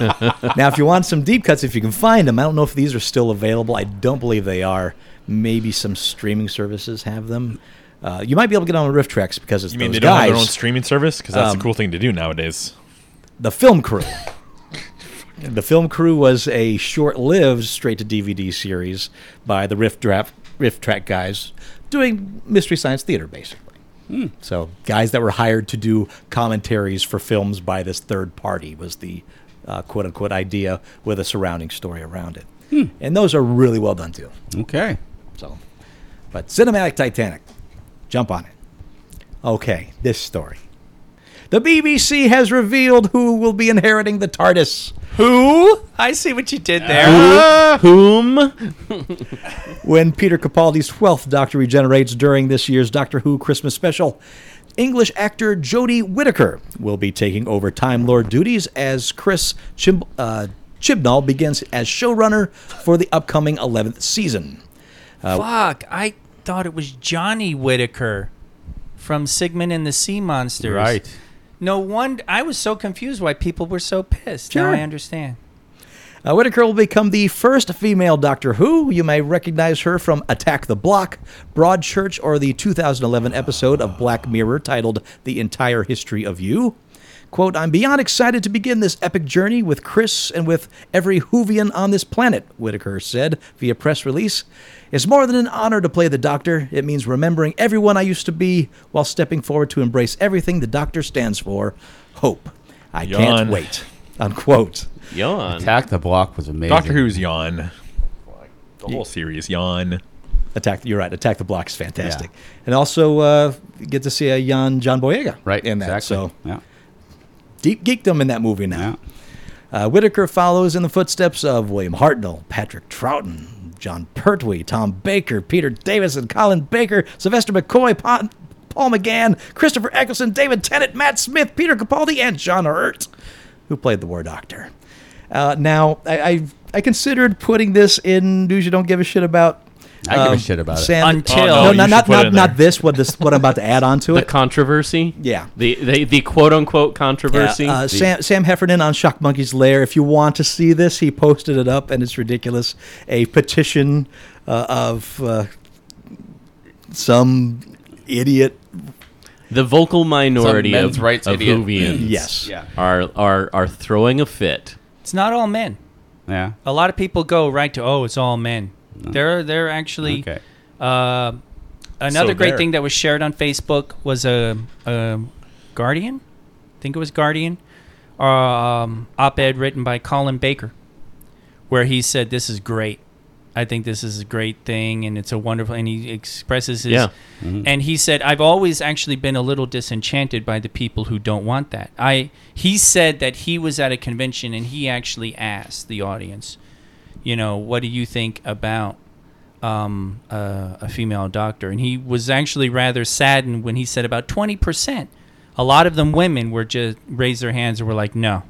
Speaker 4: yeah. now, if you want some deep cuts, if you can find them, I don't know if these are still available. I don't believe they are. Maybe some streaming services have them. Uh, you might be able to get on the Rift Tracks because it's
Speaker 2: You mean
Speaker 4: those
Speaker 2: they don't
Speaker 4: guys,
Speaker 2: have their own streaming service? Because that's
Speaker 4: Um,
Speaker 2: the cool thing to do nowadays.
Speaker 4: the film crew. the film crew was a short-lived straight-to-DVD series by the Rift Draft Rift Track guys, doing mystery science theater basically. So guys that were hired to do commentaries for films by this third party was the uh, quote unquote idea with a surrounding story around it. And those are really well done too.
Speaker 3: Okay.
Speaker 4: So, but cinematic Titanic, jump on it. Okay, this story. The BBC has revealed who will be inheriting the TARDIS.
Speaker 5: Who? I see what you did there.
Speaker 6: Whom?
Speaker 4: when Peter Capaldi's 12th Doctor regenerates during this year's Doctor Who Christmas special. English actor Jodie Whittaker will be taking over Time Lord duties as Chris Chib- uh, Chibnall begins as showrunner for the upcoming 11th season.
Speaker 5: Fuck! I thought it was Johnny Whitaker from Sigmund and the Sea Monsters.
Speaker 3: Right.
Speaker 5: No one. I was so confused why people were so pissed.
Speaker 4: Sure.
Speaker 5: Now I understand.
Speaker 4: Uh, Whitaker will become the first female Doctor Who. You may recognize her from Attack the Block, Broadchurch, or the 2011 episode of Black Mirror titled The Entire History of You. Quote, I'm beyond excited to begin this epic journey with Chris and with every Whovian on this planet, Whitaker said via press release. It's more than an honor to play the Doctor. It means remembering everyone I used to be while stepping forward to embrace everything the Doctor stands for hope. I
Speaker 2: Yawn.
Speaker 4: can't wait. Unquote.
Speaker 6: Yawn.
Speaker 3: Attack the Block was amazing.
Speaker 2: Doctor Who's Yawn. The whole series, Yawn.
Speaker 4: Attack. You're right. Attack the Block is fantastic, and also uh, get to see a Jan John Boyega
Speaker 3: Right.
Speaker 4: in that.
Speaker 3: Exactly.
Speaker 4: So
Speaker 3: Yeah.
Speaker 4: deep geekdom in that movie now.
Speaker 3: Yeah.
Speaker 4: Uh, Whitaker follows in the footsteps of William Hartnell, Patrick Troughton, John Pertwee, Tom Baker, Peter Davison, Colin Baker, Sylvester McCoy, pa- Paul McGann, Christopher Eccleston, David Tennant, Matt Smith, Peter Capaldi, and John Hurt, who played the War Doctor. Uh, now, I, I I considered putting this in news you don't give a shit about
Speaker 3: I give a
Speaker 4: Um,
Speaker 3: shit about it.
Speaker 4: Sand-
Speaker 6: Until-
Speaker 2: Oh, no,
Speaker 4: no,
Speaker 2: you
Speaker 4: not
Speaker 2: should
Speaker 4: not,
Speaker 2: put it
Speaker 4: not,
Speaker 2: in
Speaker 4: not
Speaker 2: there.
Speaker 4: this. What this what I'm about to add on to
Speaker 6: The
Speaker 4: it.
Speaker 6: controversy.
Speaker 4: Yeah.
Speaker 6: The the, the quote unquote controversy.
Speaker 4: Yeah, uh, Sam, Sam Heffernan on Shock Monkey's Lair. If you want to see this, he posted it up, and it's ridiculous. A petition uh, of uh, some idiot.
Speaker 6: the vocal minority
Speaker 3: Some men's
Speaker 6: of,
Speaker 3: rights
Speaker 6: of
Speaker 3: idiot.
Speaker 6: Hoovians
Speaker 4: Yes.
Speaker 3: Yeah.
Speaker 6: are are are throwing a fit.
Speaker 5: It's not all men.
Speaker 3: Yeah.
Speaker 5: A lot of people go right to oh, it's all men. They're they're actually
Speaker 3: Okay.
Speaker 5: Uh, another
Speaker 2: So
Speaker 5: great
Speaker 2: there.
Speaker 5: thing that was shared on Facebook was a, a Guardian, I think it was Guardian, um, op-ed written by Colin Baker, where he said, "This is great. I think this is a great thing, and it's a wonderful." And he expresses his.
Speaker 6: Yeah.
Speaker 5: And he said, "I've always actually been a little disenchanted by the people who don't want that." I he said that he was at a convention and he actually asked the audience, you know, what do you think about um, uh, a female doctor, and he was actually rather saddened when he said about twenty percent. A lot of them women were just raised their hands and were like, "No,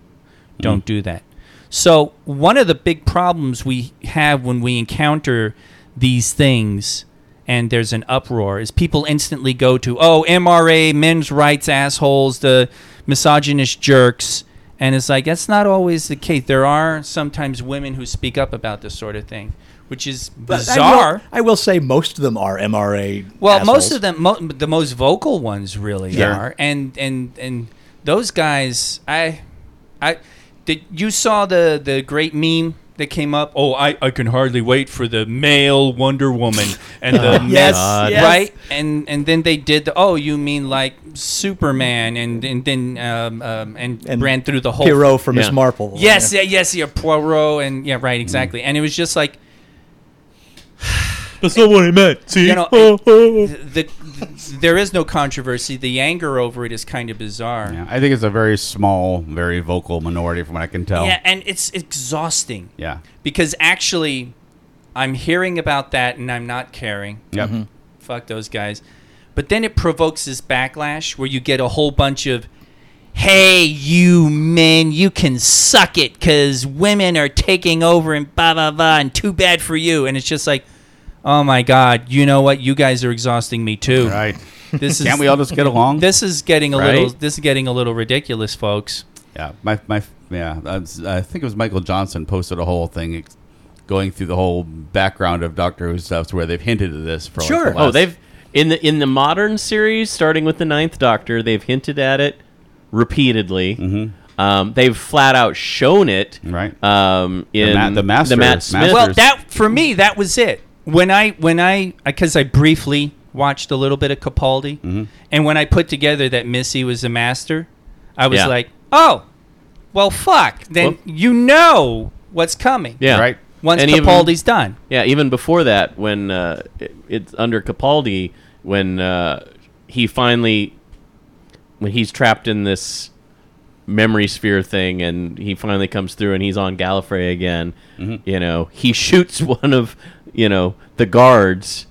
Speaker 5: don't do that." So one of the big problems we have when we encounter these things and there's an uproar is people instantly go to, "Oh, MRA, men's rights assholes, the misogynist jerks." And it's like that's not always the case. There are sometimes women who speak up about this sort of thing, which is
Speaker 4: I
Speaker 5: bizarre.
Speaker 4: will- I will, say most of them are MRA.
Speaker 5: Well, most
Speaker 4: assholes.
Speaker 5: of them, mo- the most vocal ones, really
Speaker 4: Yeah.
Speaker 5: are, and and and those guys, I, I, did you saw the the great meme that came up? Oh, I I can hardly wait for the male Wonder Woman and the
Speaker 4: Yes,
Speaker 5: male-
Speaker 4: yes.
Speaker 5: right, and and then they did the oh, you mean like Superman, and and then um, um and,
Speaker 4: And
Speaker 5: ran through the whole
Speaker 4: Pierrot from
Speaker 6: Yeah.
Speaker 4: Miss Marple.
Speaker 5: Yes, yeah, yes, yeah, Poirot, and yeah, right, exactly, and it was just like
Speaker 2: That's not what I meant. See,
Speaker 5: you know, it- the, the- there is no controversy. The anger over it is kind of bizarre.
Speaker 3: Yeah.
Speaker 5: Yeah,
Speaker 3: I think it's a very small, very vocal minority, from what I can tell.
Speaker 5: and it's exhausting
Speaker 3: Yeah.
Speaker 5: because actually, I'm hearing about that and I'm not caring.
Speaker 3: Yep.
Speaker 4: Mm-hmm.
Speaker 5: Fuck those guys. But then it provokes this backlash where you get a whole bunch of, hey, you men, you can suck it because women are taking over and blah, blah, blah, and too bad for you. And it's just like, oh my God, you know what? You guys are exhausting me too.
Speaker 3: Right.
Speaker 5: This is
Speaker 3: Can't we all just get along?
Speaker 5: This is getting a
Speaker 6: Right?
Speaker 5: little. This is getting a little ridiculous, folks.
Speaker 3: Yeah, my my yeah. I was- I think it was Michael Johnson posted a whole thing ex- going through the whole background of Doctor Who stuff, where they've hinted at this for like, the
Speaker 4: Sure.
Speaker 3: last-
Speaker 6: Oh, they've in the in the modern series, starting with the Ninth Doctor, they've hinted at it repeatedly.
Speaker 4: Mm-hmm.
Speaker 6: Um, they've flat out shown it.
Speaker 3: Right.
Speaker 6: Um, in
Speaker 3: ma- the Master-
Speaker 6: Matt Smith.
Speaker 3: Master-
Speaker 5: Well,
Speaker 3: There's-
Speaker 5: that for me, that was it. When I when I because I briefly watched a little bit of Capaldi,
Speaker 6: Mm-hmm.
Speaker 5: and when I put together that Missy was the master, I was
Speaker 6: Yeah.
Speaker 5: like, oh, well, fuck. Then
Speaker 6: Well-
Speaker 5: you know what's coming.
Speaker 6: yeah.
Speaker 3: Right.
Speaker 5: Once
Speaker 6: And even-
Speaker 5: Capaldi's done.
Speaker 6: Yeah, even before that, when uh, it, it's under Capaldi, when uh, he finally, when he's trapped in this memory sphere thing, and he finally comes through, and he's on Gallifrey again. You know, he shoots one of you know the guards,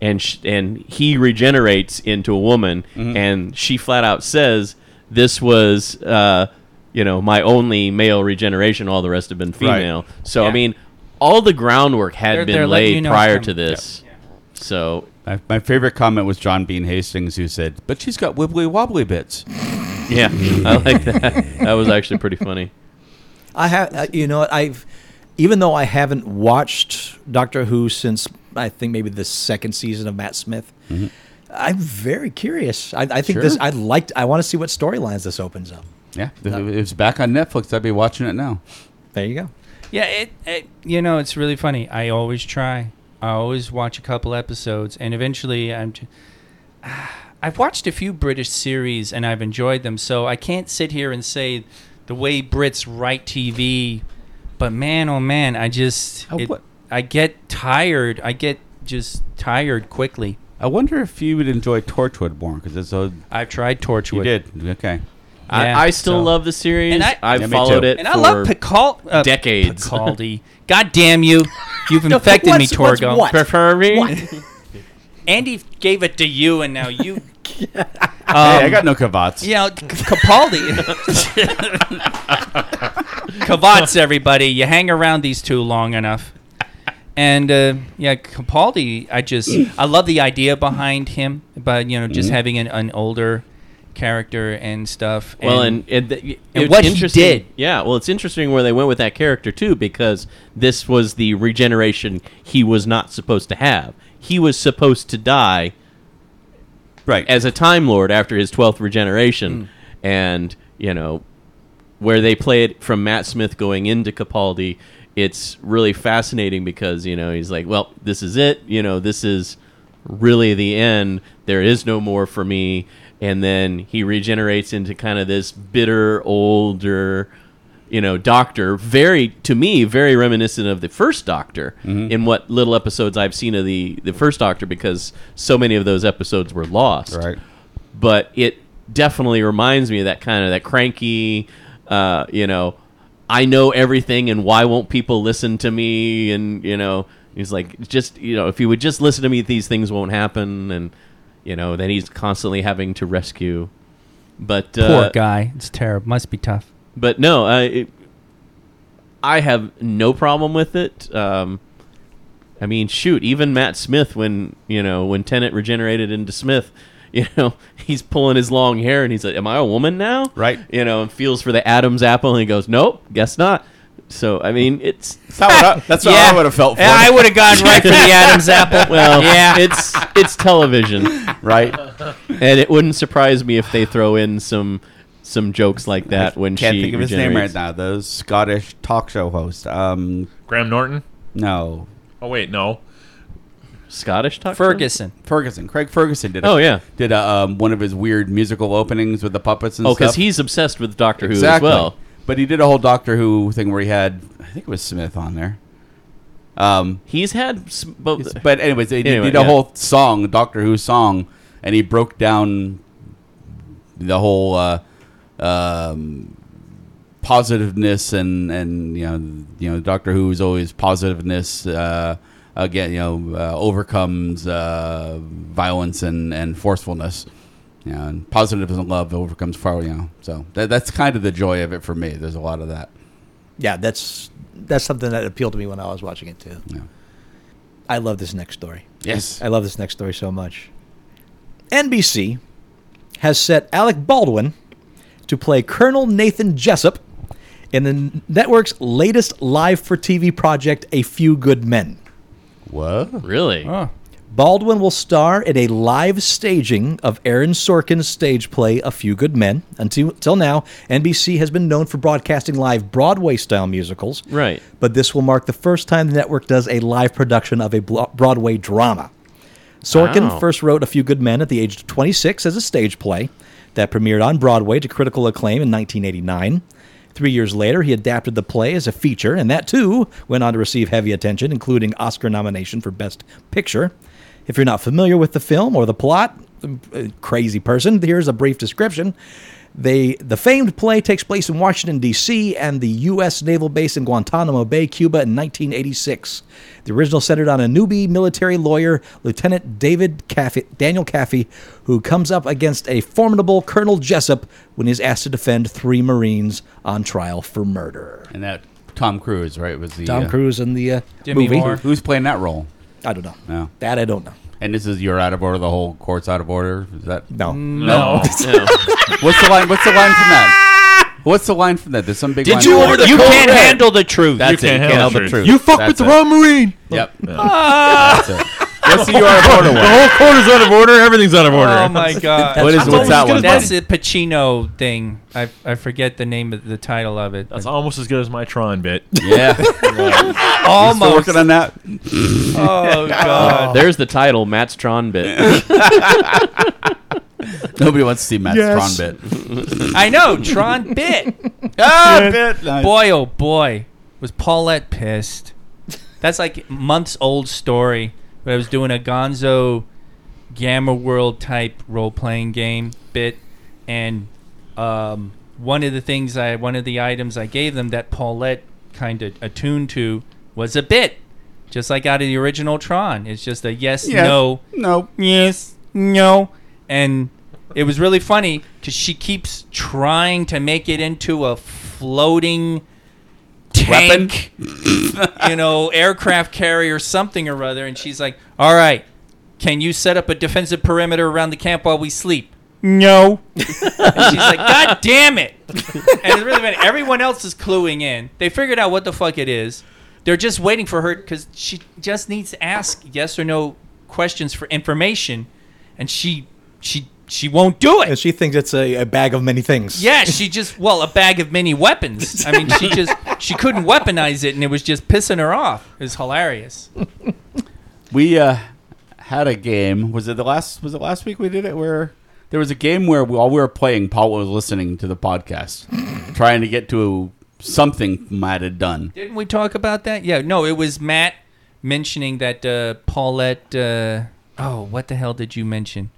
Speaker 6: and sh- and he regenerates into a woman, and she flat out says, "This was." Uh, you know, my only male regeneration. All the rest have been female. So I
Speaker 5: Yeah.
Speaker 6: mean, all the groundwork had
Speaker 5: They're-
Speaker 6: been
Speaker 5: they're letting
Speaker 6: laid
Speaker 5: you know it's
Speaker 6: prior to
Speaker 5: coming.
Speaker 6: this. So
Speaker 3: my, my favorite comment was John Bean Hastings, who said, "But she's got wibbly wobbly bits."
Speaker 6: yeah, I like that. That was actually pretty funny.
Speaker 4: I have. Uh, you know, what, I've even though I haven't watched Doctor Who since I think maybe the second season of Matt Smith. I'm very curious. I, I think this.
Speaker 3: Sure.
Speaker 4: I liked. I want to see what storylines this opens up.
Speaker 3: Yeah, th- if it's back on Netflix. I'd be watching it now.
Speaker 4: There you go.
Speaker 5: Yeah, it, it you know it's really funny. I always try. I always watch a couple episodes, and eventually I'm. Just, I've watched a few British series and I've enjoyed them, so I can't sit here and say the way Brits write TV. But man, oh man, I just
Speaker 3: Oh,
Speaker 5: it-
Speaker 3: what-
Speaker 5: I get tired. I get just tired quickly.
Speaker 3: I wonder if you would enjoy Torchwood more because it's a
Speaker 5: I've tried Torchwood.
Speaker 3: you did okay.
Speaker 5: Yeah,
Speaker 6: I, I still
Speaker 5: so-
Speaker 6: love the series.
Speaker 5: And
Speaker 6: I,
Speaker 5: I-
Speaker 3: Yeah, me
Speaker 6: followed
Speaker 3: too.
Speaker 6: it.
Speaker 5: And I love
Speaker 6: for
Speaker 5: Pical- uh,
Speaker 6: decades.
Speaker 5: Picaldi. God damn you. You've infected me,
Speaker 4: what's- what's
Speaker 5: Torgo.
Speaker 4: what?
Speaker 6: preferring.
Speaker 5: Andy gave it to you, and now you.
Speaker 6: Um,
Speaker 3: hey, I got no cavats.
Speaker 5: You know, C- Capaldi. Cavats, everybody. You hang around these two long enough. And uh, yeah, Capaldi, I just I love the idea behind him, but you know,
Speaker 3: Mm-hmm.
Speaker 5: just having an, an older character and stuff.
Speaker 6: Well, and and, th-
Speaker 5: and
Speaker 6: it's
Speaker 5: what he
Speaker 6: interesting-
Speaker 5: did.
Speaker 6: Yeah, well, it's interesting where they went with that character too, because this was the regeneration he was not supposed to have. He was supposed to die
Speaker 3: Right.
Speaker 6: as a Time Lord after his twelfth regeneration,
Speaker 5: Mm.
Speaker 6: and you know where they play it from Matt Smith going into Capaldi. It's really fascinating because you know he's like, well, this is it. You know, this is really the end. There is no more for me. And then he regenerates into kind of this bitter, older, you know, doctor. Very to me, very reminiscent of the first Doctor in what little episodes I've seen of the the first Doctor because so many of those episodes were lost
Speaker 3: right.
Speaker 6: but it definitely reminds me of that kind of that cranky uh, you know i know everything and why won't people listen to me and you know he's like just you know if you would just listen to me these things won't happen and you know then he's constantly having to rescue but uh,
Speaker 5: poor guy, it's terrible. Must be tough.
Speaker 6: but no i it, i have no problem with it um I mean, shoot, even Matt Smith, when you know, when Tennant regenerated into Smith, you know, he's pulling his long hair and he's like, "Am I a woman now?"
Speaker 3: Right.
Speaker 6: You know, and feels for the Adam's apple and he goes, "Nope, guess not." So I mean, it's
Speaker 3: That's how, I, that's how I would have felt for it.
Speaker 5: would have gone right for the Adam's apple.
Speaker 6: well,
Speaker 5: Yeah.
Speaker 6: it's it's television,
Speaker 3: Right.
Speaker 6: and it wouldn't surprise me if they throw in some some jokes like that when
Speaker 3: Can't
Speaker 6: she
Speaker 3: think of his name right
Speaker 6: regenerates.
Speaker 3: now. The Scottish talk show host. Um,
Speaker 2: Graham Norton.
Speaker 3: no,
Speaker 2: Oh wait, no.
Speaker 6: Scottish talk show?
Speaker 5: Ferguson.
Speaker 3: Ferguson. Craig Ferguson did. A,
Speaker 6: Oh, yeah.
Speaker 3: did a, um, one of his weird musical openings with the puppets and
Speaker 6: Oh,
Speaker 3: stuff.
Speaker 6: because he's obsessed with Doctor Who as
Speaker 3: Exactly.
Speaker 6: well.
Speaker 3: But he did a whole Doctor Who thing where he had, I think it was Smith on there. Um,
Speaker 6: He's had s- both.
Speaker 3: but anyways, they
Speaker 6: Anyway,
Speaker 3: did a
Speaker 6: yeah.
Speaker 3: whole song, Doctor Who song, and he broke down the whole uh, um, positiveness and and you know you know Doctor Who is always positiveness. Uh, Again, you know, uh, overcomes uh, violence and, and forcefulness. You know, and positivism and love overcomes far. You know, so that, that's kind of the joy of it for me. There's a lot of that.
Speaker 4: Yeah, that's that's something that appealed to me when I was watching it too.
Speaker 3: Yeah.
Speaker 4: I love this next story.
Speaker 3: Yes.
Speaker 4: I love this next story so much. NBC has set Alec Baldwin to play Colonel Nathan Jessup in the network's latest live for TV project, A Few Good Men.
Speaker 3: What?
Speaker 6: Really?
Speaker 5: Oh,
Speaker 4: Baldwin will star in a live staging of Aaron Sorkin's stage play A Few Good Men. Until, until now, NBC has been known for broadcasting live Broadway style musicals.
Speaker 6: Right.
Speaker 4: But this will mark the first time the network does a live production of a blo- Broadway drama. Sorkin
Speaker 6: Wow.
Speaker 4: first wrote A Few Good Men at the age of 26 as a stage play that premiered on Broadway to critical acclaim in 1989. Three years later, he adapted the play as a feature, and that too went on to receive heavy attention, including Oscar nomination for Best Picture. If you're not familiar with the film or the plot, a crazy person, here's a brief description. They, the famed play takes place in Washington, D.C., and the U.S. Naval Base in Guantanamo Bay, Cuba, in 1986. The original centered on a newbie military lawyer, Lieutenant David Caffey, Daniel Caffey, who comes up against a formidable Colonel Jessup when he's asked to defend three Marines on trial for murder.
Speaker 3: And that Tom Cruise, right? Was the
Speaker 4: Tom
Speaker 3: uh,
Speaker 4: Cruise in the uh,
Speaker 5: Demi
Speaker 4: movie.
Speaker 5: Moore.
Speaker 3: Who's playing that role?
Speaker 4: I don't know.
Speaker 3: No.
Speaker 4: That I don't know.
Speaker 3: And this is you're out of order. The whole court's out of order. Is that
Speaker 4: No.
Speaker 5: Mm.
Speaker 2: No.
Speaker 3: what's the line? What's the line from that? What's the line from that? There's some big. Did line
Speaker 6: you order the You cold can't red? handle
Speaker 3: the truth. That's
Speaker 2: You
Speaker 3: it.
Speaker 2: can't
Speaker 3: you can't
Speaker 2: handle
Speaker 3: handle
Speaker 2: the truth.
Speaker 3: the truth.
Speaker 2: You
Speaker 3: fucked with the wrong marine. Yep. That's it. What's the you are out of order
Speaker 2: The
Speaker 3: one?
Speaker 2: whole quarter's out of order. Everything's out of order.
Speaker 5: oh my god!
Speaker 3: What is- what's that one?
Speaker 5: That's the Pacino thing. I, I forget the name of the title of it.
Speaker 2: That's almost as good as my Tron bit.
Speaker 3: Yeah. Still
Speaker 5: Almost.
Speaker 3: working on that.
Speaker 5: Oh god!
Speaker 6: Uh, There's the title, Matt's Tron bit.
Speaker 3: Nobody wants to see Matt's
Speaker 4: Yes.
Speaker 3: Tron bit.
Speaker 5: I know Tron bit.
Speaker 3: Ah, bit. Nice.
Speaker 5: boy, oh boy, was Paulette pissed. That's like months old story. But I was doing a Gonzo Gamma World type role playing game bit, and um, one of the things I one of the items I gave them that Paulette kind of attuned to was a bit, just like out of the original Tron. It's just a yes,
Speaker 3: Yes.
Speaker 5: no,
Speaker 3: No.
Speaker 5: yes, no, and it was really funny because she keeps trying to make it into a floating
Speaker 3: weapon?
Speaker 5: tank, you know, aircraft carrier, something or other. And she's like, "All right, can you set up a defensive perimeter around the camp while we sleep?" No. and she's like, "God damn it!" And it's really bad. Everyone else is cluing in. They figured out what the fuck it is. They're just waiting for her because she just needs to ask yes or no questions for information, and she she she won't do it.
Speaker 4: And she thinks it's a, a bag of many things.
Speaker 5: Yeah, she just well, a bag of many weapons. I mean, she just she couldn't weaponize it, and it was just pissing her off. It was hilarious.
Speaker 3: We uh, had a game. Was it the last? Was it last week we did it? Where there was a game where we, while we were playing, Paul was listening to the podcast, trying to get to something Matt had done.
Speaker 5: Didn't we talk about that? Yeah, no, it was Matt mentioning that uh, Paulette. Uh, oh, what the hell did you mention?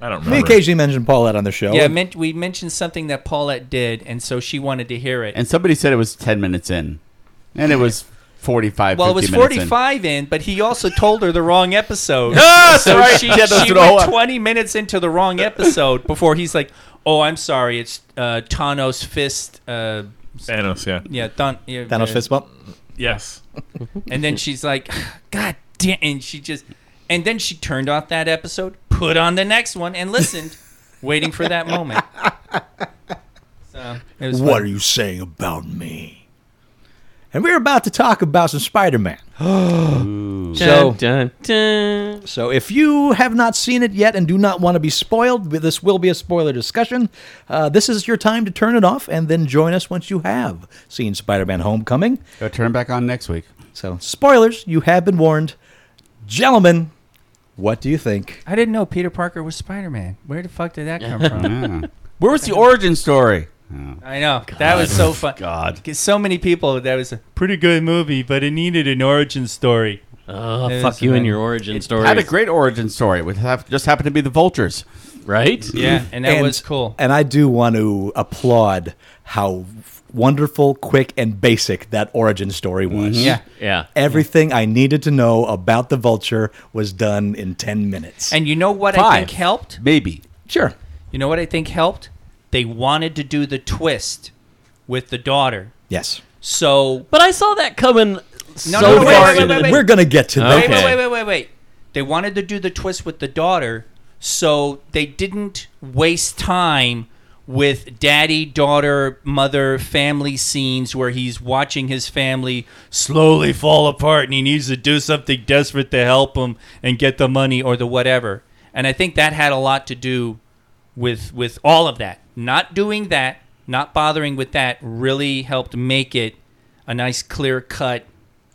Speaker 2: I don't
Speaker 4: We
Speaker 2: remember.
Speaker 4: occasionally mention Paulette on the
Speaker 3: Oh.
Speaker 4: show.
Speaker 5: Yeah, meant, we mentioned something that Paulette did, and so she wanted to hear it.
Speaker 3: And somebody said it was ten minutes in, and it was forty-five.
Speaker 5: well, it was
Speaker 3: 50 minutes in.
Speaker 5: 45 in, but he also told her the wrong episode.
Speaker 3: Yes,
Speaker 5: so
Speaker 3: right.
Speaker 5: she,
Speaker 3: Yeah, Ah, that's
Speaker 5: she
Speaker 3: what I
Speaker 5: went
Speaker 3: want.
Speaker 5: 20 minutes into the wrong episode before he's like, "Oh, I'm sorry, it's uh, Thanos fist." Uh,
Speaker 2: Thanos, yeah.
Speaker 5: yeah, Thon- yeah,
Speaker 4: Thanos
Speaker 5: uh,
Speaker 4: fist bump.
Speaker 2: Yes.
Speaker 5: And then she's like, "God damn!" And she just, and then she turned off that episode, put on the next one, and listened, waiting for that moment. So it was
Speaker 4: What
Speaker 5: fun.
Speaker 4: are you saying about me? And we're about to talk about some Spider-Man. so,
Speaker 7: Dun, dun.
Speaker 4: so if you have not seen it yet and do not want to be spoiled, this will be a spoiler discussion. Uh, this is your time to turn it off and then join us once you have seen Spider-Man: Homecoming.
Speaker 3: Go turn back on next week.
Speaker 4: So, spoilers, you have been warned, gentlemen. What do you think?
Speaker 5: I didn't know Peter Parker was Spider Man. Where the fuck did that come from?
Speaker 3: Yeah. Where was the origin story? Oh,
Speaker 5: I know that was so fun.
Speaker 3: God.
Speaker 5: 'Cause so many people that was a pretty good movie, but it needed an origin story.
Speaker 7: Oh,
Speaker 5: It
Speaker 7: fuck
Speaker 5: is
Speaker 7: you and
Speaker 5: amazing.
Speaker 7: your origin story.
Speaker 3: Had a great origin story. Would have just happened to be the vultures.
Speaker 7: right?
Speaker 5: Yeah, and that was cool.
Speaker 4: And I do want to applaud how wonderful, quick, and basic that origin story was.
Speaker 3: Yeah.
Speaker 7: Yeah.
Speaker 4: Everything I needed to know about the vulture was done in 10 minutes.
Speaker 5: And you know what I
Speaker 3: Five.
Speaker 5: think helped?
Speaker 3: Maybe.
Speaker 4: sure.
Speaker 5: You know what I think helped? They wanted to do the twist with the daughter.
Speaker 4: Yes.
Speaker 5: So
Speaker 7: But I saw that coming so
Speaker 5: no, wait,
Speaker 7: far.
Speaker 5: wait,
Speaker 7: into
Speaker 5: wait,
Speaker 7: the-
Speaker 5: wait.
Speaker 4: We're going to get to that.
Speaker 5: wait, wait,
Speaker 7: Okay.
Speaker 5: wait, wait, wait, wait. They wanted to do the twist with the daughter, so they didn't waste time with daddy, daughter, mother, family scenes where he's watching his family slowly fall apart and he needs to do something desperate to help him and get the money or the whatever. And I think that had a lot to do with with all of that. Not doing that, not bothering with that really helped make it a nice clear cut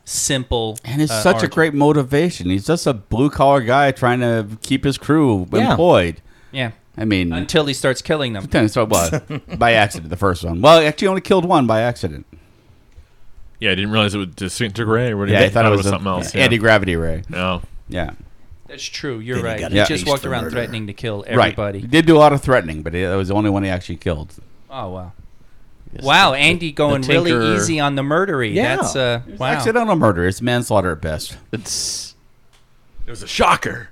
Speaker 5: simple
Speaker 3: And it's
Speaker 5: uh,
Speaker 3: such a
Speaker 5: origin.
Speaker 3: great motivation. He's just a blue collar guy trying to keep his crew
Speaker 4: Yeah.
Speaker 3: employed.
Speaker 5: Yeah.
Speaker 3: I mean,
Speaker 5: Until he starts killing them.
Speaker 3: Then so what? by accident, the first one. Well, actually, only killed one by accident.
Speaker 2: Yeah, I didn't realize it was disintegrate or whatever. I thought it was something else. Yeah.
Speaker 3: anti gravity ray.
Speaker 2: No.
Speaker 3: Yeah,
Speaker 5: That's true. You're
Speaker 4: Then he
Speaker 5: right.
Speaker 4: got
Speaker 5: He
Speaker 3: a
Speaker 5: just
Speaker 4: taste
Speaker 5: walked
Speaker 4: for
Speaker 5: around
Speaker 4: murder.
Speaker 5: threatening to kill
Speaker 3: Right. He
Speaker 5: everybody.
Speaker 3: did do a lot of threatening, but it that was the only one he actually killed.
Speaker 5: Oh wow. Wow, Andy going really
Speaker 7: tinker-
Speaker 5: easy on the murdery.
Speaker 4: Yeah.
Speaker 5: That's uh wow.
Speaker 3: Accidental murder. It's manslaughter at best.
Speaker 7: It's-
Speaker 2: It was a shocker.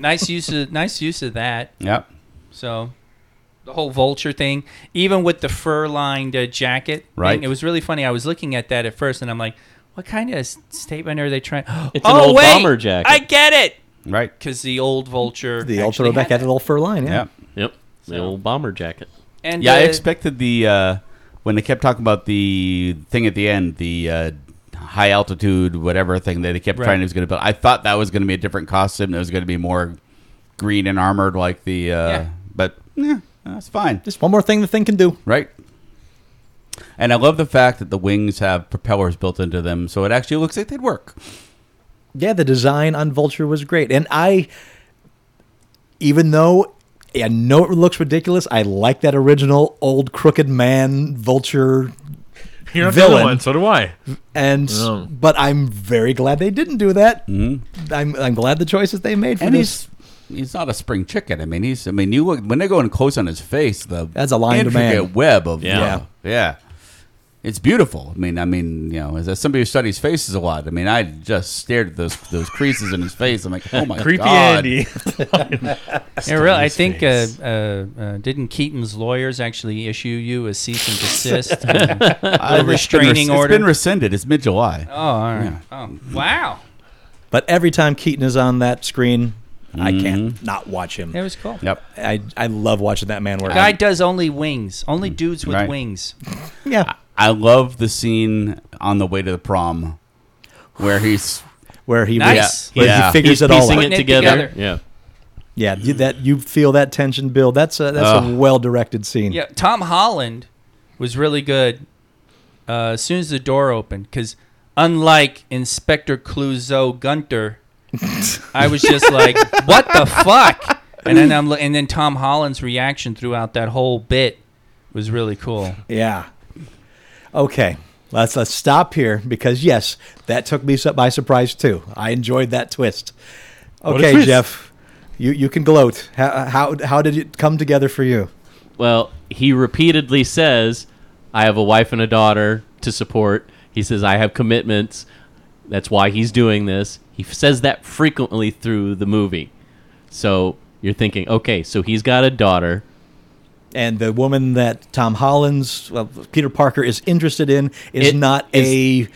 Speaker 5: nice use of nice use of that.
Speaker 3: Yep.
Speaker 5: So the whole vulture thing, even with the fur-lined uh, jacket, thing,
Speaker 3: Right.
Speaker 5: it was really funny. I was looking at that at first, and I'm like, "What kind of s- statement are they trying?"
Speaker 7: It's
Speaker 5: oh
Speaker 7: an old
Speaker 5: wait,
Speaker 7: bomber jacket.
Speaker 5: I get it
Speaker 3: Right.
Speaker 5: because the old vulture,
Speaker 4: The
Speaker 5: actually
Speaker 4: ultra back
Speaker 5: had
Speaker 4: had it all fur line. Yeah.
Speaker 3: Yep.
Speaker 7: Yep. The old bomber jacket.
Speaker 5: that. And
Speaker 3: Yeah, I
Speaker 5: uh,
Speaker 3: expected the uh, when they kept talking about the thing at the end, the uh, high altitude whatever thing that they kept
Speaker 5: Right.
Speaker 3: trying it was going to build. I thought that was going to be a different costume. That was going to be more green and armored like the. Uh,
Speaker 5: Yeah.
Speaker 3: But yeah, that's fine,
Speaker 4: Just one more thing the thing can do.
Speaker 3: right? And I love the fact that the wings have propellers built into them, so it actually looks like they'd work.
Speaker 4: yeah, the design on Vulture was great. And I, even though I know it looks ridiculous, I like that original old crooked man Vulture.
Speaker 2: You're not the
Speaker 4: Villain.
Speaker 2: other one, so do I.
Speaker 4: And
Speaker 2: Oh.
Speaker 4: but I'm very glad they didn't do that. Mm-hmm. I'm I'm glad the choices they made for
Speaker 3: And
Speaker 4: this.
Speaker 3: he's he's not a spring chicken. I mean, he's I mean, you look when they're going close on his face, the
Speaker 4: That's a lion to
Speaker 3: intricate
Speaker 4: man.
Speaker 3: web of
Speaker 7: Yeah.
Speaker 3: yeah, yeah. it's beautiful. I mean, I mean, you know, as, as somebody who studies faces a lot, I mean, I just stared at those those creases in his face. I'm like, oh my
Speaker 2: Creepy
Speaker 3: god,
Speaker 2: Andy.
Speaker 5: Yeah, really. I
Speaker 2: his
Speaker 5: think uh,
Speaker 2: face.
Speaker 5: uh, uh, didn't Keaton's lawyers actually issue you a cease and desist, and a restraining
Speaker 3: it's
Speaker 5: order?
Speaker 3: It's been rescinded. It's mid July.
Speaker 5: oh, all right. Oh, wow.
Speaker 4: But every time Keaton is on that screen, I
Speaker 3: Mm-hmm.
Speaker 4: can't not watch him.
Speaker 5: It was cool.
Speaker 3: Yep.
Speaker 4: I, I love watching that man work.
Speaker 5: Guy does only wings. Only dudes with
Speaker 3: Right.
Speaker 5: wings.
Speaker 4: yeah,
Speaker 3: I love the scene on the way to the prom where he's
Speaker 4: where he
Speaker 5: Nice.
Speaker 4: where
Speaker 3: Yeah.
Speaker 4: he figures
Speaker 6: He's
Speaker 4: it all
Speaker 6: piecing
Speaker 4: out.
Speaker 5: Putting
Speaker 6: it
Speaker 5: it
Speaker 6: together.
Speaker 5: together.
Speaker 6: Yeah.
Speaker 4: Yeah, you, that you feel that tension build. That's a that's a well directed scene.
Speaker 5: Yeah, Tom Holland was really good uh, as soon as the door opened because unlike Inspector Clouseau Gunter, I was just like, "What the fuck?" And then I'm lo- and then Tom Holland's reaction throughout that whole bit was really cool.
Speaker 4: Yeah. Okay. Let's let's stop here because yes, that took me su- by surprise too. I enjoyed that twist. Okay,
Speaker 2: twist.
Speaker 4: Jeff, you you can gloat. How, how how did it come together for you?
Speaker 6: Well, he repeatedly says, I have a wife and a daughter to support. He says, I have commitments. That's why he's doing this. He f- says that frequently through the movie. So you're thinking, okay, so he's got a daughter.
Speaker 4: And the woman that Tom Holland's well, Peter Parker is interested in is
Speaker 6: It
Speaker 4: not a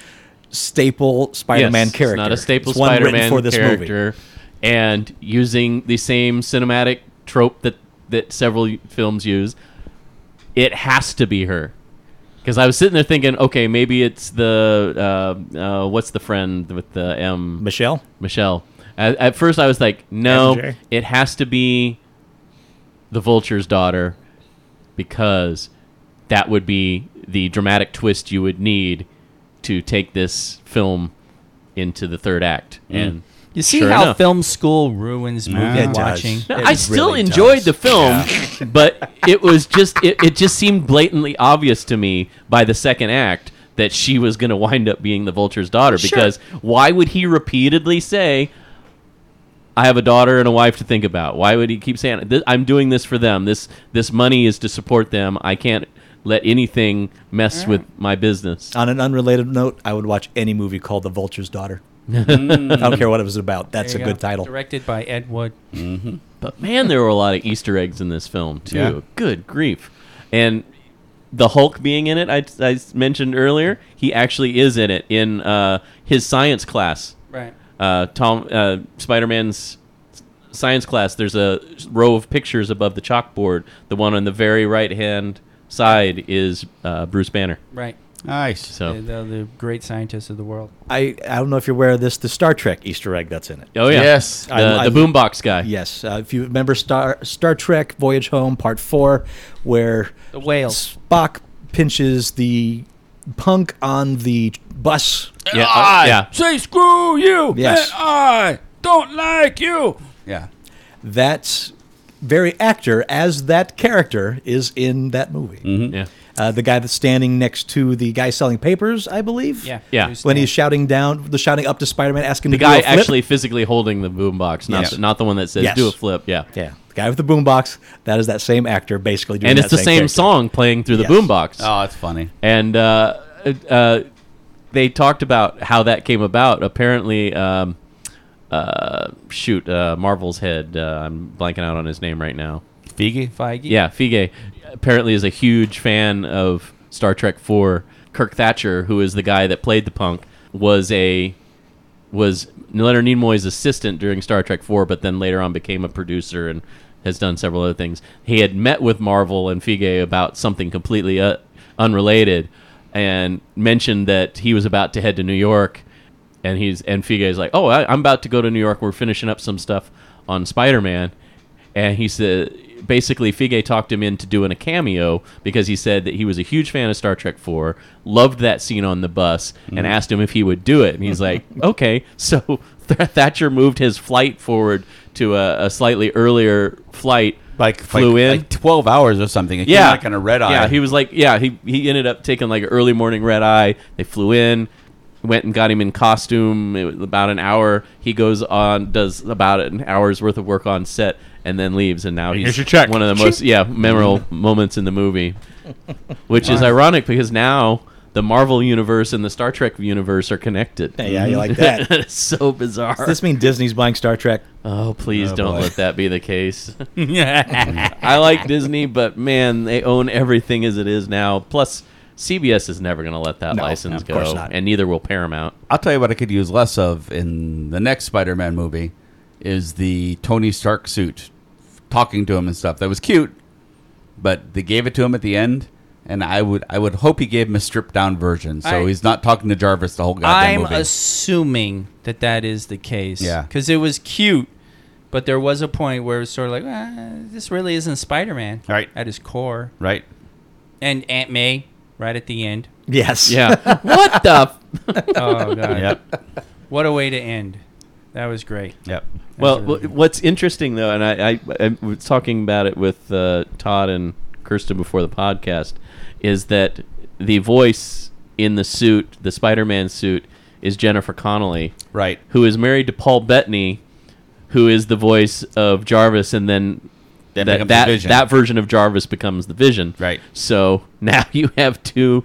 Speaker 4: staple Spider-Man
Speaker 6: Yes, it's
Speaker 4: character.
Speaker 6: not a staple
Speaker 4: It's one written
Speaker 6: Spider-Man
Speaker 4: for this movie.
Speaker 6: character, and using the same cinematic trope that that several y- films use, it has to be her. Because I was sitting there thinking, okay, maybe it's the uh, uh, what's the friend with the M
Speaker 4: Michelle.
Speaker 6: Michelle. At, at first, I was like, no,
Speaker 4: MJ?
Speaker 6: it has to be the Vulture's daughter, because that would be the dramatic twist you would need to take this film into the third act. And
Speaker 5: You see
Speaker 6: Sure
Speaker 5: how
Speaker 6: enough.
Speaker 5: film school ruins movie
Speaker 3: It does.
Speaker 5: watching.
Speaker 6: No,
Speaker 4: It
Speaker 6: I still
Speaker 4: really does.
Speaker 6: enjoyed the film, but it was just it, it just seemed blatantly obvious to me by the second act that she was going to wind up being the vulture's daughter because why would he repeatedly say I have a daughter and a wife to think about. Why would he keep saying it? Th- I'm doing this for them. This this money is to support them. I can't let anything mess with my business.
Speaker 4: On an unrelated note, I would watch any movie called The Vulture's Daughter.
Speaker 6: Mm.
Speaker 4: I don't care what it was about. That's
Speaker 5: There
Speaker 4: a
Speaker 5: you
Speaker 4: good
Speaker 5: go.
Speaker 4: title.
Speaker 5: Directed by Ed Wood.
Speaker 6: But man, there were a lot of Easter eggs in this film too.
Speaker 3: Yeah.
Speaker 6: Good grief! And the Hulk being in it, I, I mentioned earlier, he actually is in it in uh, his science class.
Speaker 5: Right.
Speaker 6: Uh, Tom uh, Spider Man's science class. There's a row of pictures above the chalkboard. The one on the very right hand side is uh, Bruce Banner.
Speaker 5: Right.
Speaker 3: nice.
Speaker 6: So.
Speaker 5: The, the, the great scientists of the world.
Speaker 4: I, I don't know if you're aware of this, the Star Trek Easter egg that's in it.
Speaker 6: Oh yeah.
Speaker 3: Yes.
Speaker 6: The,
Speaker 4: I- I-
Speaker 6: the boombox guy.
Speaker 4: Yes, uh, if you remember Star Star Trek Voyage Home Part Four, where
Speaker 5: The whales.
Speaker 4: Spock pinches the punk on the bus.
Speaker 6: Yeah. Oh, yeah.
Speaker 3: Say screw
Speaker 5: Oh,
Speaker 3: you.
Speaker 4: Yes. and
Speaker 3: I don't like you. Yeah.
Speaker 4: That very actor as that character is in that movie.
Speaker 6: Yeah.
Speaker 4: Uh, the guy that's standing next to the guy selling papers, I believe.
Speaker 5: Yeah.
Speaker 6: Yeah.
Speaker 5: Bruce
Speaker 4: When
Speaker 5: Lee.
Speaker 4: he's shouting down, the shouting up to Spider-Man, asking
Speaker 6: The
Speaker 4: to do
Speaker 6: guy
Speaker 4: a flip.
Speaker 6: actually physically holding the boombox, not
Speaker 3: Yes.
Speaker 6: the, not the one that says
Speaker 4: Yes.
Speaker 6: "do a flip." Yeah.
Speaker 4: Yeah, the guy with the boombox. That is that same actor, basically doing
Speaker 6: and
Speaker 4: that
Speaker 6: it's the same
Speaker 4: character.
Speaker 6: song playing through the
Speaker 4: Yes.
Speaker 6: boombox.
Speaker 3: Oh, that's funny.
Speaker 6: And uh, uh, they talked about how that came about. Apparently, um, uh, shoot, uh, Marvel's head. Uh, I'm blanking out on his name right now.
Speaker 3: Figgy.
Speaker 5: Feige.
Speaker 6: Yeah, Fige apparently is a huge fan of Star Trek Four. Kirk Thatcher, who is the guy that played the punk, was a was Leonard Nimoy's assistant during Star Trek Four, but then later on became a producer and has done several other things. He had met with Marvel and Fige about something completely uh, unrelated, and mentioned that he was about to head to New York, and he's and Fige's like, "Oh, I, I'm about to go to New York. We're finishing up some stuff on Spider Man," and he said basically Fige talked him into doing a cameo because he said that he was a huge fan of Star Trek 4, loved that scene on the bus and asked him if he would do it and he's like okay so Th- Thatcher moved his flight forward to a, a slightly earlier flight
Speaker 3: Like
Speaker 6: flew
Speaker 3: like-
Speaker 6: in
Speaker 3: like twelve hours or something. It
Speaker 6: yeah
Speaker 3: Kind of red eye.
Speaker 6: yeah he was like yeah he, he ended up taking like an early morning red eye they flew in went and got him in costume it was about an hour he goes on does about an hour's worth of work on set and then leaves and now he's
Speaker 2: Here's your check.
Speaker 6: one of the most yeah memorable moments in the movie which is ironic because now the Marvel universe and the Star Trek universe are connected.
Speaker 4: Hey, yeah, you like that. Does
Speaker 6: it's so bizarre.
Speaker 4: this mean Disney's buying Star Trek?
Speaker 6: oh, please don't let that be the case. I like Disney, but man, they own everything as it is now. Plus, CBS is never going to let that
Speaker 4: No,
Speaker 6: license
Speaker 4: of
Speaker 6: go,
Speaker 4: course not.
Speaker 6: and neither will Paramount.
Speaker 3: I'll tell you what I could use less of in the next Spider-Man movie is the Tony Stark suit, talking to him and stuff. That was cute, but they gave it to him at the end, and I would I would hope he gave him a stripped down version, so
Speaker 5: I-
Speaker 3: he's not talking to Jarvis the whole
Speaker 5: I'm
Speaker 3: goddamn movie.
Speaker 5: assuming that that is the case.
Speaker 3: Yeah.
Speaker 5: Because it was cute, but there was a point where it was sort of like, "Ah, this really isn't Spider Man.
Speaker 3: Right.
Speaker 5: At his core.
Speaker 3: right?
Speaker 5: And Aunt May right at the end.
Speaker 4: Yes.
Speaker 6: Yeah. what the? F-
Speaker 5: Oh, God.
Speaker 3: Yep.
Speaker 5: What a way to end. That was great.
Speaker 3: Yep.
Speaker 6: well,
Speaker 5: really
Speaker 6: wh- what's interesting though, and I, I, I was talking about it with uh, Todd and Kirsten before the podcast, is that the voice in the suit, the Spider-Man suit, is Jennifer Connelly.
Speaker 3: Right.
Speaker 6: who is married to Paul Bettany, who is the voice of Jarvis, and then
Speaker 3: That
Speaker 6: that
Speaker 3: becomes
Speaker 6: that,
Speaker 3: the Vision.
Speaker 6: that version of Jarvis becomes the Vision.
Speaker 3: Right.
Speaker 6: So now you have two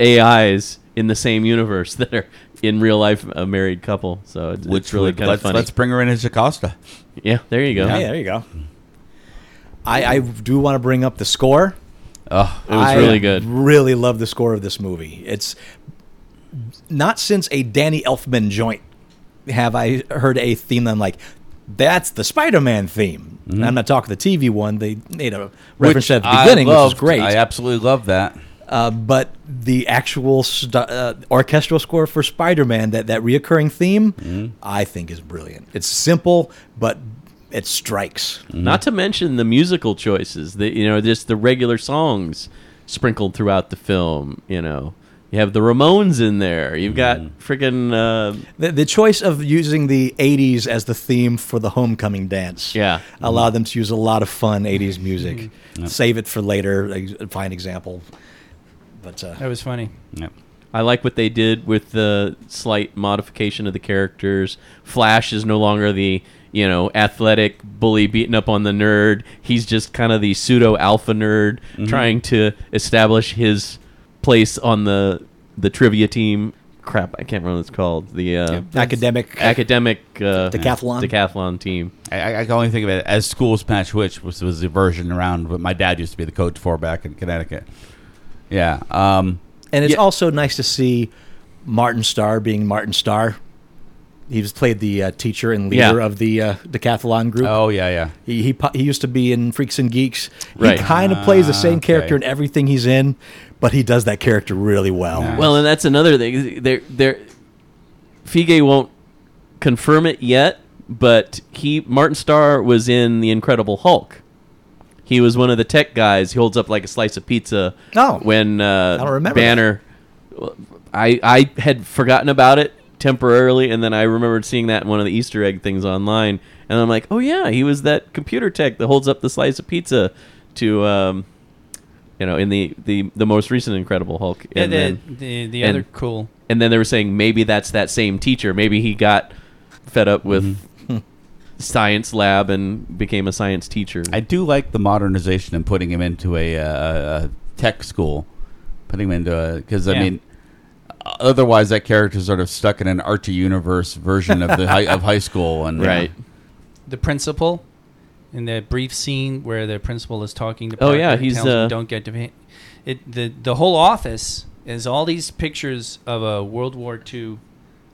Speaker 6: AIs in the same universe that are in real life a married couple. So it's, it's really
Speaker 3: would-
Speaker 6: kind of
Speaker 3: let's,
Speaker 6: funny.
Speaker 3: Let's bring her in as Acosta.
Speaker 6: yeah, there you go.
Speaker 4: Hey, there you go. I, I do want to bring up the score.
Speaker 3: Oh,
Speaker 6: It was
Speaker 4: I
Speaker 6: really good.
Speaker 4: Really love the score of this movie. It's not since a Danny Elfman joint have I heard a theme that I'm like, that's the Spider-Man theme.
Speaker 6: Mm-hmm.
Speaker 4: And I'm not talking the TV one. They made a reference at the
Speaker 3: I
Speaker 4: beginning, which
Speaker 3: loved.
Speaker 4: is great.
Speaker 3: I absolutely love that.
Speaker 4: Uh, but the actual st- uh, orchestral score for Spider-Man, that that reoccurring theme, I think is brilliant. It's simple, but it strikes.
Speaker 6: Not to mention the musical choices, the you know, just the regular songs sprinkled throughout the film, you know. You have the Ramones in there. You've got
Speaker 3: Mm-hmm.
Speaker 6: friggin' uh,
Speaker 4: The, the choice of using the 80s as the theme for the homecoming dance
Speaker 6: Yeah.
Speaker 4: allowed them to use a lot of fun 80s music. Save it for later, a fine example. But uh,
Speaker 5: That was funny.
Speaker 3: Yep.
Speaker 6: I like what they did with the slight modification of the characters. Flash is no longer the you know athletic bully beating up on the nerd. He's just kind of the pseudo alpha nerd trying to establish his place on the the trivia team. Crap, I can't remember what it's called. The uh,
Speaker 4: academic,
Speaker 6: academic uh,
Speaker 4: Decathlon.
Speaker 6: decathlon team.
Speaker 3: I, I can only think of it as schools match, which was, was the version around what my dad used to be the coach for back in Connecticut. Yeah. Um,
Speaker 4: and it's
Speaker 6: yeah.
Speaker 4: also nice to see Martin Starr being Martin Starr. He was played the uh, teacher and
Speaker 6: Yeah.
Speaker 4: leader of the uh, decathlon group.
Speaker 3: oh, yeah, yeah.
Speaker 4: He, he po- he used to be in Freaks and Geeks.
Speaker 6: Right.
Speaker 4: He kind of plays the same
Speaker 3: Ah, okay.
Speaker 4: character in everything he's in, but he does that character really well.
Speaker 3: Yeah.
Speaker 6: Well, and that's another thing. They're, they're, Fige won't confirm it yet, but he Martin Starr was in The Incredible Hulk. He was one of the tech guys. He holds up like a slice of pizza.
Speaker 4: Oh.
Speaker 6: when uh,
Speaker 4: I don't remember
Speaker 6: Banner. I I had forgotten about it temporarily, and then I remembered seeing that in one of the Easter egg things online, and I'm like, oh yeah, he was that computer tech that holds up the slice of pizza to. Um, you know, in the, the, the most recent Incredible Hulk,
Speaker 5: Yeah,
Speaker 6: and
Speaker 5: the,
Speaker 6: then-
Speaker 5: the, the
Speaker 6: and-
Speaker 5: other cool.
Speaker 6: and then they were saying maybe that's that same teacher. Maybe he got fed up with science lab and became a science teacher.
Speaker 3: I do like the modernization and putting him into a, uh, a tech school, putting him into a because I
Speaker 5: Yeah.
Speaker 3: mean, otherwise that character's sort of stuck in an Archie universe version of the high, of high school and
Speaker 6: right.
Speaker 5: The principal in that brief scene where the principal is talking to
Speaker 6: Oh,
Speaker 5: Parker
Speaker 6: yeah,
Speaker 5: and
Speaker 6: he's,
Speaker 5: tells him,
Speaker 6: uh,
Speaker 5: don't get to it the the whole office is all these pictures of a World War II um,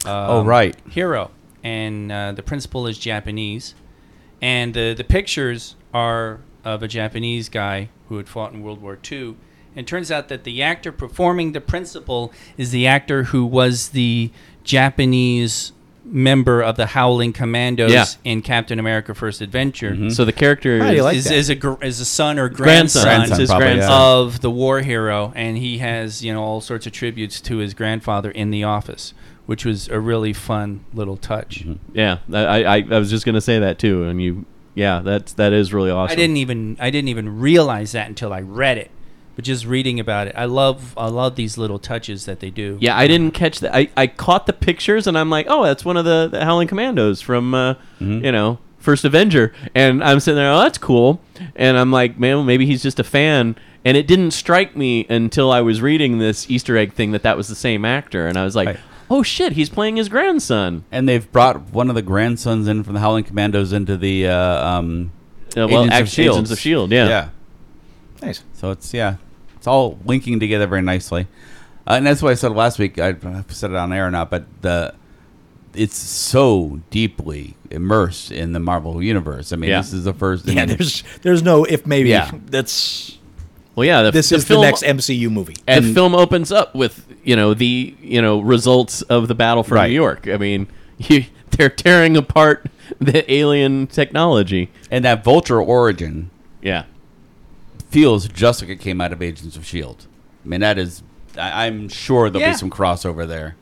Speaker 3: Oh, right.
Speaker 5: hero and uh, the principal is Japanese and the the pictures are of a Japanese guy who had fought in World War II and turns out that the actor performing the principal is the actor who was the Japanese member of the Howling Commandos
Speaker 6: Yeah. Mm-hmm.
Speaker 5: in Captain America: First Adventure.
Speaker 6: So the character
Speaker 4: do you
Speaker 6: is
Speaker 4: like
Speaker 5: is,
Speaker 4: that?
Speaker 5: is a gr- is a son or grandson,
Speaker 6: grandson.
Speaker 3: Grandson,
Speaker 6: It's his
Speaker 3: probably,
Speaker 6: grandson.
Speaker 3: yeah.
Speaker 5: of the war hero, and he has you know all sorts of tributes to his grandfather in the office, which was a really fun little touch.
Speaker 3: Mm-hmm.
Speaker 6: Yeah, I, I I was just gonna say that too, and you. Yeah, that's that is really awesome.
Speaker 5: I didn't even I didn't even realize that until I read it, but just reading about it, I love I love these little touches that they do.
Speaker 6: Yeah, I didn't catch that. I, I caught the pictures and I'm like, oh, that's one of the, the Howling Commandos from, uh, you know, First Avenger. And I'm sitting there, oh, that's cool. And I'm like, man, maybe he's just a fan. And it didn't strike me until I was reading this Easter egg thing that that was the same actor, and I was like,
Speaker 3: Right.
Speaker 6: "Oh shit, he's playing his grandson."
Speaker 3: And they've brought one of the grandsons in from the Howling Commandos into the uh, um,
Speaker 6: Uh, well,
Speaker 3: Agents of
Speaker 6: Agents,
Speaker 3: Shields.
Speaker 6: Agents of Shield, E yeah.
Speaker 3: yeah.
Speaker 4: Nice.
Speaker 3: So it's yeah, it's all linking together very nicely, uh, and that's what I said last week. I, I don't know if I said it on air or not, but the it's so deeply immersed in the Marvel universe. I mean,
Speaker 6: Yeah.
Speaker 3: this is the first.
Speaker 4: Yeah, there's there's no if maybe.
Speaker 3: Yeah.
Speaker 4: That's
Speaker 6: Well, yeah. The,
Speaker 4: this
Speaker 6: the
Speaker 4: is
Speaker 6: film,
Speaker 4: the next MCU movie.
Speaker 6: the film opens up with you know the you know results of the battle for
Speaker 3: Right.
Speaker 6: New York. I mean, you, they're tearing apart the alien technology.
Speaker 3: and that Vulture origin
Speaker 6: Yeah.
Speaker 3: feels just like it came out of Agents of Shield. I mean, that is. I, I'm sure there'll
Speaker 5: Yeah.
Speaker 3: be some crossover there.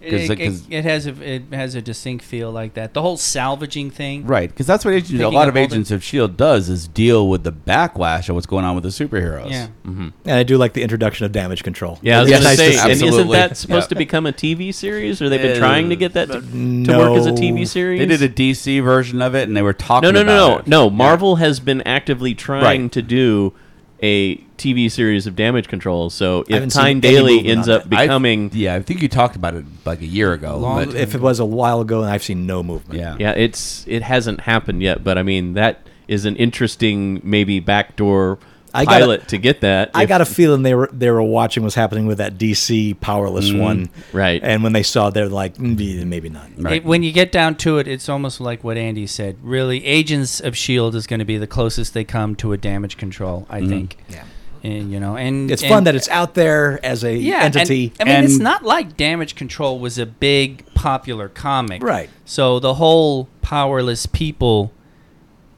Speaker 5: It,
Speaker 3: 'Cause
Speaker 5: it,
Speaker 3: it- 'cause-
Speaker 5: it, it has a it has a distinct feel like that. The whole salvaging thing,
Speaker 3: Right, because that's what agents, a
Speaker 5: Picking
Speaker 3: lot
Speaker 5: up
Speaker 3: of
Speaker 5: all the-
Speaker 3: Agents of Shield E does is deal with the backlash of what's going on with the superheroes.
Speaker 5: Yeah,
Speaker 4: And I do like the introduction of damage control.
Speaker 6: Yeah, I was
Speaker 3: Yes,
Speaker 6: gonna say,
Speaker 3: yes,
Speaker 6: and isn't
Speaker 3: absolutely.
Speaker 6: that supposed
Speaker 3: Yeah.
Speaker 6: to become a TV series? Or they've been
Speaker 3: Uh,
Speaker 6: trying to get that to, to work as a TV series?
Speaker 3: They did a DC version of it, and they were talking.
Speaker 6: no, no, no,
Speaker 3: about
Speaker 6: no,
Speaker 3: it.
Speaker 6: no. Marvel has been actively trying
Speaker 3: Right.
Speaker 6: to do a TV series of Damage Control. So if
Speaker 4: haven't seen
Speaker 6: Tyne
Speaker 4: any
Speaker 6: Daly
Speaker 4: movement
Speaker 6: ends
Speaker 4: on
Speaker 6: up
Speaker 4: that.
Speaker 6: becoming,
Speaker 3: I, yeah, I think you talked about it like a year ago.
Speaker 5: Long-
Speaker 3: but,
Speaker 4: If it was a while ago and I've seen no movement.
Speaker 3: yeah,
Speaker 6: yeah, it's it hasn't happened yet. But I mean, that is an interesting maybe backdoor
Speaker 4: I gotta-
Speaker 6: pilot to get that.
Speaker 4: I
Speaker 6: if-
Speaker 4: got a feeling they were they were watching what's happening with that DC powerless
Speaker 3: Mm,
Speaker 4: one,
Speaker 6: right.
Speaker 4: And when they saw, it, they're like, "Mm, maybe not.
Speaker 3: Right.
Speaker 5: It- when you get down to it, it's almost like what Andy said. Really, Agents of Shield E is going to be the closest they come to a damage control, I
Speaker 3: Mm-hmm.
Speaker 5: think.
Speaker 4: Yeah.
Speaker 5: and you know, and
Speaker 4: It's
Speaker 5: and-
Speaker 4: fun that it's out there as a
Speaker 5: yeah, and-
Speaker 4: entity.
Speaker 5: I mean, it's
Speaker 3: And-
Speaker 5: not like Damage Control was a big popular comic,
Speaker 4: Right.
Speaker 5: So the whole powerless people,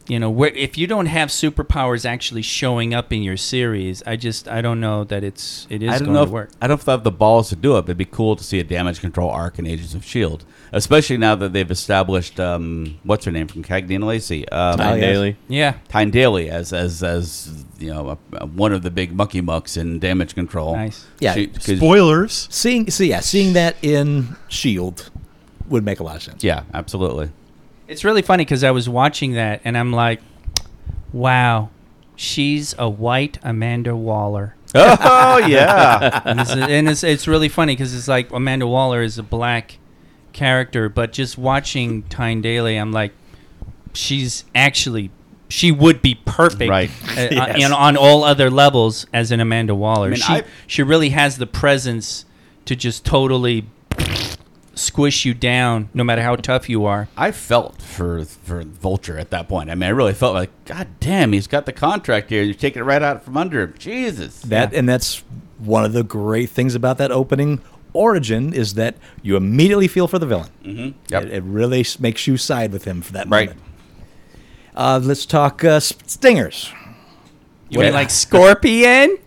Speaker 5: you know, where if you don't have superpowers actually showing up in your series, I just I don't know that it's it is
Speaker 3: I
Speaker 5: going
Speaker 3: don't know.
Speaker 5: to
Speaker 3: If,
Speaker 5: work.
Speaker 3: I don't know if they have the balls to do it, but it'd be cool to see a damage control arc in Agents of Shield, E especially now that they've established um, what's her name from Cagney and Lacey, um,
Speaker 6: Tyne
Speaker 4: Oh, yes.
Speaker 6: Daly.
Speaker 5: Yeah,
Speaker 3: Tyne Daly as as as you know a, a- one of the big mucky mucks in damage control.
Speaker 5: Nice.
Speaker 4: Yeah.
Speaker 3: She- 'cause-
Speaker 2: Spoilers.
Speaker 4: Seeing, see, yeah, seeing that in Shield E would make a lot of sense.
Speaker 3: yeah, absolutely.
Speaker 5: It's really funny because I was watching that and I'm like, wow, she's a white Amanda Waller.
Speaker 3: Oh yeah,
Speaker 5: And, it's, and it's, it's really funny because it's like Amanda Waller is a black character, but just watching Tyne Daly, I'm like, she's actually. She would be perfect,
Speaker 3: Right.
Speaker 5: uh, and on all other levels as an Amanda Waller.
Speaker 3: mean,
Speaker 5: she
Speaker 3: I-
Speaker 5: she really has the presence to just totally squish you down, no matter how tough you are.
Speaker 3: I felt for for Vulture at that point. I mean, I really felt like, God damn, he's got the contract here. You're taking it right out from under him. Jesus.
Speaker 4: That and that's one of the great things about that opening origin is that you immediately feel for the villain. Mm-hmm.
Speaker 3: Yep.
Speaker 4: It, it really s- makes you side with him for that
Speaker 3: Right.
Speaker 4: moment. Uh, let's talk uh, s- stingers.
Speaker 5: You mean like Scorpion?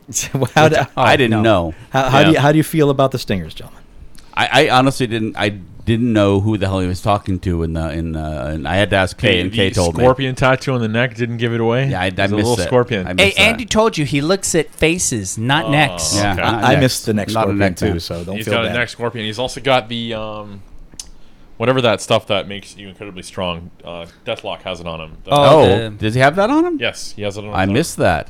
Speaker 4: how do, oh,
Speaker 3: I didn't know.
Speaker 4: how, how do
Speaker 6: Yeah.
Speaker 4: you how do you feel about the stingers, gentlemen?
Speaker 3: I, I honestly didn't. I didn't know who the hell he was talking to in the in the. And I had to ask Kay, and
Speaker 2: The
Speaker 3: Kay told
Speaker 2: scorpion tattoo on the neck didn't give it away.
Speaker 3: Yeah, I- I
Speaker 2: It was a
Speaker 3: missed
Speaker 2: little
Speaker 3: it.
Speaker 2: scorpion.
Speaker 3: I
Speaker 5: Hey,
Speaker 3: missed that.
Speaker 5: Andy told you he looks at faces, not necks.
Speaker 3: me. Yeah,
Speaker 2: Okay.
Speaker 3: not
Speaker 4: I
Speaker 3: next.
Speaker 4: missed the next
Speaker 3: Not a
Speaker 4: scorpion
Speaker 3: next
Speaker 4: too,
Speaker 3: time.
Speaker 4: so don't
Speaker 2: He's
Speaker 4: feel
Speaker 2: got
Speaker 4: bad.
Speaker 2: a neck scorpion. He's also got the um, whatever that stuff that makes you incredibly strong. Uh, Deathlock has it on him. That-
Speaker 5: Oh.
Speaker 3: Oh,
Speaker 5: the-
Speaker 3: does he have that on him?
Speaker 2: yes, he has it on. his
Speaker 3: I
Speaker 2: arm.
Speaker 3: missed that.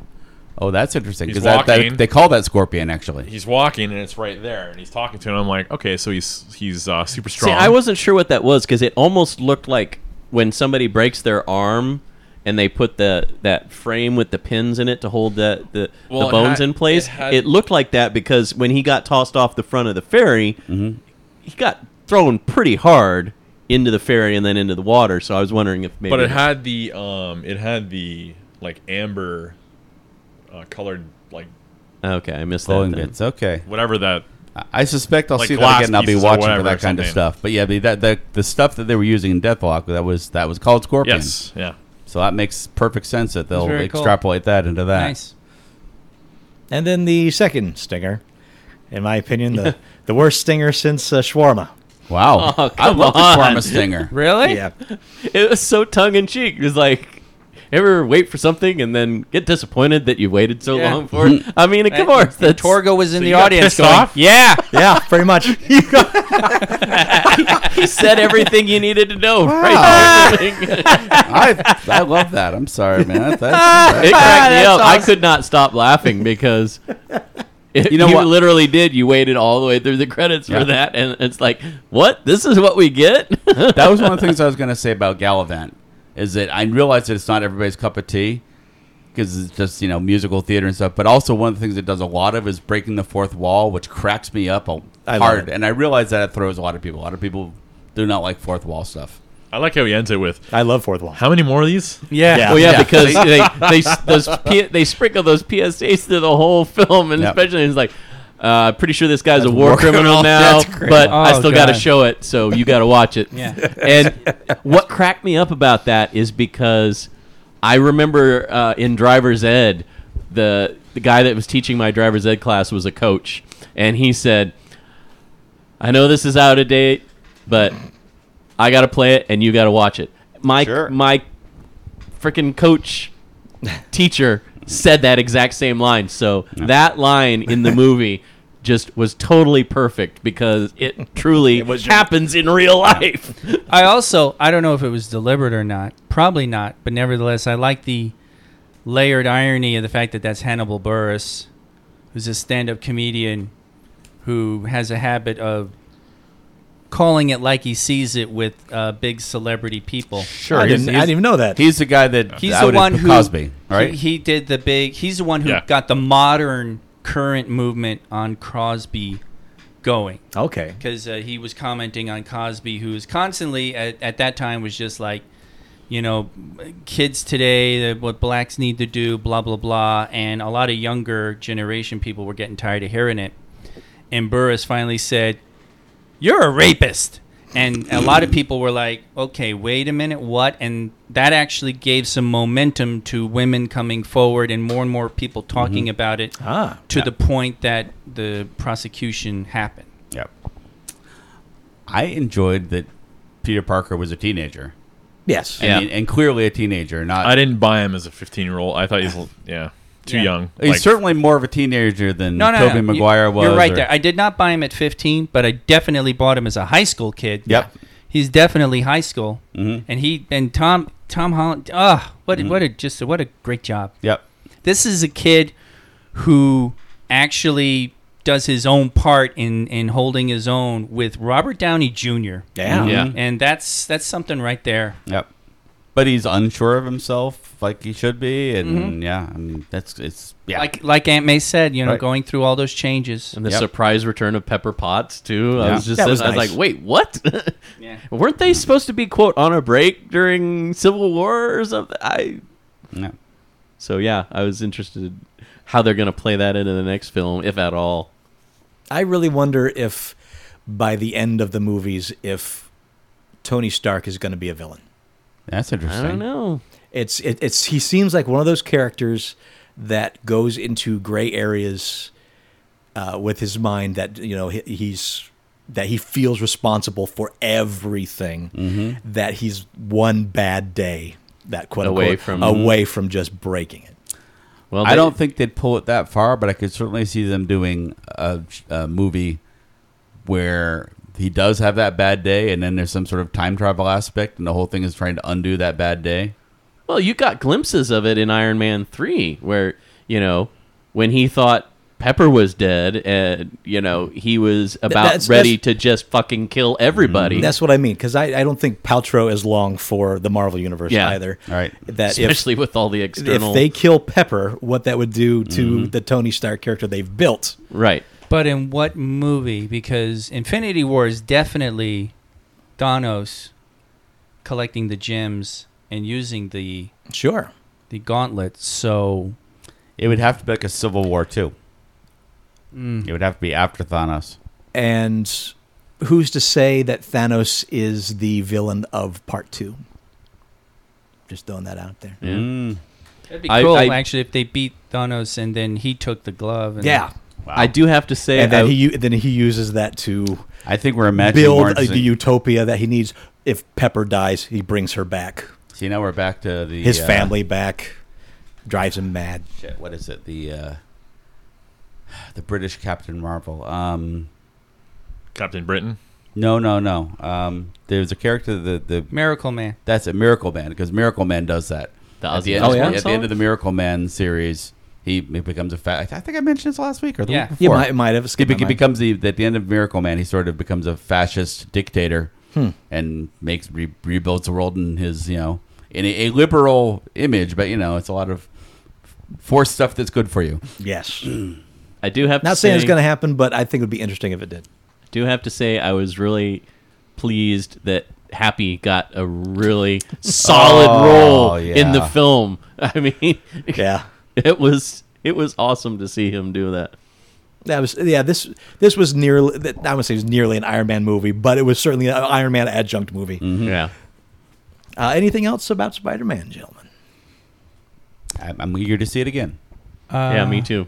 Speaker 3: Oh, that's interesting.
Speaker 2: He's
Speaker 3: Because that, that,
Speaker 2: walking.
Speaker 3: they call that scorpion actually.
Speaker 2: He's walking and it's right there, and he's talking to him. I'm like, okay, so he's he's uh, super
Speaker 6: See,
Speaker 2: strong.
Speaker 6: I wasn't sure what that was because it almost looked like when somebody breaks their arm and they put the that frame with the pins in it to hold the the,
Speaker 2: Well,
Speaker 6: the
Speaker 2: it
Speaker 6: bones
Speaker 2: had-
Speaker 6: in place.
Speaker 2: it
Speaker 6: It,
Speaker 2: had-
Speaker 6: looked like that because when he got tossed off the front of the ferry,
Speaker 2: Mm-hmm.
Speaker 6: he got thrown pretty hard into the ferry and then into the water. So I was wondering if maybe
Speaker 2: but it had the um, it had the like amber uh, colored like
Speaker 6: okay, I missed that.
Speaker 3: Glowing
Speaker 6: Then.
Speaker 3: bits. Okay.
Speaker 2: whatever that.
Speaker 3: I suspect I'll
Speaker 2: Like
Speaker 3: see that
Speaker 2: glass
Speaker 3: again. and I'll be
Speaker 2: pieces or
Speaker 3: watching
Speaker 2: whatever
Speaker 3: for
Speaker 2: or
Speaker 3: that kind of
Speaker 2: something.
Speaker 3: stuff. But yeah, the, that the, the stuff that they were using in Deathlock that was that was called Scorpion.
Speaker 2: Yes, yeah.
Speaker 3: So that makes perfect sense that they'll
Speaker 5: very cool.
Speaker 3: extrapolate that into that.
Speaker 5: Nice.
Speaker 4: And then the second stinger, in my opinion, the, the worst stinger since uh, shawarma.
Speaker 3: Wow,
Speaker 6: Oh,
Speaker 3: I
Speaker 6: come
Speaker 3: love the
Speaker 6: on.
Speaker 3: shawarma stinger.
Speaker 5: Really?
Speaker 4: Yeah,
Speaker 6: It was so tongue in cheek. It was like. Ever wait for something and then get disappointed that you waited so
Speaker 5: Yeah.
Speaker 6: long for it? I mean, of
Speaker 5: And-
Speaker 6: course,
Speaker 5: and
Speaker 6: that's
Speaker 5: Torgo was in
Speaker 6: so
Speaker 5: the
Speaker 6: you got
Speaker 5: audience
Speaker 6: pissed
Speaker 5: going,
Speaker 6: off?
Speaker 5: "Yeah,
Speaker 4: yeah, pretty much.
Speaker 6: you said everything you needed to know.
Speaker 3: Wow. I, I love that. I'm sorry, man. That's, that's-
Speaker 6: It cracked me up. I could not stop laughing because it, you
Speaker 3: know what?
Speaker 6: literally did. You waited all the way through the credits
Speaker 3: Yeah.
Speaker 6: for that, and it's like, what? This is what we get?
Speaker 3: that was one of the things I was going to say about Gallivant is that I realize that it's not everybody's cup of tea because it's just you know musical theater and stuff. But also one of the things it does a lot of is breaking the fourth wall, which cracks me up a-
Speaker 4: I love
Speaker 3: hard.
Speaker 4: it.
Speaker 3: And I realize that it throws a lot of people. A lot of people do not like fourth wall stuff.
Speaker 2: I like how he ends it with,
Speaker 4: I love fourth wall.
Speaker 2: "How many more of these?"
Speaker 5: Yeah.
Speaker 4: Yeah.
Speaker 6: Well, Oh, yeah, because they they s- those P, they sprinkle those PSAs through the whole film, and
Speaker 3: Yep.
Speaker 6: especially it's like. Uh, pretty sure this guy's a war, criminal, now,
Speaker 3: That's great.
Speaker 6: but I
Speaker 5: Oh,
Speaker 6: still got to
Speaker 5: God.
Speaker 6: show it, so you got to watch it.
Speaker 5: Yeah.
Speaker 6: And what cracked me up about that is because I remember uh, in driver's ed, the the guy that was teaching my driver's ed class was a coach, and he said, "I know this is out of date, but I got to play it, and you got to watch it." My
Speaker 8: Sure.
Speaker 6: my freaking coach teacher said that exact same line. So that line in the movie just was totally perfect because it truly happens in real life.
Speaker 5: I also I don't know if it was deliberate or not. Probably not, but nevertheless, I like the layered irony of the fact that that's Hannibal Burris, who's a stand-up comedian who has a habit of calling it like he sees it with uh, big celebrity people.
Speaker 3: Sure,
Speaker 4: I didn't, I didn't even know that.
Speaker 3: He's the guy that
Speaker 5: He's
Speaker 3: outed
Speaker 5: the one who
Speaker 3: Cosby, right?
Speaker 5: He, he did the big. He's the one who
Speaker 2: Yeah.
Speaker 5: got the modern current movement on Crosby going
Speaker 4: okay.
Speaker 5: because uh, he was commenting on Cosby, who was constantly at, at that time was just like, you know, kids today, that what blacks need to do, blah blah blah, and a lot of younger generation people were getting tired of hearing it. And Burris finally said, "You're a rapist." And a lot of people were like, okay, wait a minute, what? And that actually gave some momentum to women coming forward and more and more people talking about it
Speaker 4: Ah.
Speaker 5: to the point that the prosecution happened.
Speaker 3: yep. I enjoyed that Peter Parker was a teenager.
Speaker 4: Yes.
Speaker 6: Yeah.
Speaker 3: And, and clearly a teenager, not
Speaker 2: I didn't buy him as a 15 year old. I thought he's yeah too
Speaker 5: Yeah.
Speaker 2: young.
Speaker 3: He's
Speaker 2: Like,
Speaker 3: certainly more of a teenager than
Speaker 5: No, no,
Speaker 3: Tobey
Speaker 5: no. You-
Speaker 3: Maguire was.
Speaker 5: You're right
Speaker 3: or-
Speaker 5: there. I did not buy him at 15, but I definitely bought him as a high school kid.
Speaker 3: Yep. Mm-hmm.
Speaker 5: He's definitely high school, and he and Tom Tom Holland. Ah, what a what a just a, what a great job.
Speaker 3: Yep.
Speaker 5: This is a kid who actually does his own part in in holding his own with Robert Downey Jr.
Speaker 4: Yeah.
Speaker 6: Yeah.
Speaker 5: and that's that's something right there.
Speaker 3: Yep. But he's unsure of himself, like he should be, and
Speaker 6: Mm-hmm.
Speaker 3: yeah, I mean that's it's yeah.
Speaker 5: Like like Aunt May said, you know,
Speaker 3: Right.
Speaker 5: going through all those changes.
Speaker 6: And the
Speaker 3: Yep.
Speaker 6: surprise return of Pepper Potts too. I
Speaker 3: Yeah.
Speaker 6: was just
Speaker 4: That was
Speaker 6: I was
Speaker 4: nice.
Speaker 6: like, wait, what?
Speaker 5: Yeah.
Speaker 6: Weren't they supposed to be quote on a break during Civil War or something? I
Speaker 3: Yeah.
Speaker 6: so yeah, I was interested how they're gonna play that into the next film, if at all.
Speaker 4: I really wonder if by the end of the movies, if Tony Stark is going to be a villain.
Speaker 3: that's
Speaker 6: I
Speaker 3: interesting.
Speaker 6: don't know.
Speaker 4: It's it, it's he seems like one of those characters that goes into gray areas uh, with his mind that you know he, he's that he feels responsible for everything that he's one bad day that quote
Speaker 6: Mm-hmm. Away
Speaker 4: unquote,
Speaker 6: from-
Speaker 4: away from just breaking it.
Speaker 6: Well,
Speaker 3: I
Speaker 6: they-
Speaker 3: don't think they'd pull it that far, but I could certainly see them doing a, a movie where he does have that bad day, and then there's some sort of time travel aspect, and the whole thing is trying to undo that bad day.
Speaker 6: Well, you got glimpses of it in Iron Man 3 where, you know, when he thought Pepper was dead and, you know, he was about
Speaker 4: that's-
Speaker 6: ready
Speaker 4: that's-
Speaker 6: to just fucking kill everybody.
Speaker 4: That's what I mean because I, I don't think Paltrow is long for the Marvel universe
Speaker 6: Yeah.
Speaker 4: either.
Speaker 3: Right.
Speaker 4: That if-
Speaker 6: especially with all the external Mm-hmm.
Speaker 4: if they kill Pepper, what that would do to the Tony Stark character they've built.
Speaker 6: Right.
Speaker 5: But in what movie? Because Infinity War is definitely Thanos collecting the gems and using the
Speaker 4: Sure.
Speaker 5: the gauntlet. So
Speaker 3: It would have to be like a Civil War too.
Speaker 6: Mm.
Speaker 3: It would have to be after Thanos.
Speaker 4: And who's to say that Thanos is the villain of part two? Just throwing that out there.
Speaker 3: Mm.
Speaker 5: that'd be
Speaker 6: I-
Speaker 5: cool
Speaker 6: I-
Speaker 5: actually if they beat Thanos and then he took the glove. And
Speaker 4: Yeah.
Speaker 6: I do have to say
Speaker 4: And then
Speaker 6: I-
Speaker 4: he u- then he uses that to
Speaker 3: I think we're imagining more
Speaker 4: build a, the
Speaker 3: interesting-
Speaker 4: utopia that he needs. If Pepper dies, he brings her back,
Speaker 3: See, now we're back to the
Speaker 4: his
Speaker 3: uh,
Speaker 4: family back, drives him mad.
Speaker 3: Shit, what is it? The uh, the British Captain Marvel. Um,
Speaker 2: Captain Britain.
Speaker 3: No, no, no. Um, there's a character that the
Speaker 5: Miracle Man.
Speaker 3: that's a Miracle Man because Miracle Man does that.
Speaker 7: The
Speaker 3: at the
Speaker 7: Ozzy
Speaker 3: end,
Speaker 4: Osbourne
Speaker 3: at the
Speaker 7: song?
Speaker 3: end of the Miracle Man series, he, he becomes a fat. I think I mentioned this last week or the
Speaker 5: Yeah.
Speaker 3: week
Speaker 4: You
Speaker 3: before.
Speaker 4: might, might have
Speaker 3: He
Speaker 4: skipped.
Speaker 3: be-
Speaker 4: my mind.
Speaker 3: becomes the at the end of Miracle Man. He sort of becomes a fascist dictator
Speaker 4: Hmm.
Speaker 3: and makes re- rebuilds the world in his you know in a, a liberal image, but you know it's a lot of forced stuff that's good for you.
Speaker 4: yes.
Speaker 7: I do have
Speaker 4: Not
Speaker 7: to
Speaker 4: saying
Speaker 7: say,
Speaker 4: it's going to happen, but I think it would be interesting if it did.
Speaker 7: do have to say I was really pleased that Happy got a really solid
Speaker 3: Oh,
Speaker 7: role in the
Speaker 3: yeah.
Speaker 7: film. I mean,
Speaker 4: Yeah.
Speaker 7: it was it was awesome to see him do that.
Speaker 4: That was yeah. This this was nearly. I would say it was nearly an Iron Man movie, but it was certainly an Iron Man adjunct movie.
Speaker 7: Yeah.
Speaker 4: Uh, anything else about Spider Man, gentlemen?
Speaker 3: I'm, I'm eager to see it again,
Speaker 5: Uh,
Speaker 7: yeah, me too.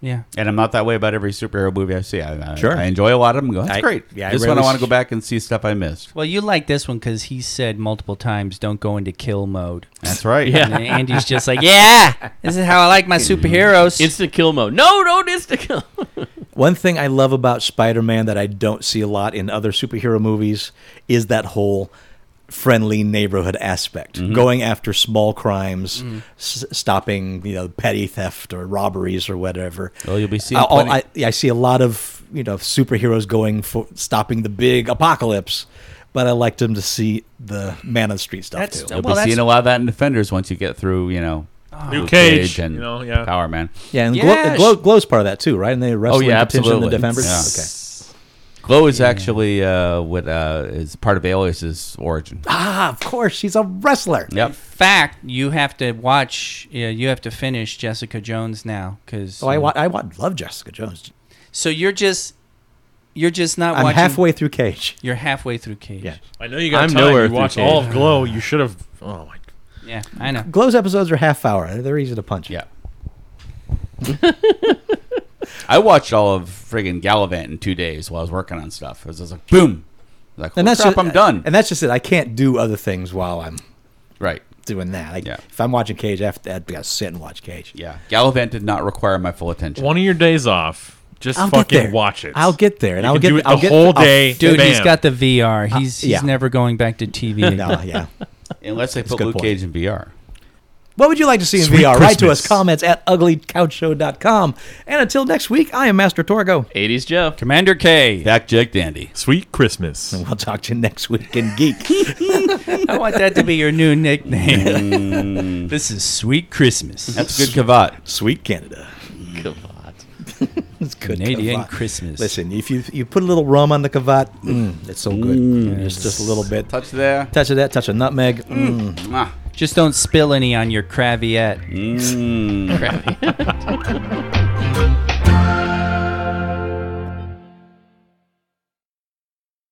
Speaker 5: Yeah.
Speaker 3: and I'm not that way about every superhero movie I see. I, I,
Speaker 4: Sure.
Speaker 3: I enjoy a lot of them. Go, that's
Speaker 4: I-
Speaker 3: great.
Speaker 4: yeah, I
Speaker 3: this one I
Speaker 4: rarely
Speaker 3: want to
Speaker 4: s-
Speaker 3: go back and see stuff I missed.
Speaker 5: Well, you like this one because he said multiple times, "Don't go into kill mode."
Speaker 3: That's right.
Speaker 5: And then Andy's just like, "Yeah, this is how I like my superheroes."
Speaker 7: Instant kill mode. No, don't instant kill.
Speaker 4: One thing I love about Spider Man that I don't see a lot in other superhero movies is that whole friendly neighborhood aspect,
Speaker 3: Mm-hmm.
Speaker 4: going after small crimes, s- stopping you know petty theft or robberies or whatever.
Speaker 3: Well, Oh, you'll be seeing.
Speaker 4: I,
Speaker 3: plenty-
Speaker 4: I, yeah, I see a lot of you know superheroes going for stopping the big apocalypse, but I liked them to see the man on the street stuff
Speaker 5: That's-
Speaker 4: too.
Speaker 5: that-
Speaker 3: You'll
Speaker 5: Well,
Speaker 3: be seeing
Speaker 5: that's-
Speaker 3: a lot of that in Defenders once you get through, you know,
Speaker 4: Ah.
Speaker 2: Luke Cage, you know, yeah.
Speaker 3: Power Man.
Speaker 4: Yeah, and
Speaker 5: Yeah,
Speaker 4: Glow, Glow, Glow's part of that too, right? And they
Speaker 3: Oh
Speaker 4: wrestle
Speaker 3: yeah,
Speaker 4: in contention in
Speaker 3: absolutely.
Speaker 4: the Defenders.
Speaker 3: Okay. Glow is actually uh, what uh, is part of Alias's origin.
Speaker 4: Ah, of course, she's a wrestler.
Speaker 3: Yep.
Speaker 5: fact, you have to watch. Yeah, you have to finish Jessica Jones now because.
Speaker 4: So I, wa- I wa- love Jessica Jones.
Speaker 5: So you're just, you're just not
Speaker 4: I'm
Speaker 5: watching.
Speaker 4: halfway through Cage.
Speaker 5: You're halfway through Cage.
Speaker 4: Yeah.
Speaker 2: I know you got
Speaker 7: I'm
Speaker 2: time.
Speaker 7: nowhere
Speaker 2: you
Speaker 7: through
Speaker 2: watched
Speaker 7: Cage.
Speaker 2: all of Glow. You should have. Oh my.
Speaker 5: Yeah, I know.
Speaker 4: Glow's episodes are half hour. They're easy to punch.
Speaker 3: Yeah. I watched all of friggin' Gallivant in two days while I was working on stuff. It was just like boom. Like,
Speaker 4: and
Speaker 3: and
Speaker 4: that's
Speaker 3: crap,
Speaker 4: just, uh,
Speaker 3: I'm done.
Speaker 4: And that's just it. I can't do other things while I'm
Speaker 3: right.
Speaker 4: doing that. I,
Speaker 3: Yeah.
Speaker 4: If I'm watching Cage, I have to, I've got to sit and watch Cage.
Speaker 3: Yeah. Gallivant did not require my full attention.
Speaker 2: One of your days off, just fucking watch it.
Speaker 4: I'll get there, and
Speaker 2: You
Speaker 4: I'll
Speaker 2: can
Speaker 4: get
Speaker 2: do it
Speaker 4: I'll
Speaker 2: the
Speaker 4: get,
Speaker 2: whole
Speaker 4: I'll-
Speaker 2: day.
Speaker 5: Dude, Uh, he's
Speaker 2: Bam.
Speaker 5: got the VR. He's he's
Speaker 4: yeah.
Speaker 5: never going back to TV. again.
Speaker 4: no, yeah.
Speaker 3: Unless they put
Speaker 4: good
Speaker 3: Luke
Speaker 4: point.
Speaker 3: Cage in VR.
Speaker 4: What would you like to see in
Speaker 2: Sweet
Speaker 4: VR? Write to us
Speaker 2: Christmas.
Speaker 4: comments at uglycouchshow.com. And until next week, I am Master Torgo.
Speaker 7: 80s Jeff.
Speaker 5: Commander K.
Speaker 3: Back Jake Dandy.
Speaker 2: Sweet Christmas.
Speaker 4: I'll talk to you next week in Geek.
Speaker 5: I want that to be your new nickname. this is Sweet Christmas.
Speaker 3: Mm. That's a good cavat.
Speaker 4: Sweet Canada. It's good.
Speaker 5: Canadian
Speaker 4: Cravat.
Speaker 5: Christmas.
Speaker 4: Listen, if you you put a little rum on the cavat, mm, it's so good. just just a little bit.
Speaker 3: Touch there.
Speaker 4: Touch of that, touch of nutmeg. Mm.
Speaker 3: Mwah.
Speaker 5: Just don't spill any on your Craviette.
Speaker 3: Mm.